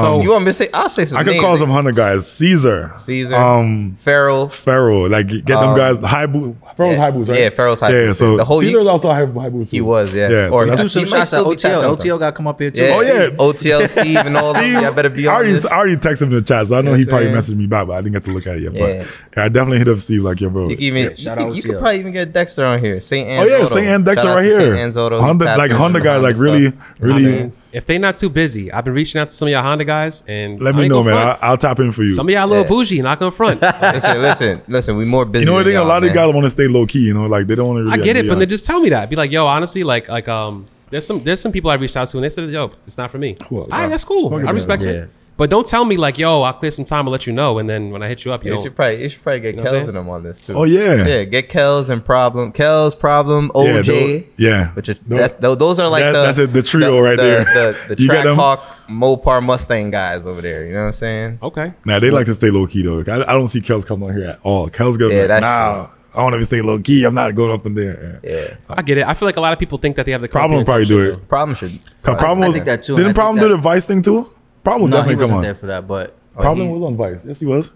So You want me to say? I'll say some. I could names, call like some Honda guys. Caesar, Caesar. um, Farrell. Ferro. Like get them Um, guys high boot. Ferro's yeah. high boots, right? Yeah, Ferro's high Yeah, boots. so The whole- Caesar's also high, high boots. He too. was, yeah. Yeah, so Or that's- do some he might shots at still be tapped OTL. out, OTL got to come up here too. Yeah. Oh, yeah. OTL Steve and all. Steve, Steve, I better be I on already, this. I already texted him in the chat, so I know You he know probably what I'm messaged me back, but I didn't get to look at it yet. Yeah. But yeah, I definitely hit up Steve, like, yo, bro. You can even Yeah, you, shout can, out you to could you. probably even get Dexter on here. Saint oh, Anne's yeah, Auto. St. Ann Dexter Shout out right to here. Saint Anne's Auto. He's Honda, tapped like, into Honda the guys, like, really, stuff. I really, mean, if they not too busy, I've been reaching out to some of y'all Honda guys, and let I me ain't know, gonna man. I, front. I'll tap in for you. some of y'all a little Yeah. bougie, not gonna front. I listen, listen, listen. We more busy. you know what I than think? A y'all, lot of man. guys want to stay low key, you know, like, they don't want to really. get it, be but on- then just tell me that. Be like, yo, honestly, like, like um, there's some there's some people I reached out to, and they said, yo, it's not for me. Well, uh, All right, that's cool. fuck I it, respect man. Yeah. it. But don't tell me like, yo, I'll clear some time and let you know, and then when I hit you up, you You don't. should probably you should probably get You know what I'm Kels saying? and them on this too. Oh, yeah. yeah. Get Kels and problem. Kels problem. Yeah, OJ. tho- yeah. Which is, Tho- that's, tho- those are like that- the that's it, the trio right the, there. The, the, You got track them? hawk Mopar Mustang guys over there. You know what I'm saying? Okay. Nah, they like to stay low key though. I, I don't see Kels come on here at all. Kels go, Yeah, like, that's nah, I don't even stay low key. I'm not going up in there. Yeah. I get it. I feel like a lot of people think that they have the Problem will probably do it. Problem should. Cause problem I was, think that too, and I Didn't think problem do that- the Vice thing too? Problem no, he definitely come wasn't on. there for that, but but Problem he, was on Vice. Yes, he was.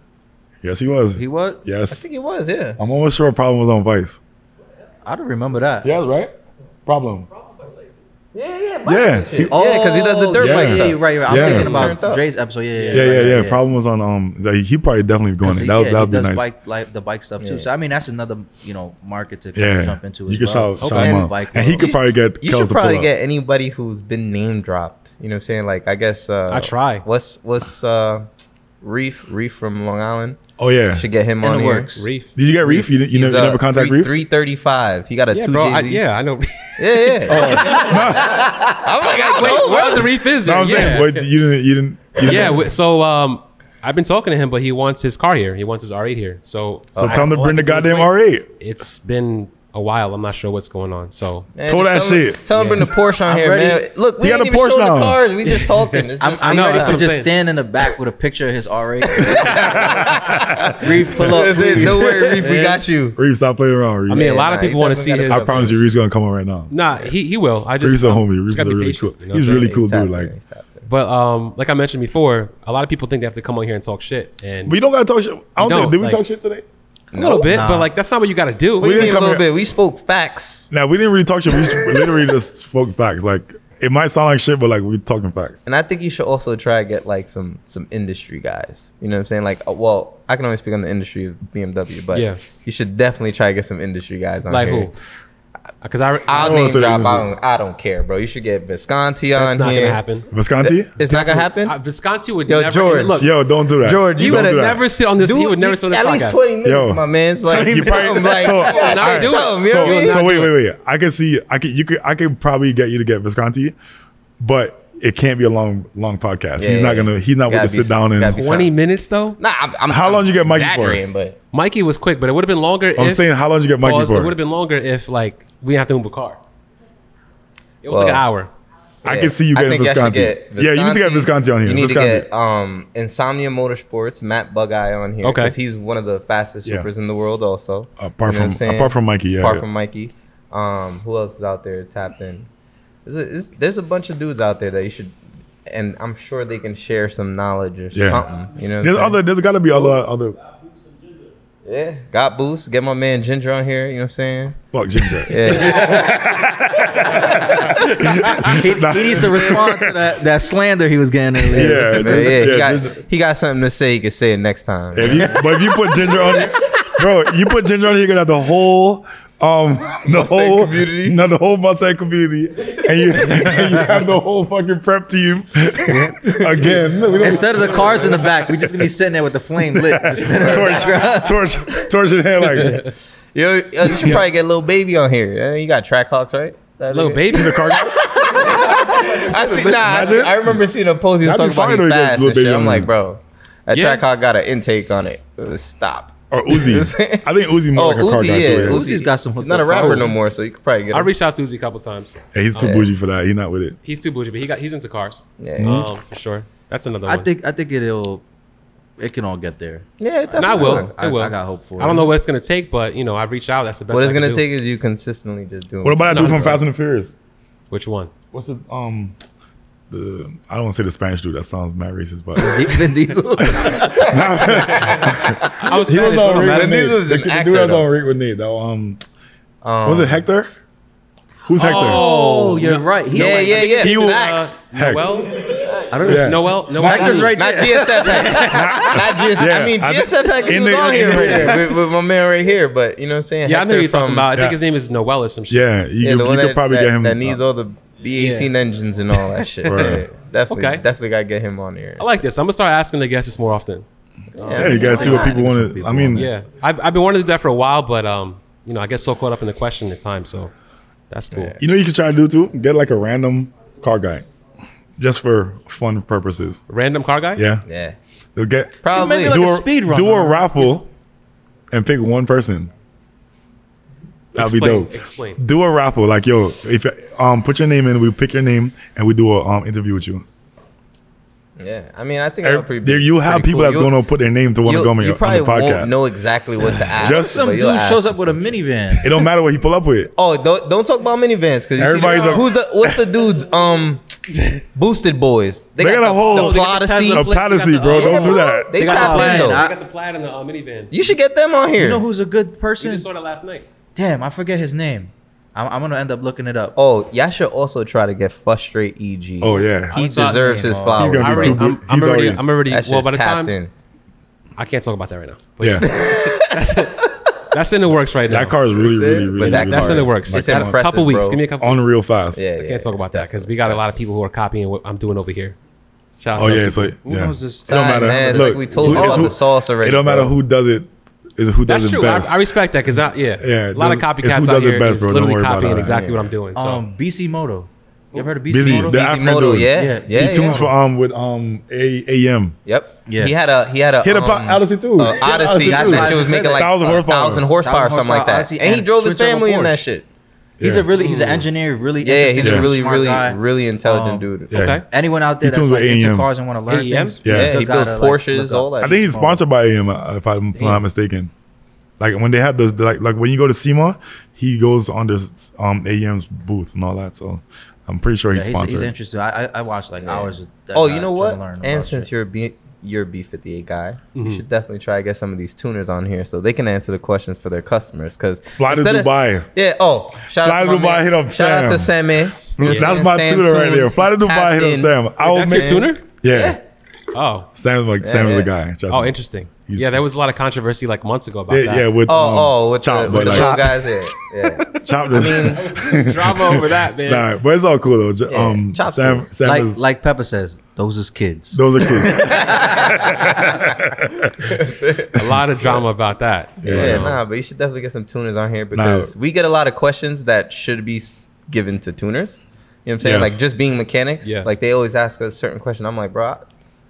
Yes, he was. he was. I Yes, think it was. Yeah. I'm almost sure Problem was on Vice. I don't remember that. Yeah, right. Problem. Yeah, yeah. Yeah, he- Oh, yeah, because he does the dirt yeah. bike Yeah, stuff. you're right. You're right. I'm Yeah. thinking Turned up. about Dre's episode. Yeah, yeah, yeah, yeah, yeah. Problem was on. Um, like, he probably definitely going. So, in. That was yeah, that he would be does nice. bike, like, the bike stuff too. Yeah. So I mean, that's another you know market to kinda yeah, jump into. you as could well. shout, shout Okay. him And out, bike and he club. could probably get You Kels should to pull probably up. get anybody who's been name dropped. You know what I'm saying? Like I guess uh I try. What's what's uh Reef Reef from Long Island? Oh yeah. Should get him In on the here. works. Reef. Did you get Reef? You, didn't- you, He's, never, you uh, never contact three- Reef? 335. He got a Yeah, 2 bro. JZ. I, yeah, I know. Yeah, yeah. Oh, I'm like, I Wait, know, where bro. the reef is? No, there? I'm saying, yeah. but you didn't. You didn't. You didn't yeah. wi- So um, I've been talking to him, but he wants his car here. He wants his R8 here. So so I- tell him to all I bring the can do is goddamn E? wait. R8. It's been a while. I'm not sure what's going on. So Man, Told that just tell him- shit. Tell him bring the Porsche on here, ready. man. Look, we You ain't got even a Porsche showing the now. cars. We just talking. It's I'm, just I'm free No, ready that's time. to what I'm just saying. stand in the back with a picture of his R8. Reeve, pull up. That's it. please. Don't worry, Reef. We got you. Reeves, stop playing around. Reeves. I mean, a lot nah, of he people want to see definitely his. gotta I promise you, Reeves gonna come on right now. Nah, he, he will. I just Reeves a um, homie. just Reeves is gotta a be really cool. patient, you know what He's I'm really saying? cool He's dude. tapped in, Like, he's tapped in. But um, like I mentioned before, a lot of people think they have to come on here and talk shit, and but you don't gotta talk shit. I You don't don't, think. Did we like- talk shit today? a little bit. Nah. But like that's not what you got to do. What do you didn't mean a come little here- bit? We spoke facts, Now we didn't really talk shit. We just literally just spoke facts. Like it might sound like shit, but like we're talking facts. and I think you should also try to get like some some industry guys. You know what I'm saying? Like, uh, well, I can only speak on the industry of BMW, but Yeah. you should definitely try to get some industry guys on Like here. who? Because I, I'll don't wanna name say the drop. I industry. don't, I don't care, bro. You should get Visconti that's on not here. gonna happen. Visconti? It's not gonna happen. Uh, Visconti would Yo, never George. look. Yo, don't do that. George, he you Don't would better do that. never sit on this. he Dude, would never sit on this At podcast. least 20 minutes, Yo. my man. It's like, 20 you minutes. something, like, So- you gotta Nah, say do it. something, you know what I So, mean? so wait, wait, wait. I can see. I could. You could. I could probably get you to get Visconti, but it can't be a long, long podcast. Yeah, he's not yeah, gonna. He's not yeah. willing to Gotta sit be- down gotta and. be something. 20 minutes though. Nah, I'm, I'm, How long I'm you get Mikey for? exaggerating, But Mikey was quick, but it would have been longer. I'm if, saying, how long did you get Mikey pause, It for? would have been longer if like we didn't have to move a car. It was like an Well, hour. I yeah. can see you I getting think I should Visconti. get Yeah, you need to get Visconti on here. You need Visconti. to get um, Insomnia Motorsports, Matt Bugeye on here. Okay. Because he's one of the fastest Yeah. Uh, supers in the world, also. Apart You know what I'm from saying? apart from Mikey, yeah. apart yeah. from Mikey. Um, who else is out there tapped in? There's a, it's- there's a bunch of dudes out there that you should, and I'm sure they can share some knowledge or Yeah. something. You know, what There's I'm other. There's got to be other other. saying? yeah. Got boost. Get my man Ginger on here. You know what I'm saying? Fuck Ginger. Yeah. He, he needs to respond to that, that slander he was getting earlier. Yeah, yeah, yeah, he, yeah, got, Ginger. he got something to say. He could say it next time. If you, but if you put ginger on it, bro, you put ginger on it, you're gonna have the whole, um, the Mustang whole community? no, the whole Mustang community, and you, and you have the whole fucking prep team again. We don't- Instead of the cars in the back, we just gonna be sitting there with the flame lit. Just torch, torch, torch in hand, like You, know, you should probably get little baby on here. Eh, You got Trackhawks, right? That Little nigga? baby. he's a car guy. I see. Nah, I, Imagine. I remember seeing a post. He was That'd be talking fire about his though, you got fast Lil and shit. Baby I'm on like, there. bro, that Yeah. Trackhawk got an intake on it. It was Stop. or Uzi. I think Uzi more Oh, like a car Uzi, guy yeah. too. Yeah. Uzi. Uzi's got some. He's not a hookup. rapper no Oh. more, so you could probably get. I Him. reached out to Uzi a couple times. Yeah, he's too Oh, Yeah. bougie for that. He's not with it. He's too bougie, but he got he's into cars. Yeah. Um, for sure. That's another I one. think I think it'll it can all get there. Yeah, it and I will. definitely. I, I- will. I got hope for I don't it. know what it's gonna take, but you know, I reached out. That's the best. What I it's can gonna do. take is you consistently just doing. What about that No, dude from bro. Fast and the Furious? Which one? What's the um? The, I don't want to say the Spanish dude. That sounds mad racist, but Vin Diesel. I was he Spanish. was so on I'm Rick mad at with Nate. Vin me. Diesel is The, an the dude actor, that was though. on Rick with Nate. That um, Um, Was it Hector? Who's Hector? Oh, you're right. He Yeah, don't like- yeah, yeah. He was- Facts. Heck. uh, Noel. I don't know. Yeah. Noel. Noel. Hector's right Not there. GSF hack. Not GSF. I Yeah, mean, I GSF hack in is the- on in here the- right here with, with my man right here. But you know what I'm saying? Yeah, I know Hector who you're talking from- about. I think yeah. his name is Noel or some shit. Yeah, you, Yeah, could, the you one could that, probably that, get him. that needs all the B18 Yeah. engines and all that shit. Right. Yeah, definitely, Okay. definitely gotta get him on here. I like this. I'm gonna start asking the guests this more often. yeah, you gotta see what people want to. people I mean, want Yeah, I've, I've been wanting to do that for a while, but um, you know, I get so caught up in the question at times, so that's cool. you know, what you could try to do too. Get like a random car guy, just for fun purposes. Random car guy? Yeah, Yeah, They'll get probably. Maybe like do a a, speed run. do a raffle, and pick one person. That'd be Explain- dope. explain. Do a raffle, like yo, if um put your name in, we pick your name, and we do a um interview with you. yeah, I mean, I think that would Every, pretty- there, you have pretty people cool. that's You'll- going to put their name to want to you'll- go on, You your, on probably the podcast. won't know exactly what to ask. Just but Some you'll dude ask. shows up with a minivan. it don't matter what he pull up with. Oh, don't, don't talk about minivans because Everybody's a- who's the what's the dude's um boosted boys? They got a the- whole- the Oh, they got the Platacy. Tesla. A Like, policy, you got bro. the- Don't do that. They got tapped the in plan. though. I- I got the plaid in the uh, minivan. you should get them on here. You know who's a good You person? just saw that last night. Damn, I forget his name. I'm, I'm gonna end up looking it up. oh, y'all should also try to get frustrate EG. Oh yeah, he I saw- deserves his He's flowers. gonna I be already, too I'm, bu- I'm he's already, already- I'm already. That Well, shit's by the tapped time in. I can't talk about that right now. yeah. That's in the works right now. That car is really, really, really. But that good. car That's in the is- works. it's Got a impressive, couple weeks. bro. Give me a couple. on real fast. Yeah, I yeah. can't talk about that because we got a lot of people who are copying what I'm doing over here. Shout out Oh to those yeah, it's people. like Who yeah. knows this- It don't Nah, matter. man, it's Look, like we told who- you it's about the sauce already, It don't matter bro. who does it. Is who does That's it true. I, best. I respect that because I yeah, Yeah, a lot of it's who copycats out does it here best, is bro. Don't literally worry about copying that. Um, exactly what I'm doing. So Um, BC Moto. You ever heard of BC Busy. Moto? The Easy Afro modal, dude. yeah, Yeah. yeah. He yeah, tunes for um with um a AM. Yep. Yeah. He had a he had a Hit a po- um, Odyssey too. uh, Hit Odyssey. Odyssey That too. shit was Thousand making like horsepower. a thousand horsepower or Thousand something like horsepower that. Odyssey and he and drove his twin turbo family in that Porsche. shit. He's Yeah. a really he's an engineer, really Yeah, he's interesting, a really smart really guy. really intelligent Um, dude. Yeah. Okay. Anyone out He there that's tunes like with into AM. cars and want to learn AM? things, Yeah. he's a Yeah, good he guy builds to, like, Porsches, look all up. that. I think he's Oh. sponsored by AM uh, if I'm if I'm not mistaken. Like when they have this, like like when you go to SEMA, he goes on this um AM's booth and all that. So I'm pretty sure Yeah, he's he's, sponsored. he's interesting. I I, I watched like hours of that oh, guy you know trying what? to learn about And shit. since you're a B you're a B fifty eight guy, you should definitely try to get some of these tuners on here so they can answer the questions for their customers. Because Fly to Dubai. yeah. Oh, shout Fly out to to my Dubai, man. hit up Shout out to Sam. Sammy. That's my tuner right there. Fly to Dubai, hit up Sam. I will That's your make tuner? Yeah. Oh. Sam's like Sam's yeah. the guy. Trust Oh, me. interesting. He's- yeah, there was a lot of controversy like months ago about Yeah, that. yeah, with Oh, um, oh, with chop, the, but with like, the little guys here. Yeah. chop this. Drama over that, man. nah, but it's all cool though. J- Yeah, Um, chop's Sam, cool. Sam like is, like Peppa says, those is kids. those are cool. A lot of drama about that. Yeah, Yeah. nah, but you should definitely get some tuners on here because we get a lot of questions that should be s- given to tuners. You know what I'm saying? Yes. Like just being mechanics. Yeah. Like they always ask us certain question. I'm like, bro,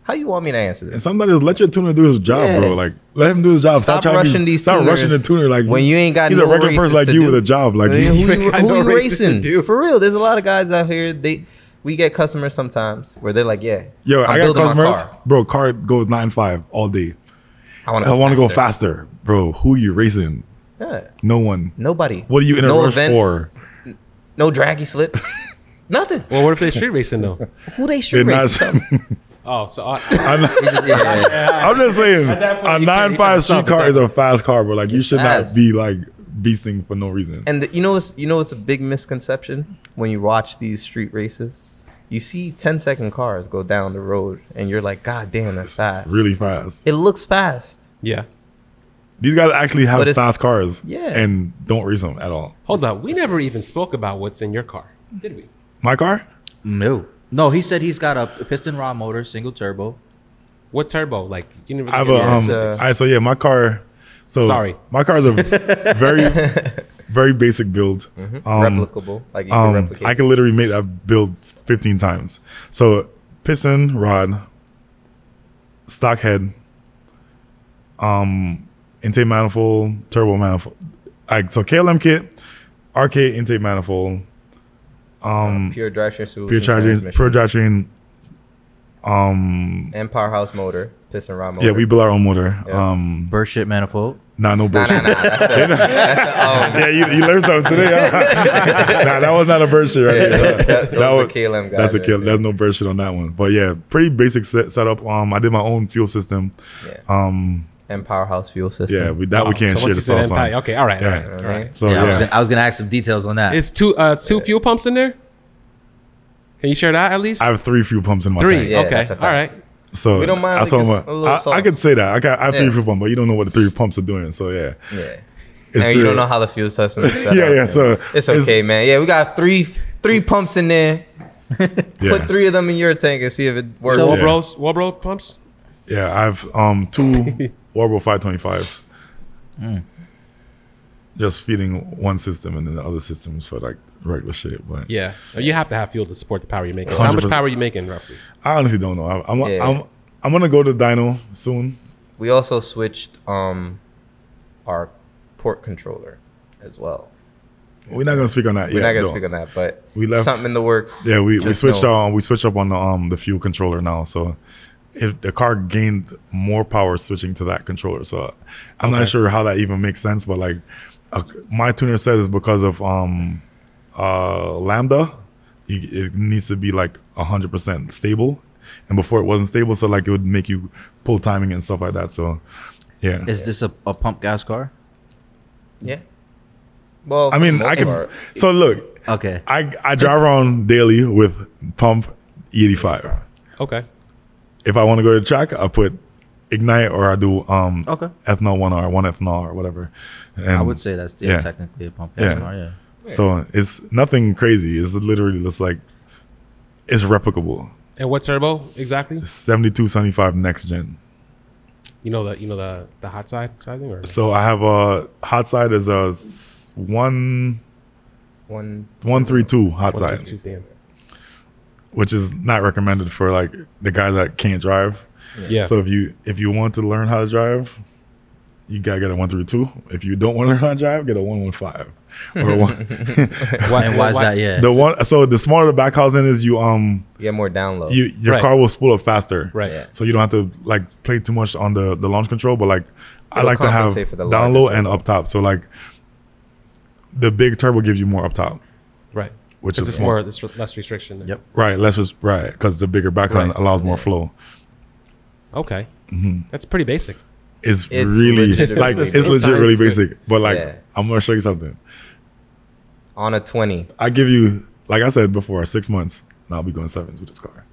how you want me to answer and this? sometimes let your tuner do his job, Yeah. bro. Like let him do his job. Stop trying to be- rushing these Stop rushing the tuners tuner. Like when you ain't got he's no a regular races person like to you do. with a job. Like I mean, he- who ain't you, got who no you races to racing? do. For real, there's a lot of guys out here. They we get customers sometimes where they're like, yeah, yo, I'm i got building my customers, car. bro. Car goes nine five all day. I want to. I want to go faster, bro. Who you racing? Yeah. No one. Nobody. What are you in a no rush event, for? No draggy slip. Nothing. Well, what if they street racing though? Who they They're shoot not. racing? Oh, so I, I'm not- I'm just saying, that point, a you can't- you nine can't five stop street at car that is a fast car, but like you should fast. not be like beasting for no reason. And the, you know, it's, you know, it's a big misconception when you watch these street races. You see 10 second cars go down the road, and you're like, God damn, that's fast. really fast. It looks fast. yeah. These guys actually have But it's- fast cars, Yeah. and don't race them at all. Hold up. We never even spoke about what's in your car, did we? My car, No, no, he said he's got a piston rod motor, single turbo. What turbo? Like you never. I have give me a. it's Um, uh, a- all right, so yeah, my car. So Sorry. my car is a very, very basic build. Um, Replicable. Like, Mm-hmm. you can um, replicate. I can literally make that build 15 times. So piston rod, stock head, um, intake manifold, turbo manifold. Like so, KLM kit, RK intake manifold, pure drivetrain solution. pure charging, transmission, pure drivetrain. Um, And powerhouse motor, piston rod motor. yeah, we build our own motor. Yeah. Um, Burst shit manifold. nah, no Nah, bullshit. nah, nah. That's the, that's the, um, yeah, you, you learned something today. huh? nah, that was not a bird shit right there. that- those are KLM guys That's a right kill. there. That's no bird shit on that one. But yeah, pretty basic set, setup. Um, I did my own fuel system. yeah. Um, and powerhouse fuel system. yeah, we, that Oh, we can't so share once the you said sauce on. impact- Okay, all right, all Yeah. right. You know what I mean? So yeah, I was Oh, yeah, gonna, I was gonna ask some details on that. It's two uh, two fuel pumps in there. Can you share that at least? I have three fuel pumps in my Three. tank. Yeah, okay. that's a All fact. right. So We don't mind, that's like, all it's my- a little I, I sauce. could say that. I got I have three Yeah. fuel pumps, but you don't know what the three pumps are doing. So yeah, Yeah. it's and three- you don't know how the fuel system is set Yeah, up, yeah, man. so it's it's- okay, man. Yeah, we got three three pumps in there. yeah. Put three of them in your tank and see if it works. So- Yeah. Walbros, Walbro pumps. Yeah, I have um two Warble 525s. Mm. Just feeding one system and then the other systems for like regular shit. But Yeah, Oh, you have to have fuel to support the power you're making. So how much 100%. power are you making roughly? I honestly don't know. I, I'm Yeah. I'm I'm gonna go to dyno soon. we also switched um our port controller as well. We're not gonna speak on that. We're yet, not gonna though. speak on that, but We left- something in the works. Yeah, we, we Just switched know. on we switched up on the um the fuel controller now. So if the car gained more power switching to that controller. So I'm not sure how that even makes sense, but like uh, my tuner says it's because of um uh lambda. You, it needs to be like 100% stable. And before it wasn't stable, so like it would make you pull timing and stuff like that. So yeah. Is this a, a pump gas car? Yeah. Well, I mean, I can. can So look, Okay, I I drive around daily with pump E85. Okay. if I want to go to the track, I put ignite or I do um Okay. ethanol one or one ethanol or whatever. And I would say that's yeah, yeah. technically a pump gas Yeah. car. Yeah, so. It's nothing crazy. It's literally just like it's replicable. And what turbo exactly? Seventy two seventy five next gen. You know the you know the the hot side sizing or So I have a hot side is a s- one one one three two hot one, side. two, two, damn. which is not recommended for like the guys that can't drive. Yeah. So if you if you want to learn how to drive, you gotta get a one three two. If you don't want to learn how to drive, get a one one five or a one. and why is that? Yeah. the one. So the smaller the back housing is, you um You get more downloads. you your Right. car will spool up faster. Right. Yeah. So you don't have to like play too much on the the launch control, but like I It'll like to have compensate for the down larger low and up top. So like the big turbo gives you more up top, Right. which Because is it's smart. more, there's less restriction. There. Yep. Right, less was right because the bigger back Right. end allows more flow. Okay. Mm-hmm. That's pretty basic. It's, It's really legit really like it's, basic. It's legit science really too. basic. But like Yeah. I'm gonna show you something. On a 20. I give you like I said before, six months. Now I'll be going sevens with this car.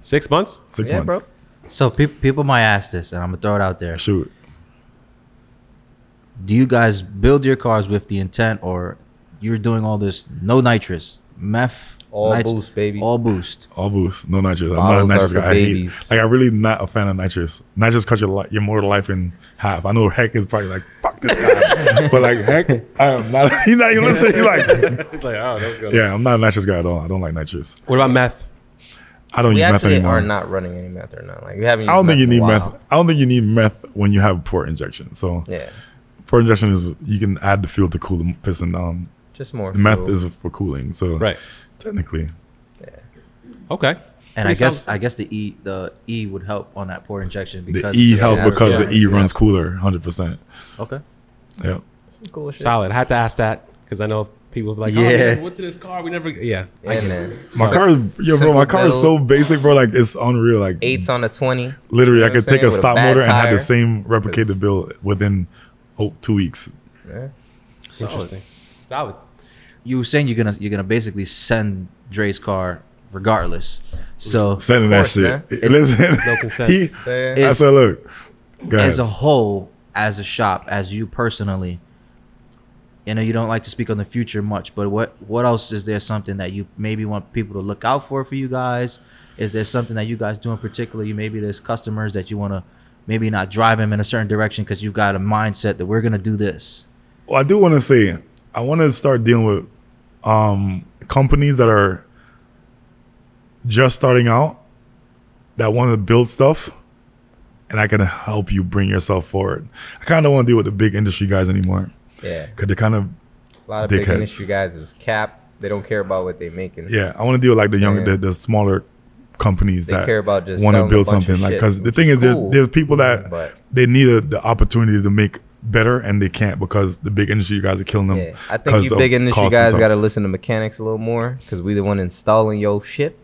Six months? Six Yeah, months. bro. So peop people might ask this, and I'm gonna throw it out there. Shoot. Do you guys build your cars with the intent, or you're doing all this no nitrous, meth, All nit- boost, baby. all boost? All boost, no nitrous. I'm not a Models are nitrous for guy. I hate, babies. like I'm really not a fan of nitrous. Nitrous cut your li- your motor life in half. I know Heck is probably like fuck this guy, but like Heck, I am not. He's not even listening. He's like, It's like, oh, that was good. yeah, I'm not a nitrous guy at all. I don't like nitrous. What about meth? I don't We use meth actually anymore. are not running any meth right now. Like we haven't. I don't think used you in a need while. meth. I don't think you need meth when you have port injection. So Yeah, port injection is you can add the fuel to cool the piston. Um, just more. meth fuel. is for cooling. So Right. technically, Okay. And Pretty I guess sounds- I guess the E the E would help on that port injection the because E yeah, helped yeah, because the yeah, E runs cooler, hundred percent. Okay. Yep. Some cool shit. solid. I had to ask that because I know people be like, oh, Yeah. we never went to this car. We never, yeah. I Yeah, get it. man. My car, is, yo, bro, simple my car is metal. so basic, bro. Like it's unreal. Like Eights on a twenty. literally, You I know what could I'm take a saying? With a stop bad motor and have the tire. same replicated build within oh, two weeks. Yeah. Interesting. Oh, Solid. You were saying you're gonna you're gonna basically send Dre's car regardless. So Sending course, man. that shit. Listen, No consent. he, Yeah. I said, look, guys, as a whole, as a shop, as you personally, you know you don't like to speak on the future much, but what what else is there something that you maybe want people to look out for for you guys? Is there something that you guys do in particular? You maybe there's customers that you want to maybe not drive them in a certain direction because you've got a mindset that we're gonna do this. Well, I do want to say I want to start dealing with um, companies that are just starting out that want to build stuff, and I can help you bring yourself forward. I kind of want to deal with the big industry guys anymore Yeah. because they kind of A lot of big Dickheads. industry guys is cap. They don't care about what they're making. yeah. I want to deal with like the younger, Yeah. the, the smaller companies They that care about just want to selling a build bunch of something. Like shit, because the which thing is is, there's, cool. there's people that But- they need a, the opportunity to make better and they can't because the big industry guys are killing them. Yeah. I think 'cause you of big industry cost and guys stuff. got to listen to mechanics a little more because we the one installing your shit.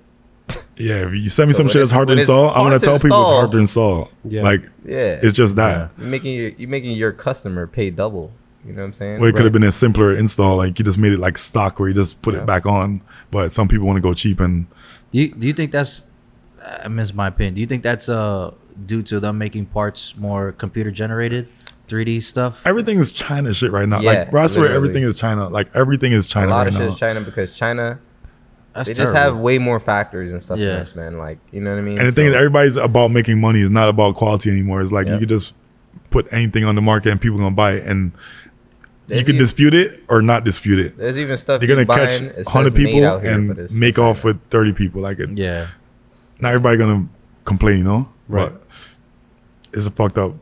Yeah, if you send me So some when shit that's it's- hard to when it's install, I'm hard gonna to tell people it's install- hard to install. Yeah. Like Yeah. it's just that. you're making your you're making your customer pay double. You know what I'm saying? Or it could have been a simpler install, like you just made it like stock where you just put it back on. But some people want to go cheap and Do you, do you think that's I mean, it's my opinion. Do you think that's uh due to them making parts more computer generated, 3D stuff? everything is China shit right now. Yeah, like bro, I swear literally. everything is China. Like everything is a China lot right of shit now. is China because China That's they just have way more factories and stuff Yeah. than us, man. Like you know what I mean? And the thing So- is everybody's about making money, it's not about quality anymore. It's like you Yep. could just put anything on the market and people gonna buy it and you There's can e- dispute it or not dispute it. There's even stuff They're gonna you catch buying, it says hundred made people out here, but and it's- make off with thirty people. Like it, yeah. not everybody gonna complain, you know? Right. But it's a fucked up.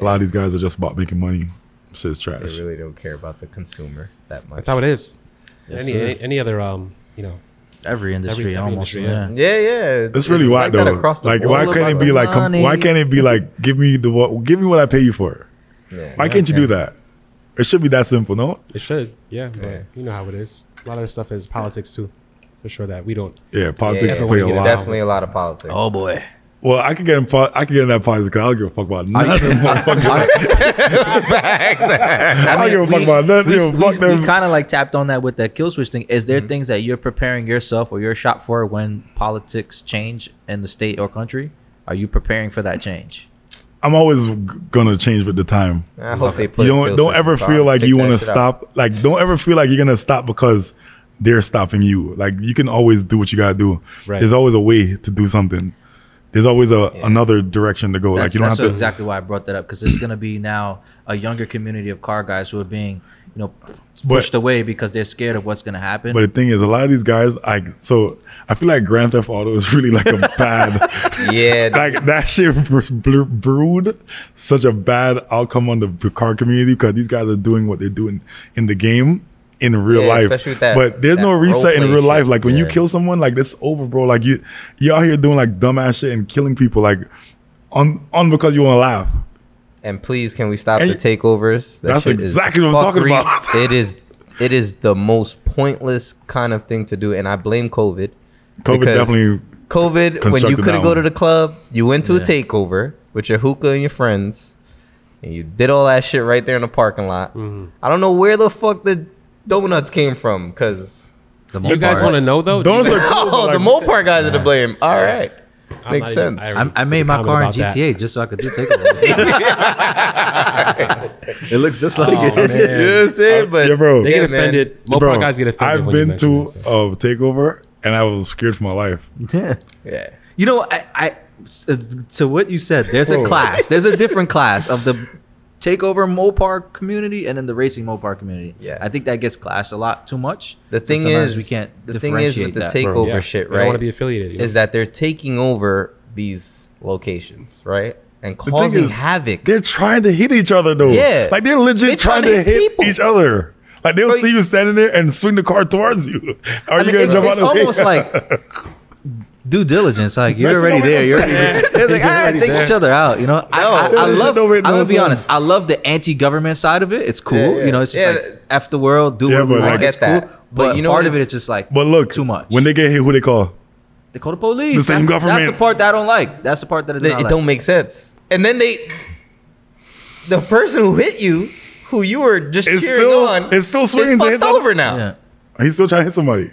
A lot of these guys are just about making money. Shit's They trash. really don't care about the consumer that much. That's how it is. any, sir. any, any other, um, you know, Every industry every almost. industry, yeah. yeah. yeah, yeah. That's really it's why like that though. across the like, board. why All can't it about be the like? com- why money. can't it be like? Give me the what? Give me what I pay you for. Yeah. Why can't you do that? It should be that simple, no? it should. Yeah. But Yeah. you know how it is. A lot of this stuff is politics too. For sure that we don't. Yeah, Yeah, politics yeah. play a Everyone lot. get Definitely a lot of politics. Oh boy. Well, I could get in. Po- I could get in that politics because I don't give a fuck about nothing. motherfucker. I don't give a fuck about nothing. We, Yo, fuck them. kind of like tapped on that with that kill switch thing. Is there things that you're preparing yourself or your shop for when politics change in the state or country? Are you preparing for that change? I'm always g- gonna change with the time. I hope they put you don't Phil don't Simmons ever on. feel like Take you that want to shit out. stop. Like don't ever feel like you're gonna stop because they're stopping you. Like you can always do what you gotta do. Right. There's always a way to do something. There's always a another direction to go. That's, like you don't that's have to exactly why I brought that up because it's going to be now a younger community of car guys who are being, you know, But- pushed away because they're scared of what's going to happen. But the thing is, a lot of these guys, like, so I feel like Grand Theft Auto is really like a bad, Yeah, like that shit bre- brewed such a bad outcome on the, the car community because these guys are doing what they're doing in the game in real Yeah, life. especially with that- but there's that no reset in role-play real life. shit. Like when you Yeah. kill someone, like that's over, bro. Like you, you out here doing like dumbass shit and killing people, like on on because you want to laugh. and please, can we stop And the takeovers? That that's shit is exactly what I'm talking fuckery. about. it is, it is the most pointless kind of thing to do, and I blame COVID. COVID because definitely. COVID, when you constructed that couldn't go to one. the club, you went to a takeover with your hookah and your friends, and you did all that shit right there in the parking lot. Mm-hmm. I don't know where the fuck the donuts came from, cause The You guys Mopars. want to know though? Donuts are cool, but, oh, the like, Mopar guys are to blame. All right, I'm makes not even- sense. I I, I made my Comment car in about that. GTA just so I could do takeovers. it looks just like Oh, it. you know what I'm saying? But yeah, bro. They Yeah, get man. offended. Mopar Bro, guys get offended. I've when you been mention to that, so. a takeover and I was scared for my life. yeah, You know, I, I uh, to what you said. There's a Oh. Bro. class. There's a different class of the takeover Mopar community and then the racing Mopar community. Yeah. I think that gets classed a lot too much. The So thing sometimes is- we can't the thing is with differentiate the that. take- Yeah. over shit, They don't want right? to be affiliated. you know? is that they're taking over these locations, right, and The thing causing is, havoc. They're trying to hit each other though. Yeah. Like they're legit They're trying, to hit, people. each other. Like they'll Bro, see you- you standing there and swing the car towards you. Are I you mean, gonna it's, jump out it's of the way? almost like due diligence. Like you're That's already what I'm there. You're already, saying. it's like ah, already take there. each other out. You know, I, I, No, I this shit love. don't make no I'm gonna be sense. honest. I love the anti-government side of it. It's cool. Yeah, yeah. You know, it's just Yeah, like f the world, do Yeah, what we but want. like- I get it's cool. that. But, But you know part what- of it, it's just like but look, too much. When they get hit, who they call? They call the police. The same that's, That's government. the part that I don't like. That's the part that I Th- don't it like. don't make sense. And then they, the person who hit you, who you were just It's cheering still- on, it's still is swinging to fucked hit some- over now. yeah. He's still trying to hit somebody.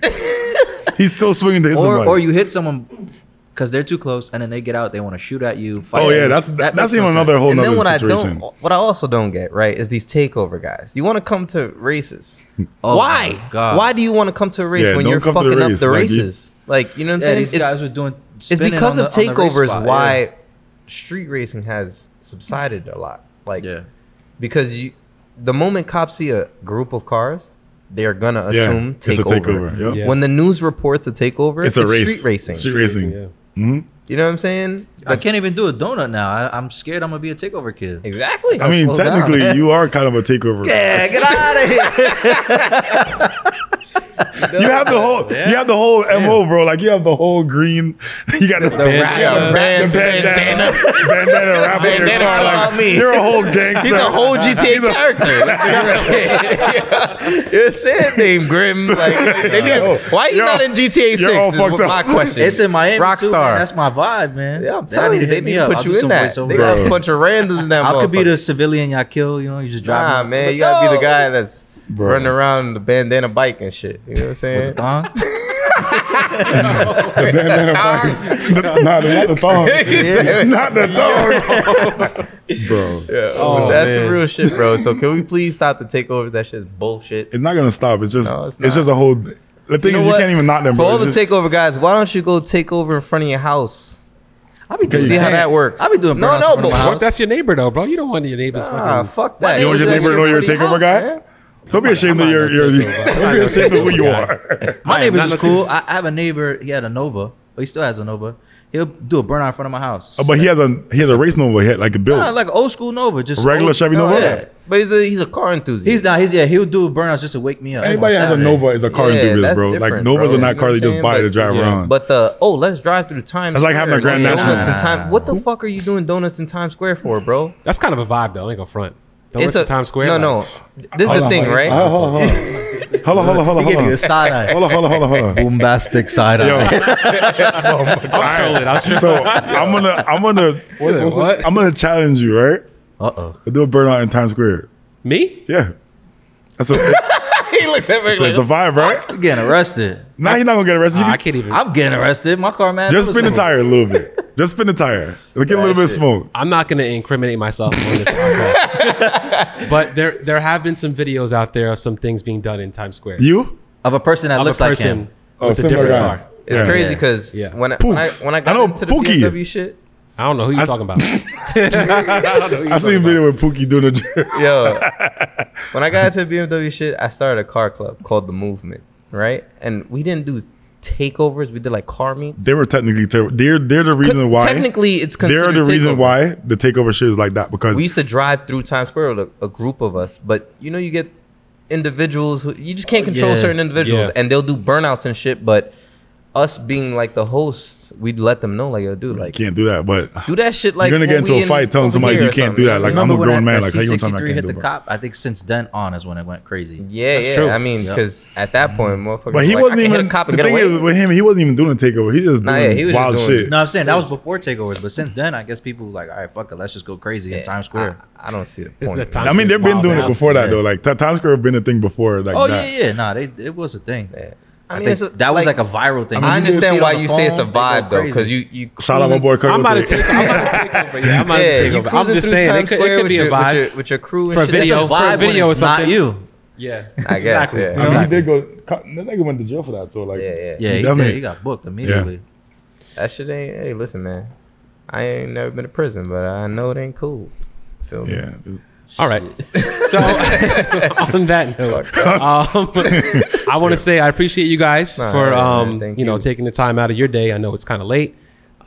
He's still swinging to hit Or somebody. or you hit someone because they're too close, and then they get out. They want to shoot at you. Fight oh at yeah, you. that's That that's makes no even sense. another whole and then nother what I situation. don't, oh, what I also don't get right is these takeover guys. You want to come to races? Oh, Why? my God. Why do you want to come to a race Yeah, when don't you're come to the fucking up race, the like, you- races? Like you know what I'm Yeah, saying? these It's- guys were doing. it's spinning because on of the- on the race takeovers spot, why yeah. street racing has subsided a lot. Like Yeah. because you, the moment cops see a group of cars, they are gonna Yeah, assume it's a takeover. takeover, yep. Yeah. When the news reports a takeover, It's it's, a race. street racing. Street racing. Yeah. You know what I'm saying? I can't even do a donut now. I, I'm scared. I'm gonna be a takeover kid. Exactly. I mean, Slow down. technically, you are kind of a takeover. Yeah, get out of here. You have the whole, you have the whole mo, bro. Like you have the whole green. You got the, the, rap- Yeah, the man, the bandana, bandana, wrapped in your Bandana car. about Like, me. You're a whole gangster. He's a whole GTA character. Like, You're saying name Grim. Like, they Yo, did, why you yo, not in GTA Six? you're all Is fucked what my up. question. It's in Miami. too, man. Rockstar. That's my vibe, man. yeah, I'm Y'all telling you, need to they hit need me to up. put I'll you do in some that. voiceover. They got Bro. a bunch of randoms in that. I could be the motherfucker. civilian y'all kill. You know, you just drive. Nah, home. man, you Like, gotta be "Yo." the guy that's Bro. running around on the bandana bike and shit. You know what I'm saying? Thong? The bandana fucking- the- nah, not the thong. not the thong. bro, Oh, that's man. real shit, bro. So can we please stop the takeovers? That shit's bullshit. it's not gonna stop. It's just, No, it's it's, not. just a whole. The thing know is, you what? can't even knock them, For bro. all It's the just- takeover guys, why don't you go take over in front of your house? I be doing See how that. that works. I be doing No, brown no, stuff in but my what house. What if that's your neighbor though, bro? You don't want your neighbor's Ah, fucking. fuck that. you want your neighbor to know you're a takeover guy? Don't be ashamed of your, your, don't be ashamed of who you are. My I am neighbor's not is looking- cool. I, I have a neighbor. He had a Nova. But he still has a Nova. He'll do a burnout in front of my house. Uh, but he has a he has a race Nova hit like a Nah, bill. like an old school Nova, just Regular old- Chevy Nova? Yeah. But he's a, he's a car enthusiast. He's not. He's yeah. He'll do a burnout just to wake me up. Anybody that has a Saturday. Nova is a car Yeah, enthusiast, that's bro. Like different, Novas bro. are You not know cars what they I'm just saying? buy to But- drive yeah. around. But the oh, let's drive through Times. That's like having a Square. Grand Donuts National. in time. What the fuck are you doing donuts in Times Square for, bro? That's kind of a vibe though. I ain't gonna front. Don't it's listen a to Times Square. No, like, no. This is the thing, right? Hold on, hold on, hold on, hold on, hold on, He hold gave you on, a side eye. hold on, hold on, hold on, hold on. Bombastic side Yo. eye. I'm trolling. I'm trolling. So I'm gonna I'm gonna what's what? it- I'm gonna challenge you, right? Uh oh. I do a burnout in Times Square. Me? Yeah. That's a, it's, he looked at me a, it's a like, vibe, right? I'm getting arrested. Now he's not gonna get arrested. You Ah, I can, can't even. I'm getting arrested. My car, man. just was spin the like- tire a little bit. Just spin the tire. Let's get a little bit of smoke. I'm not going to incriminate myself on this podcast. but there there have been some videos out there of some things being done in Times Square. You? Of a person that Of looks a like person him. Oh, with a similar different guy. car. It's Yeah. crazy Yeah. because Yeah. when, I, when I Pooks. when I I got know into the Pookie. BMW shit, I don't know who you're I s- talking about. I don't know who you're I seen a talking video with Pookie doing a jerk. yo, when I got into the BMW shit, I started a car club called the Movement, right? And we didn't do takeovers; we did like car meets. They were technically ter- they're they're the reason why Technically, it's they're considered the reason takeover. why the takeover shit is like that because we used to drive through Times Square with a, a group of us, but you know, you get individuals who you just can't control Yeah. certain individuals, Yeah. and they'll do burnouts and shit. But us being like the hosts, we'd let them know, like, yo, dude, you like, can't do that. But do that shit. Like, You're gonna get when into we a in- fight telling over somebody here you or can't something. do that. Like I'm Remember a when grown that- man. that Like how you gonna tell me I C63 can't hit do the that? cop? I think since then on is when it went crazy. yeah, yeah. true. I mean, Yeah. because at that point, motherfucker, But he like, wasn't I can hit even. a cop and the get thing away. is, with him, he wasn't even doing a takeover. He just Nah, doing yeah, he was just wild doing- shit. No, I'm saying that was before takeovers, but since then, I guess people were like, all right, fuck it, let's just go crazy in Times Square. I, I don't see the the point. Times- man. I mean, they've been Wild doing it now. before that Yeah. though. Like Ti- Times Square have been a thing before. Like oh that. yeah, yeah, nah, they, it was a thing. Yeah. I, I mean, think it's a- that was like- like a viral thing. I You see it on understand why the you say it's a phone, they go vibe though, crazy. because you you Shout out my boy. about. I'm about to Coyote. take. I'm about to take over. Yeah, I'm about yeah, to you take over. I'm cruising just through saying it Times could, Square it could with be your- a vibe. with your, with your crew and For a shit. It's video. a for a vibe video when or it's not something. you. yeah, I guess, yeah. I mean, he Exactly. did go. That nigga went to jail for that. So like, Yeah, yeah. Yeah, he, Definitely. did. he got booked immediately. That shit ain't. Hey, listen, man. I ain't never been to prison, but I know it ain't cool. Feel me? yeah. All right. So on that note, um, I want to say I appreciate you guys Nah, for alright, man. um, Thank you know you. taking the time out of your day. I know it's kind of late,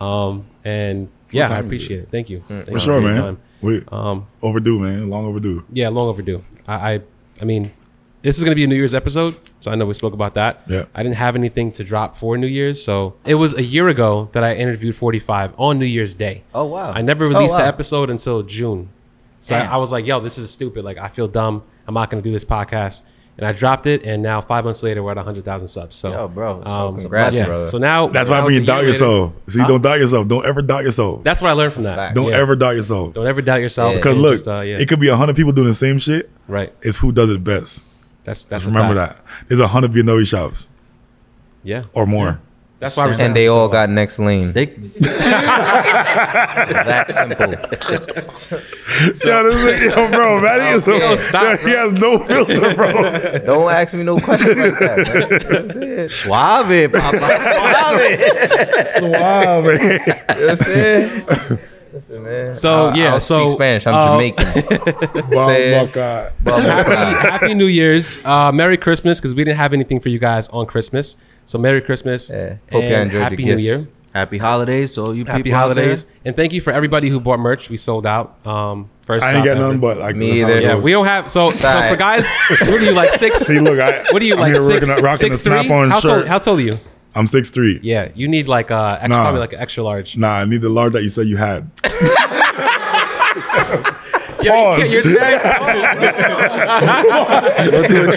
um, and yeah, I time is Mm, appreciate it? Thank you. Thank For sure, man. We Um, overdue, man. Long overdue. yeah, long overdue. I, I, I mean, this is gonna be a New Year's episode, so I know we spoke about that. Yeah. I didn't have anything to drop for New Year's, so it was a year ago that I interviewed 45 on New Year's Day. Oh wow. I never released wow. the episode until June. So I, Damn. I was like, yo, this is stupid. Like, I feel dumb. I'm not going to do this podcast. And I dropped it. And now, five months later, we're at 100,000 subs. So, Yo, bro. So congrats, yeah. brother. So now, That's now why it's when a you doubt year later- yourself, see, don't doubt yourself. Don't ever doubt yourself. That's what I learned from that. fact. Don't Yeah. ever doubt yourself. Don't ever doubt yourself. Yeah. Because and look, just, uh, yeah, it could be a hundred people doing the same shit. right. It's who does it best. That's that's a Just remember fact. that. There's a hundred Vietnamese E shops Yeah, or more. that's why. I respect And they them so all much. got next lane. They that simple. yo, this is, yo, bro, that is Yo, stop, yo, he has no filter, bro. Don't ask me no questions like that. Man. That's it. suave, papa. wow, man. That's it. Listen, man. So, Oh, yeah, so, speak Spanish. I'm uh, Jamaican. Wow, Say- my God. Blah, blah, blah. Happy, Happy New Year's, uh, Merry Christmas, because we didn't have anything for you guys on Christmas. So Merry Christmas. Yeah. Hope you and enjoyed the Happy New gifts. Year. Happy holidays to all you Happy people. out there. holidays, and thank you for everybody who bought merch. We sold out. Um, first, I ain't drop got ever. nothing but like that's Me how it either. Yeah, goes. we don't have so so for Alright. guys. What are you like six? See, look, I, What are you I'm like here six? rocking, a- rocking six a snap-on how, shirt. Tall, how tall are you? I'm six three. Yeah, you need like uh extra, Nah. probably like an extra large. Nah, I need the large that you said you had. Yeah, Pause. you're very tall. Let's do a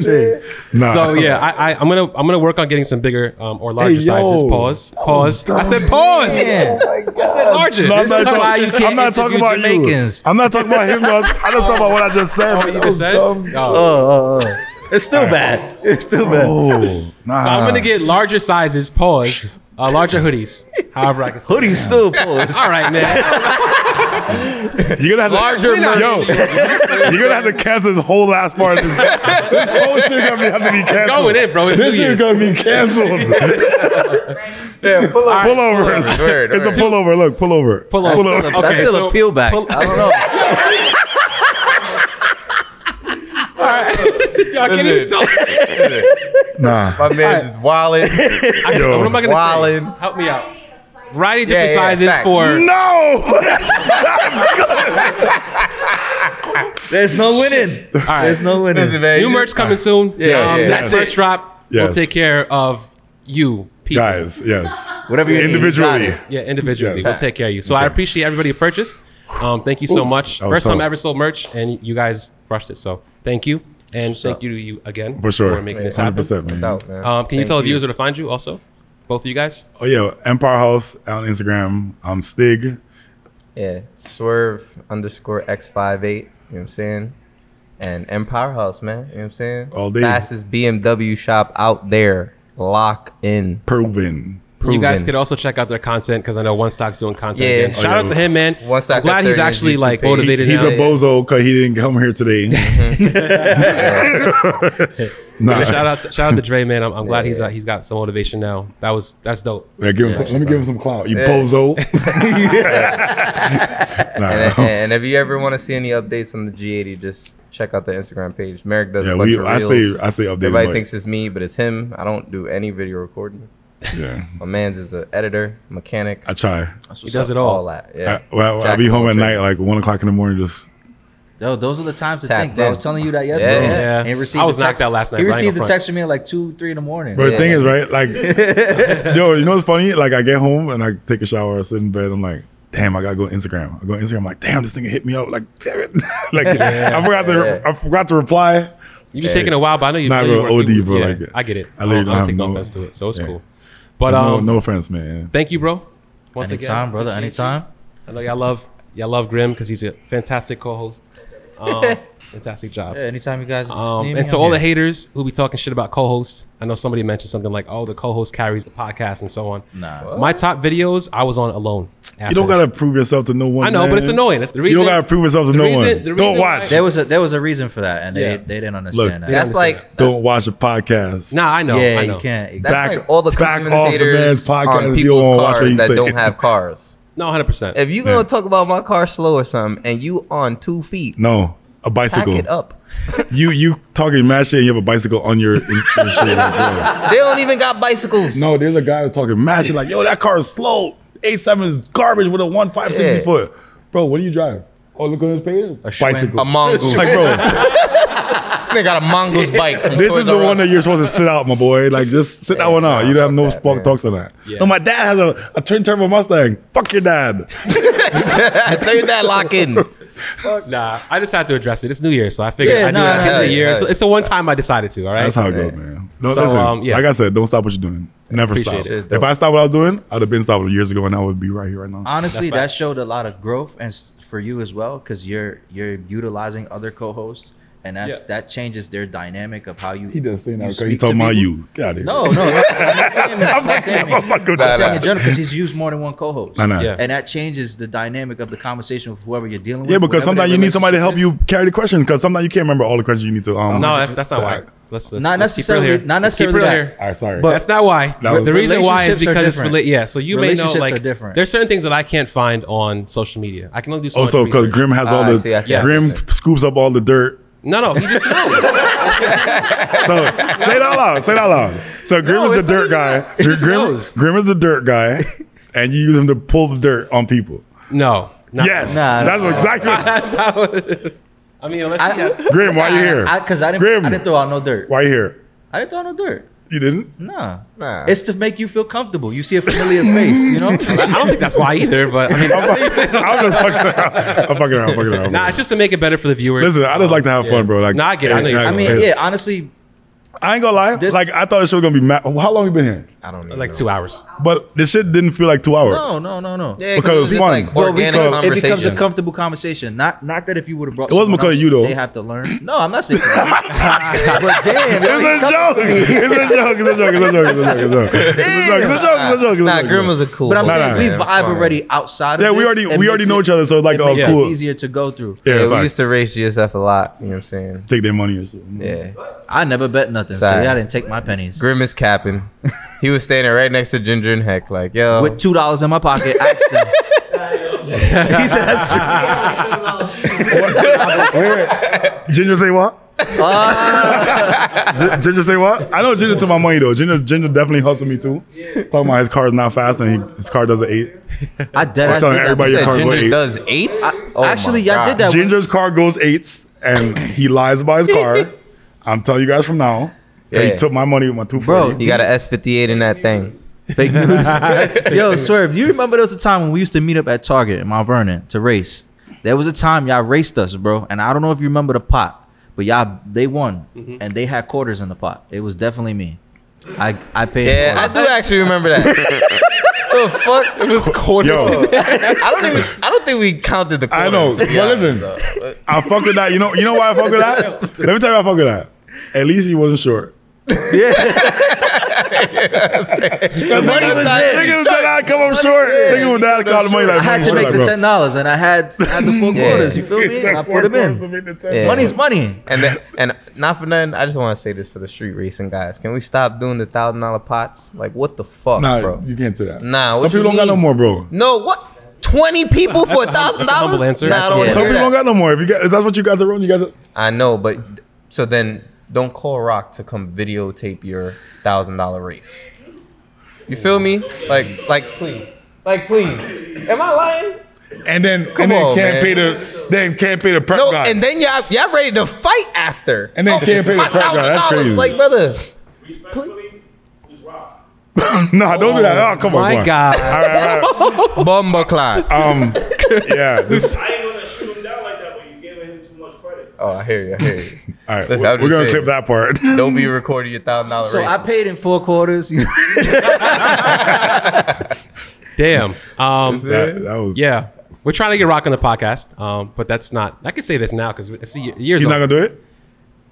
trade. Nah. so yeah, I, I I'm gonna I'm gonna work on getting some bigger um or larger Hey, sizes. yo. Pause. Pause. I said pause. I said larger. No, I'm This not is talking- why you can't I'm not talking interview about Jamaicans. you. I'm not talking about him. though. I'm not talking about what I just said. what Oh, you just said. No. It's still bad. It's still bad. Oh, nah. So I'm gonna get larger sizes. Pause. Uh, larger hoodies. However, I can. Say. Hoodie still pulls. All right, man. You're gonna have Larger to, merch. Yo, you're gonna have to cancel this whole last part of this. This whole shit gonna be, have to be canceled. going in, bro. It's this New Year's. shit gonna be canceled. yeah, pull up. pullovers. Word, it's word. a pullover. Look, pullover. Pull on. Pullover. Okay, That's still a peel back. pull- I don't know. Y'all can't even Listen. talk. Nah. My man's is wallet. What am I gonna Wallin. say? Help me out. Variety of different Yeah, yeah, sizes fact. for. No. There's no winning. right. There's no winning. Listen, man, New you- merch coming soon. Yeah, yeah. That's That's first drop. We'll Yes. take care of you, people. Guys, yes. Whatever you need, you got Individually. it. Yeah, individually. Yes. We'll take care of you. So I appreciate everybody who purchased. Um, thank you so much. that was First time tough. I ever sold merch, and you guys rushed it. So thank you. And What's thank up? you to you again For sure. making this happen. 100%, man. Out, man. Um, can you Thank tell the viewers where to find you also? Both of you guys? Oh, yeah. Empire House on Instagram. I'm Stig. Yeah, swerve underscore x58. You know what I'm saying? And Empower House, man. You know what I'm saying? All day. Fastest BMW shop out there. Lock in. Proven. You guys proven. could also check out their content because I know One Stock's doing content. Yeah. again. Oh, Shout yeah. out to him, man. One Stock I'm glad got he's thirty on actually his like YouTube page. motivated He's now. a bozo because he didn't come here today. nah, shout out, to, shout out to Dre, man. I'm, I'm glad he's uh, he's got some motivation now. That was that's dope. Yeah, give him some, let me give him some clout. You bozo. And, nah, and if you ever want to see any updates on the G80, just check out the Instagram page. Merrick does Yeah, a bunch we- of I reels. stay- I stay updated, Everybody like- thinks it's me, but it's him. I don't do any video recording. yeah, My man's is an editor, mechanic, I try. He does it all. all that. Yeah. I, well, I, I Jack be of all home at night, trades. like one o'clock in the morning. Just Yo, those are the times to Tapped think. Bro. I in. was telling you that yesterday. Yeah. Yeah. And he received I was the knocked text. out last night, He but I ain't received gonna front. the text from me at like two, three in the morning. but the Yeah. thing is, right? Like, yo, you know what's funny? Like, I get home and I take a shower, I sit in bed. I'm like, damn, I gotta go Instagram. I go Instagram. I'm like, damn, this thing hit me up. Like, damn it. like, I forgot to, Yeah. I forgot to reply. You've been taking a while, but I know you. Not you real were- you- OD, bro, yeah, like it. I get it. I, I literally don't, don't have take no no- offense to it, so it's yeah. cool. But There's um, no, no offense, man. thank you, bro. Once anytime, again, brother. Appreciate you. Anytime. I know y'all love y'all love Grim because he's a fantastic co-host. Um, fantastic job. Yeah, anytime you guys. Um, need me, and to I'm all here. the haters who be talking shit about co-host, I know somebody mentioned something like, "Oh, the co-host carries the podcast" and so on. Nah. my top videos, I was on alone. You don't gotta prove yourself to no one. I know, but it's man. annoying. That's the You reason- don't gotta prove yourself to the no reason- one. the reason Don't why- watch. There was a there was a reason for that, and Yeah. they they didn't understand Look, that. That's like Don't watch a podcast. Nah, I know. yeah, I know. you can't. you that's Back- like all the back off the man's commentators podcast if on you people's don't watch what cars he's that saying. don't have cars. No, hundred percent. If you Yeah. gonna talk about my car slow or something, and you on two feet, No, a pack bicycle. it up. You you talking mad shit and you have a bicycle on your. in- in shit, like, They don't even got bicycles. yo. no, there's a guy that's talking mad shit like, yo, that car is slow. Eight seven is garbage with a one five sixty Yeah. foot. Bro, what do you drive? Oh, look on this page. A Schwinn. A mongoose. Like, bro, They got a mongoose bike. from this Toys is the R one Us. that you're supposed to sit out, my boy. Like, just sit that one out. You don't have no spark talks on that. Yeah. No, my dad has a, a twin turbo Mustang. Fuck your dad. Tell your dad lock in. Nah, I just had to address it. It's New Year, so I figured Yeah, I knew no, at the end of no, the year. no. So it's the one time I decided to. All right. That's how it goes, man. No, So, listen, um, yeah. Like I said, don't stop what you're doing. Never Appreciate stop. it. It's dope. If I stopped what I was doing, I'd have been stopped years ago, and I would be right here right now. Honestly, That's that fact. showed a lot of growth, and s- for you as well, because you're you're utilizing other co-hosts, and that's Yeah. that changes their dynamic of how you. He doesn't say that you because speak he to talking about people. you. Get out of here. No, no, I'm not saying that. I'm not saying me. I'm oh not gonna I'm do saying that. in general because he's used more than one co-host, Nah, nah. Yeah. and that changes the dynamic of the conversation with whoever you're dealing with. Yeah, because whatever sometimes their you need somebody to help relationship you carry the question because sometimes you can't remember all the questions you need to. Um, No, that's, that's not to- why. Let's, let's, Not let's keep it necessarily- real here. not Let's keep it necessarily real that. All right, sorry. But that's not why. That was- the reason why is Relationships are because it's different. rela- yeah. So you may know Relationships like are different. there's certain things that I can't find on social media. I can only do so also much because research. Grim has all Ah, I the see, I see, I see. Grim scoops up all the dirt. No, no, he just knows. So say it out loud. Say it out loud. So Grim No, is it's the not dirt even guy. that. He just Grim, knows. Grim is the dirt guy, and you use him to pull the dirt on people. no, not- Yes, Nah, that's nah, exactly. that's how it is. I mean, unless he I- has, Grim, why you here? Because I, didn't, Grim, I didn't throw out no dirt. why you here? I didn't throw out no dirt. You didn't. Nah. Nah. It's to make you feel comfortable. You see a familiar face, you know? I don't think that's why either. But I mean, I'm, I'm just fucking around. I'm fucking around. I'm fucking around. nah, it's just to make it better for the viewers. Listen, I just like to have Yeah. fun, bro. Like, Nah, I get it. I know you- I mean, yeah, honestly, I ain't gonna lie. This- like, I thought the show was gonna be. Ma- How long you been here? I don't know. like two hours. But this shit didn't feel like two hours. no, no, no, no. Yeah, Because it's just fun. Like Well, organic because it becomes a conversation. comfortable conversation. Not not that if you would have brought It wasn't because someone else, you, though. They have to learn. No, I'm not saying that. but damn, yo, he It's a come- joke. It's a joke. It's a joke. It's a joke. It's a joke. It's a joke. It's a joke. It's a joke. It's a joke. It's a Nah, joke. Grim was a cool. But I'm dude, saying nah. we man. vibe Fine. already outside of Yeah, we this. already- It we makes already it- know each other, so it's like, it oh, makes it cool. easier to go through. Yeah, Yeah, we facts. used to race GSF a lot. You know what I'm saying? take their money and shit. Yeah. I never bet nothing, so Sorry. yeah, I didn't take my pennies. Grim is capping. he was standing right next to Ginger and Heck, like, yo. With two dollars in my pocket, I asked him. he said, "That's true." Wait, wait. Uh. Ginger say what? Gi- Ginger say what? I know Ginger took my money though. Ginger, Ginger definitely hustled me too. Talking about his car's not fast and he, his car does an eight. I dead I'm telling ass did that everybody Said before. car Ginger went eight. does eights. Oh my actually, y'all did God. that. Ginger's car goes eights, and he lies about his car. I'm telling you guys from now. 'cause Yeah. He took my money with my two forty. You got an S58 in that thing. Fake news. Yo, Swerve, do you remember there was a time when we used to meet up at Target in Mount Vernon to race? There was a time y'all raced us, bro. And I don't know if you remember the pot, but y'all they won and they had quarters in the pot. It was definitely me. I I paid. Yeah, I quarters. do actually remember that. the fuck? It was quarters. Yo. in there. I don't even. I don't think we counted the. I know, Quarters, to be but honest, listen. though. I fuck with that. You know, you know why I fuck with that? Let me tell you why I fuck with that. At least he wasn't short. The money was it. Nigga was that I come up short. Nigga was that I call the money like I had come to up make short, the like, ten dollars, and I had I had the four Yeah. quarters. You feel bro. me? It's And I like put them four quarters to in. make the ten Yeah. dollars. Money's money. And the, and not for nothing, I just want to say this for the street racing guys. Can we stop doing the thousand dollar pots? Like what the fuck, Nah, bro? you can't say that. Nah, some what people you don't got no mean? more, bro. No, what? Twenty people for a thousand that's a humble dollars? answer. Nah, I That's- don't yeah. wanna Some hear people that. don't got no more. If you got, if that's what you guys are running, you guys. Are, I know, but so then don't call Rock to come videotape your thousand dollar race. You feel me? Like, like, please, like, please. Am I lying? and then Come and then on, can't man. pay the then can't pay the prep No, guy. and then y'all y'all ready to fight after. And then can't pay the my prep guy. That's $1,000, crazy. Like, brother, Respectfully, it's Rock. nah, don't do that. Oh, come on, my come on. God. All right, all Bumba Clyde. right. Um, yeah. This, all I ain't gonna shoot him down like that, but you're giving him too much credit. Oh, I hear you. I hear you. right. Listen, we're I'm just we're gonna saying. clip that part. Don't be recording your thousand dollar So race. I paid in four quarters. Damn. Um, that, that was. yeah. We're trying to get Rock on the podcast, um, but that's not. I can say this now because it's a y- years. He's not old. gonna do it.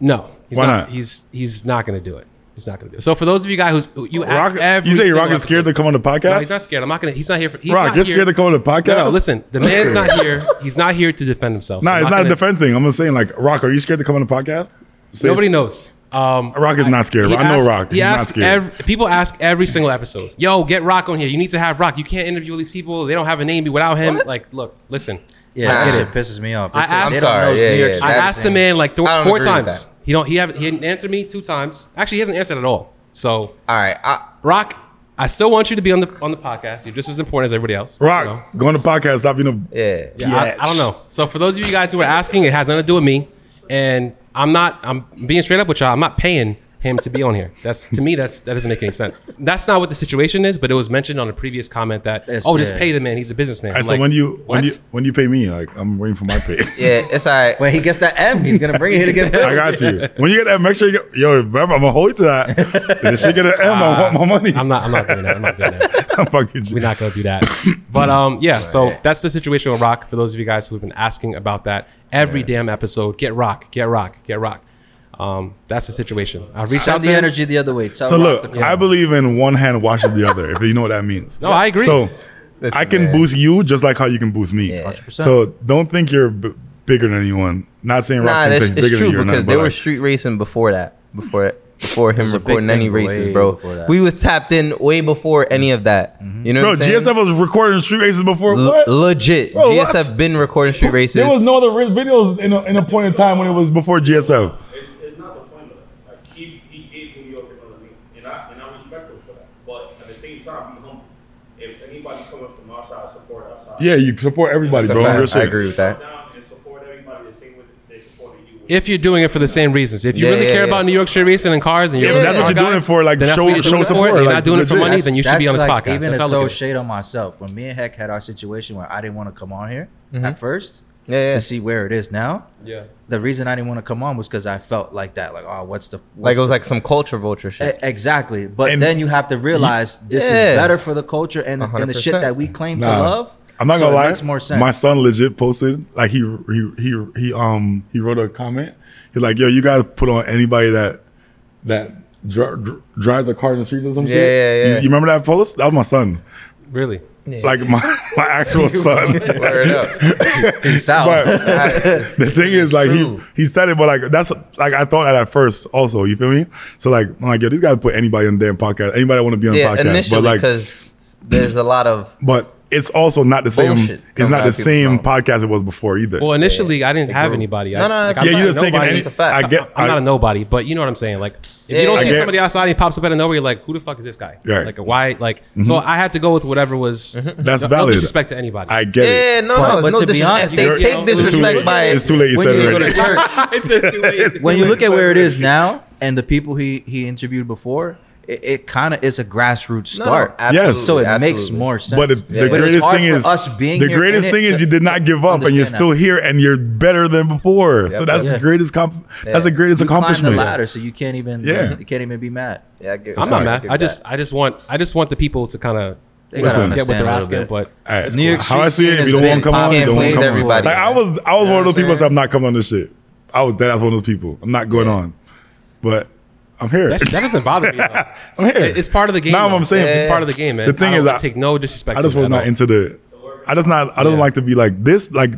No, he's Why not, not? He's he's not going to do it. He's not going to do it. So for those of you guys who's who- you ask Rock, every you say single Rock is scared episode- to come on the No, podcast. he's not scared. I'm not going to. He's not here for. He's Rock, not you're here- scared to come on the No, podcast. no, listen. The man's not here. He's not here to defend himself. Nah, I'm it's not gonna- a defend thing. I'm just saying, like, Rock, are you scared to come on the podcast? Say- Nobody knows. Um, Rock is not scared. He I know asked- Rock. He He's not asked scared. every- people ask every single episode. Yo, get Rock on here. You need to have Rock. You can't interview all these people. They don't have a name without him. Like, look, listen. yeah, I that get shit pisses me off. I They say- asked- they I'm don't sorry. know it's Yeah, New York yeah, City. I That's asked the man like th- I don't four agree with times. that. He don't. He haven't. He hadn't answered me two times. Actually, he hasn't answered at all. So, All right. I, Rock, I still want you to be on the on the podcast. You're just as important as everybody else. you know? Rock, go on the podcast. Stop being a. yeah. Yeah, I, I don't know. So for those of you guys who are asking, it has nothing to do with me, and I'm not. I'm being straight up with y'all. I'm not paying him to be on here. That's to me. That's that doesn't make any sense. That's not what the situation is. But it was mentioned on a previous comment that That's- oh, just yeah. pay the man. He's a businessman. All right, I'm so like, when do you when what? do you when do you pay me? Like, I'm waiting for my pay. Yeah, it's all right. When he gets that M, he's gonna bring it here to get I paid. got you. When you get that, make sure you get. Yo, remember, I'm gonna hold you to that. If this shit get an M, I want my money. I'm not. I'm not doing that. I'm not doing that. I'm fucking you. We're not gonna do that. But um, yeah. So that's the situation with Rock. For those of you guys who've been asking about that every damn episode, get Rock, get Rock, get Rock. Um, that's the situation. I reached out Send to the him. energy the other way. Tell So Rock look, to come. I believe in one hand washes the other, if you know what that means. No, I agree. So Listen, I can man. boost you just like how you can boost me. Yeah. 100%. So don't think you're b- bigger than anyone. Not saying Rock Nah, can that's think bigger it's true than you or because nothing. they but were like, street racing before that. Before before him was a big recording any thing races, way bro. before that. Mm-hmm. We was tapped in way before any of that. You know, bro, what I'm saying? GSF was recording street races before. L- what? legit. Bro, what? GSF been recording street races. There was no other ri- videos in a, in a point in time when it was before GSF. It's, it's not the point of that. Like, he, he gave New York another name, and I and I respect him for that. But at the same time, be humble. If anybody's coming from outside, support outside. Yeah, you support everybody, That's a bro. fact. Real shit. I agree with that. Down and support everybody the same way that they supported you. if you're doing it for the same reasons. If you Yeah, really yeah, care yeah. about New York Street racing and cars, and you're Yeah, really but that's a what car you're doing it for, like, then that's show- what you're show doing it for. support, You're like, not doing it for legit. money, then you should be That's on this like podcast. Even That's to how I throw look at it. shade on myself, when me and Heck had our situation where I didn't want to come on here at first Yeah, yeah. to see where it is now. Yeah. The reason I didn't want to come on was because I felt like that, like oh, what's the what's like it was the- like some culture vulture shit. E- exactly. But And- then you have to realize this Yeah. is better for the culture and, and the shit 100%. that we claim to Nah. love. I'm not So gonna it lie. Makes more sense. My son legit posted like he he he he um he wrote a comment. He's like, "Yo, you guys put on anybody that that dri- dri- drives a car in the streets or some Yeah, shit." yeah, You- yeah. You, remember that post? That was my son, Really? like my my actual Eh, son. Word up. Peace out. but That's- the thing is, like he True. he said it, but like that's like I thought that at first. Also, you feel me? So like I'm like, yo, these guys put anybody on the damn podcast. Anybody want to be on yeah, the podcast? But initially like, because there's a lot of but it's also not the same. Bullshit It's comes not out the of people's same mouth. podcast it was before either. Well, initially, I didn't have grew. anybody. No, I, no, like, it's I'm a yeah, not you a just thinking. nobody. Any, It's a fact. I get. I'm I- not a nobody, but you know what I'm saying. Like, if you don't Yeah. see I get- somebody outside and he pops up out of nowhere, you're like, who the fuck is this guy? Right. Like, why? Like, so I had to go with whatever was. That's no, valid. No disrespect to anybody. I get yeah, it. no, But- no, it's but no to be disrespect. honest, They You're- take it's too disrespect late. by It's too late. You when said you it go to already. church. it's just too late. It's when too you late. look at where it is now and the people he he interviewed before, it, it kind of is a grassroots No, start. absolutely, so it makes absolutely. more sense. But the, the But it's greatest hard thing for is us being the here in greatest it thing is to- you did not give up and you're understand that. still here and you're better than before. Yeah, so that's but- the greatest comp- that's the greatest you climb the accomplishment. ladder, so you can't even Yeah. you can't even be mad. Yeah, I get, I'm not I mad. get I just, that. I just want, I just want the people to kind of They gotta Listen. get what they're understand a little asking. bit. But All right. New York how I street see it, scene if you don't has been want to come on, you popping don't want plays to come on. everybody. Like I was, I was You know one of what those people I'm that said, I'm not coming on this shit. I was dead. I was one of those people. I'm not going on. But I'm here. That, sh- that doesn't bother me. though. I'm here. It- It's part of the game. Now what though. I'm saying. It's part of the game, man. The thing I don't is, I- take no disrespect. I just to was that at not all. into the. I just not. I don't like to be like this. Like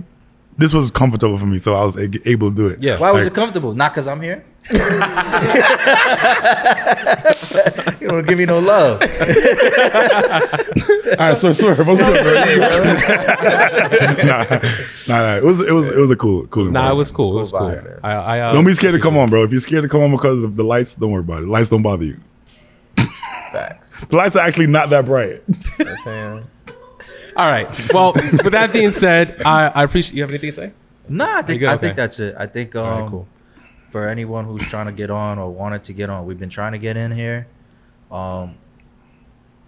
this was comfortable for me, so I was a- able to do it. Yeah. Why was Like- it comfortable? Not because I'm here. you don't give me no love. All right, so swear. What's good, bro? nah, nah, nah. It was. It was. It was a cool, cool. Nah, it environment. was cool. It was Cool cool. vibe, man. I, I, uh, Don't be scared to come on, bro. If you're scared to come on because of the lights, don't worry about it. Lights don't bother you. Facts. The lights are actually not that bright. You know what I'm saying? All right. Well, with that being said, I, I appreciate. You have anything to say? Nah, I think good? I Okay. think that's it. I think um, Alright, cool. for anyone who's trying to get on or wanted to get on, we've been trying to get in here. Um,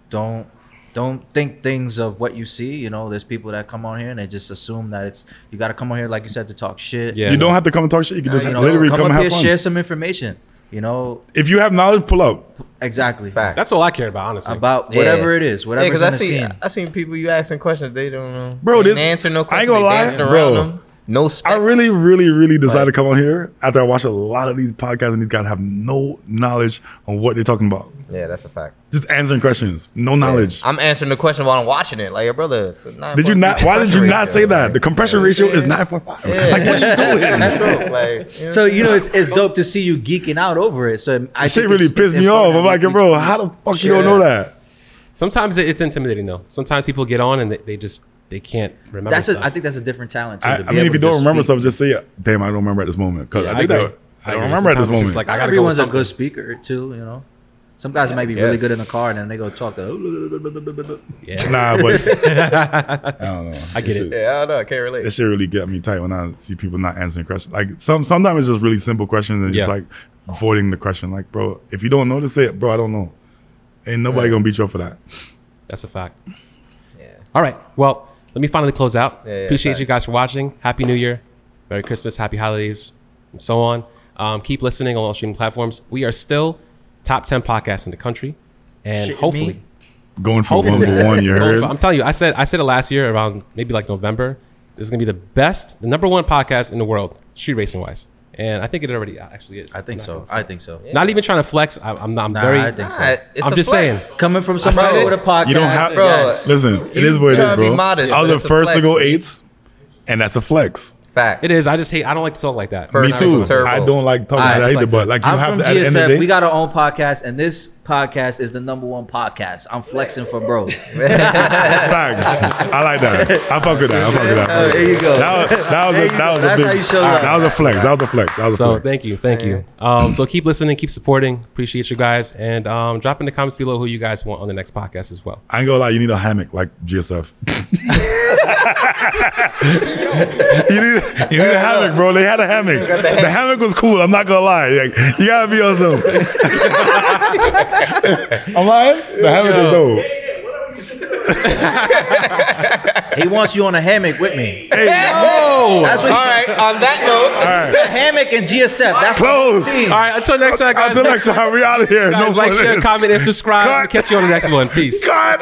don't don't think things of what you see. You know, there's people that come on here and they just assume that it's you got to come on here like you said to talk shit. Yeah. you don't have to come and talk shit. You can Uh, just you know, literally come, come, up and here, have fun. share some information. You know If you have knowledge, pull up. exactly Facts. That's all I cared about, honestly. about Yeah. whatever it is, Yeah, whatever's because I in the see uh, scene. I seen people you asking questions they don't know. Bro, They this- didn't answer no I ain't questions. gonna they lie, dancing bro. around them. No specs. I really, really, really decided to come on here after I watched a lot of these podcasts and these guys have no knowledge on what they're talking about. Yeah, that's a fact. Just answering questions, no knowledge. I'm answering the question while I'm watching it. Like, brother, it's a Did you 9.3 not? Why did you compression not ratio, say that? like- The compression Yeah. ratio is Yeah. nine point five. Yeah. Like what you doing? That's true. Like, you know, So you know it's, it's dope to see you geeking out over it. So I That shit think really it's- pissed it's me off. important I'm that like, we- bro, how the fuck you don't know that? Sometimes it- it's intimidating though. Sometimes people get on and they, they just they can't remember. That's a, stuff. I think that's a different talent. Too, I, to be I mean, if able you to don't remember speak. something, just say, it. "Damn, I don't remember at this moment." Because Yeah, I think agree. that I don't agree. remember at this Sometimes it's moment. just like I gotta everyone's go a with something. good speaker too. You know, some guys might be really Yes. good in the car and then they go talk. To, Yeah. nah, but I don't know. I get it. Shit, yeah, I don't know. I can't relate. that shit really get me tight when I see people not answering questions. Like some sometimes it's just really simple questions and just Yeah. like avoiding the question. Like, bro, if you don't know, just say it, bro. I don't know. Ain't nobody gonna beat you up for that. That's a fact. Yeah. All right. Well, let me finally close out. Yeah, yeah, Appreciate thanks. you guys for watching. Happy New Year, Merry Christmas, Happy Holidays, and so on. Um, keep listening on all streaming platforms. We are still top ten podcasts in the country, and Shit, me? hopefully. Going for one Hopefully. for one, you Going heard? for- I'm telling you, I said I said it last year around maybe like November. This is gonna be the best, the number one podcast in the world, street racing wise, and I think it already uh, actually is. I think so. I think so. Not even trying to flex. I, I'm, I'm Nah, very. I think so. Nah, it's I'm a just flex. saying. Coming from said somebody it. with a podcast, You don't have, Bro, yes. Listen, it is what it trying is, to be bro. modest, I was but the it's a first to flex. go eights, and that's a flex. Facts. It is. I just hate. I don't like to talk like that. First Me Not too. even turbo. I don't like talking. Alright, I, hate just it, but like you I'm have from to. At the end of the GSF. day, We got our own podcast, and this podcast is the number one podcast. I'm flexing for bro. Facts. I like that. I fuck with that. I fuck with that. Oh, there you go. That was, that was There a, you that go. was That's a how big, you show all right, love. that was a flex. That was a flex. That was a So flex. thank you, thank you. Um, so keep listening, keep supporting. Appreciate you guys, and um, drop in the comments below who you guys want on the next podcast as well. I ain't gonna lie. You need a hammock like GSF. you need you need a hammock, bro. They had a hammock. The hammock was cool. I'm not gonna lie. Like, you gotta be on some. I'm lying. The hammock Yo. is dope. Hey, whatever you just he wants you on a hammock with me. Oh, That's what. All right. On that note, All He right. said hammock and GSF. That's Close. What I'm seeing. all right. Until next time, guys. Until next time, we out of here. Guys, No like, more share, this. comment, and subscribe. Cut. We'll catch you on the next one. Peace. Cut.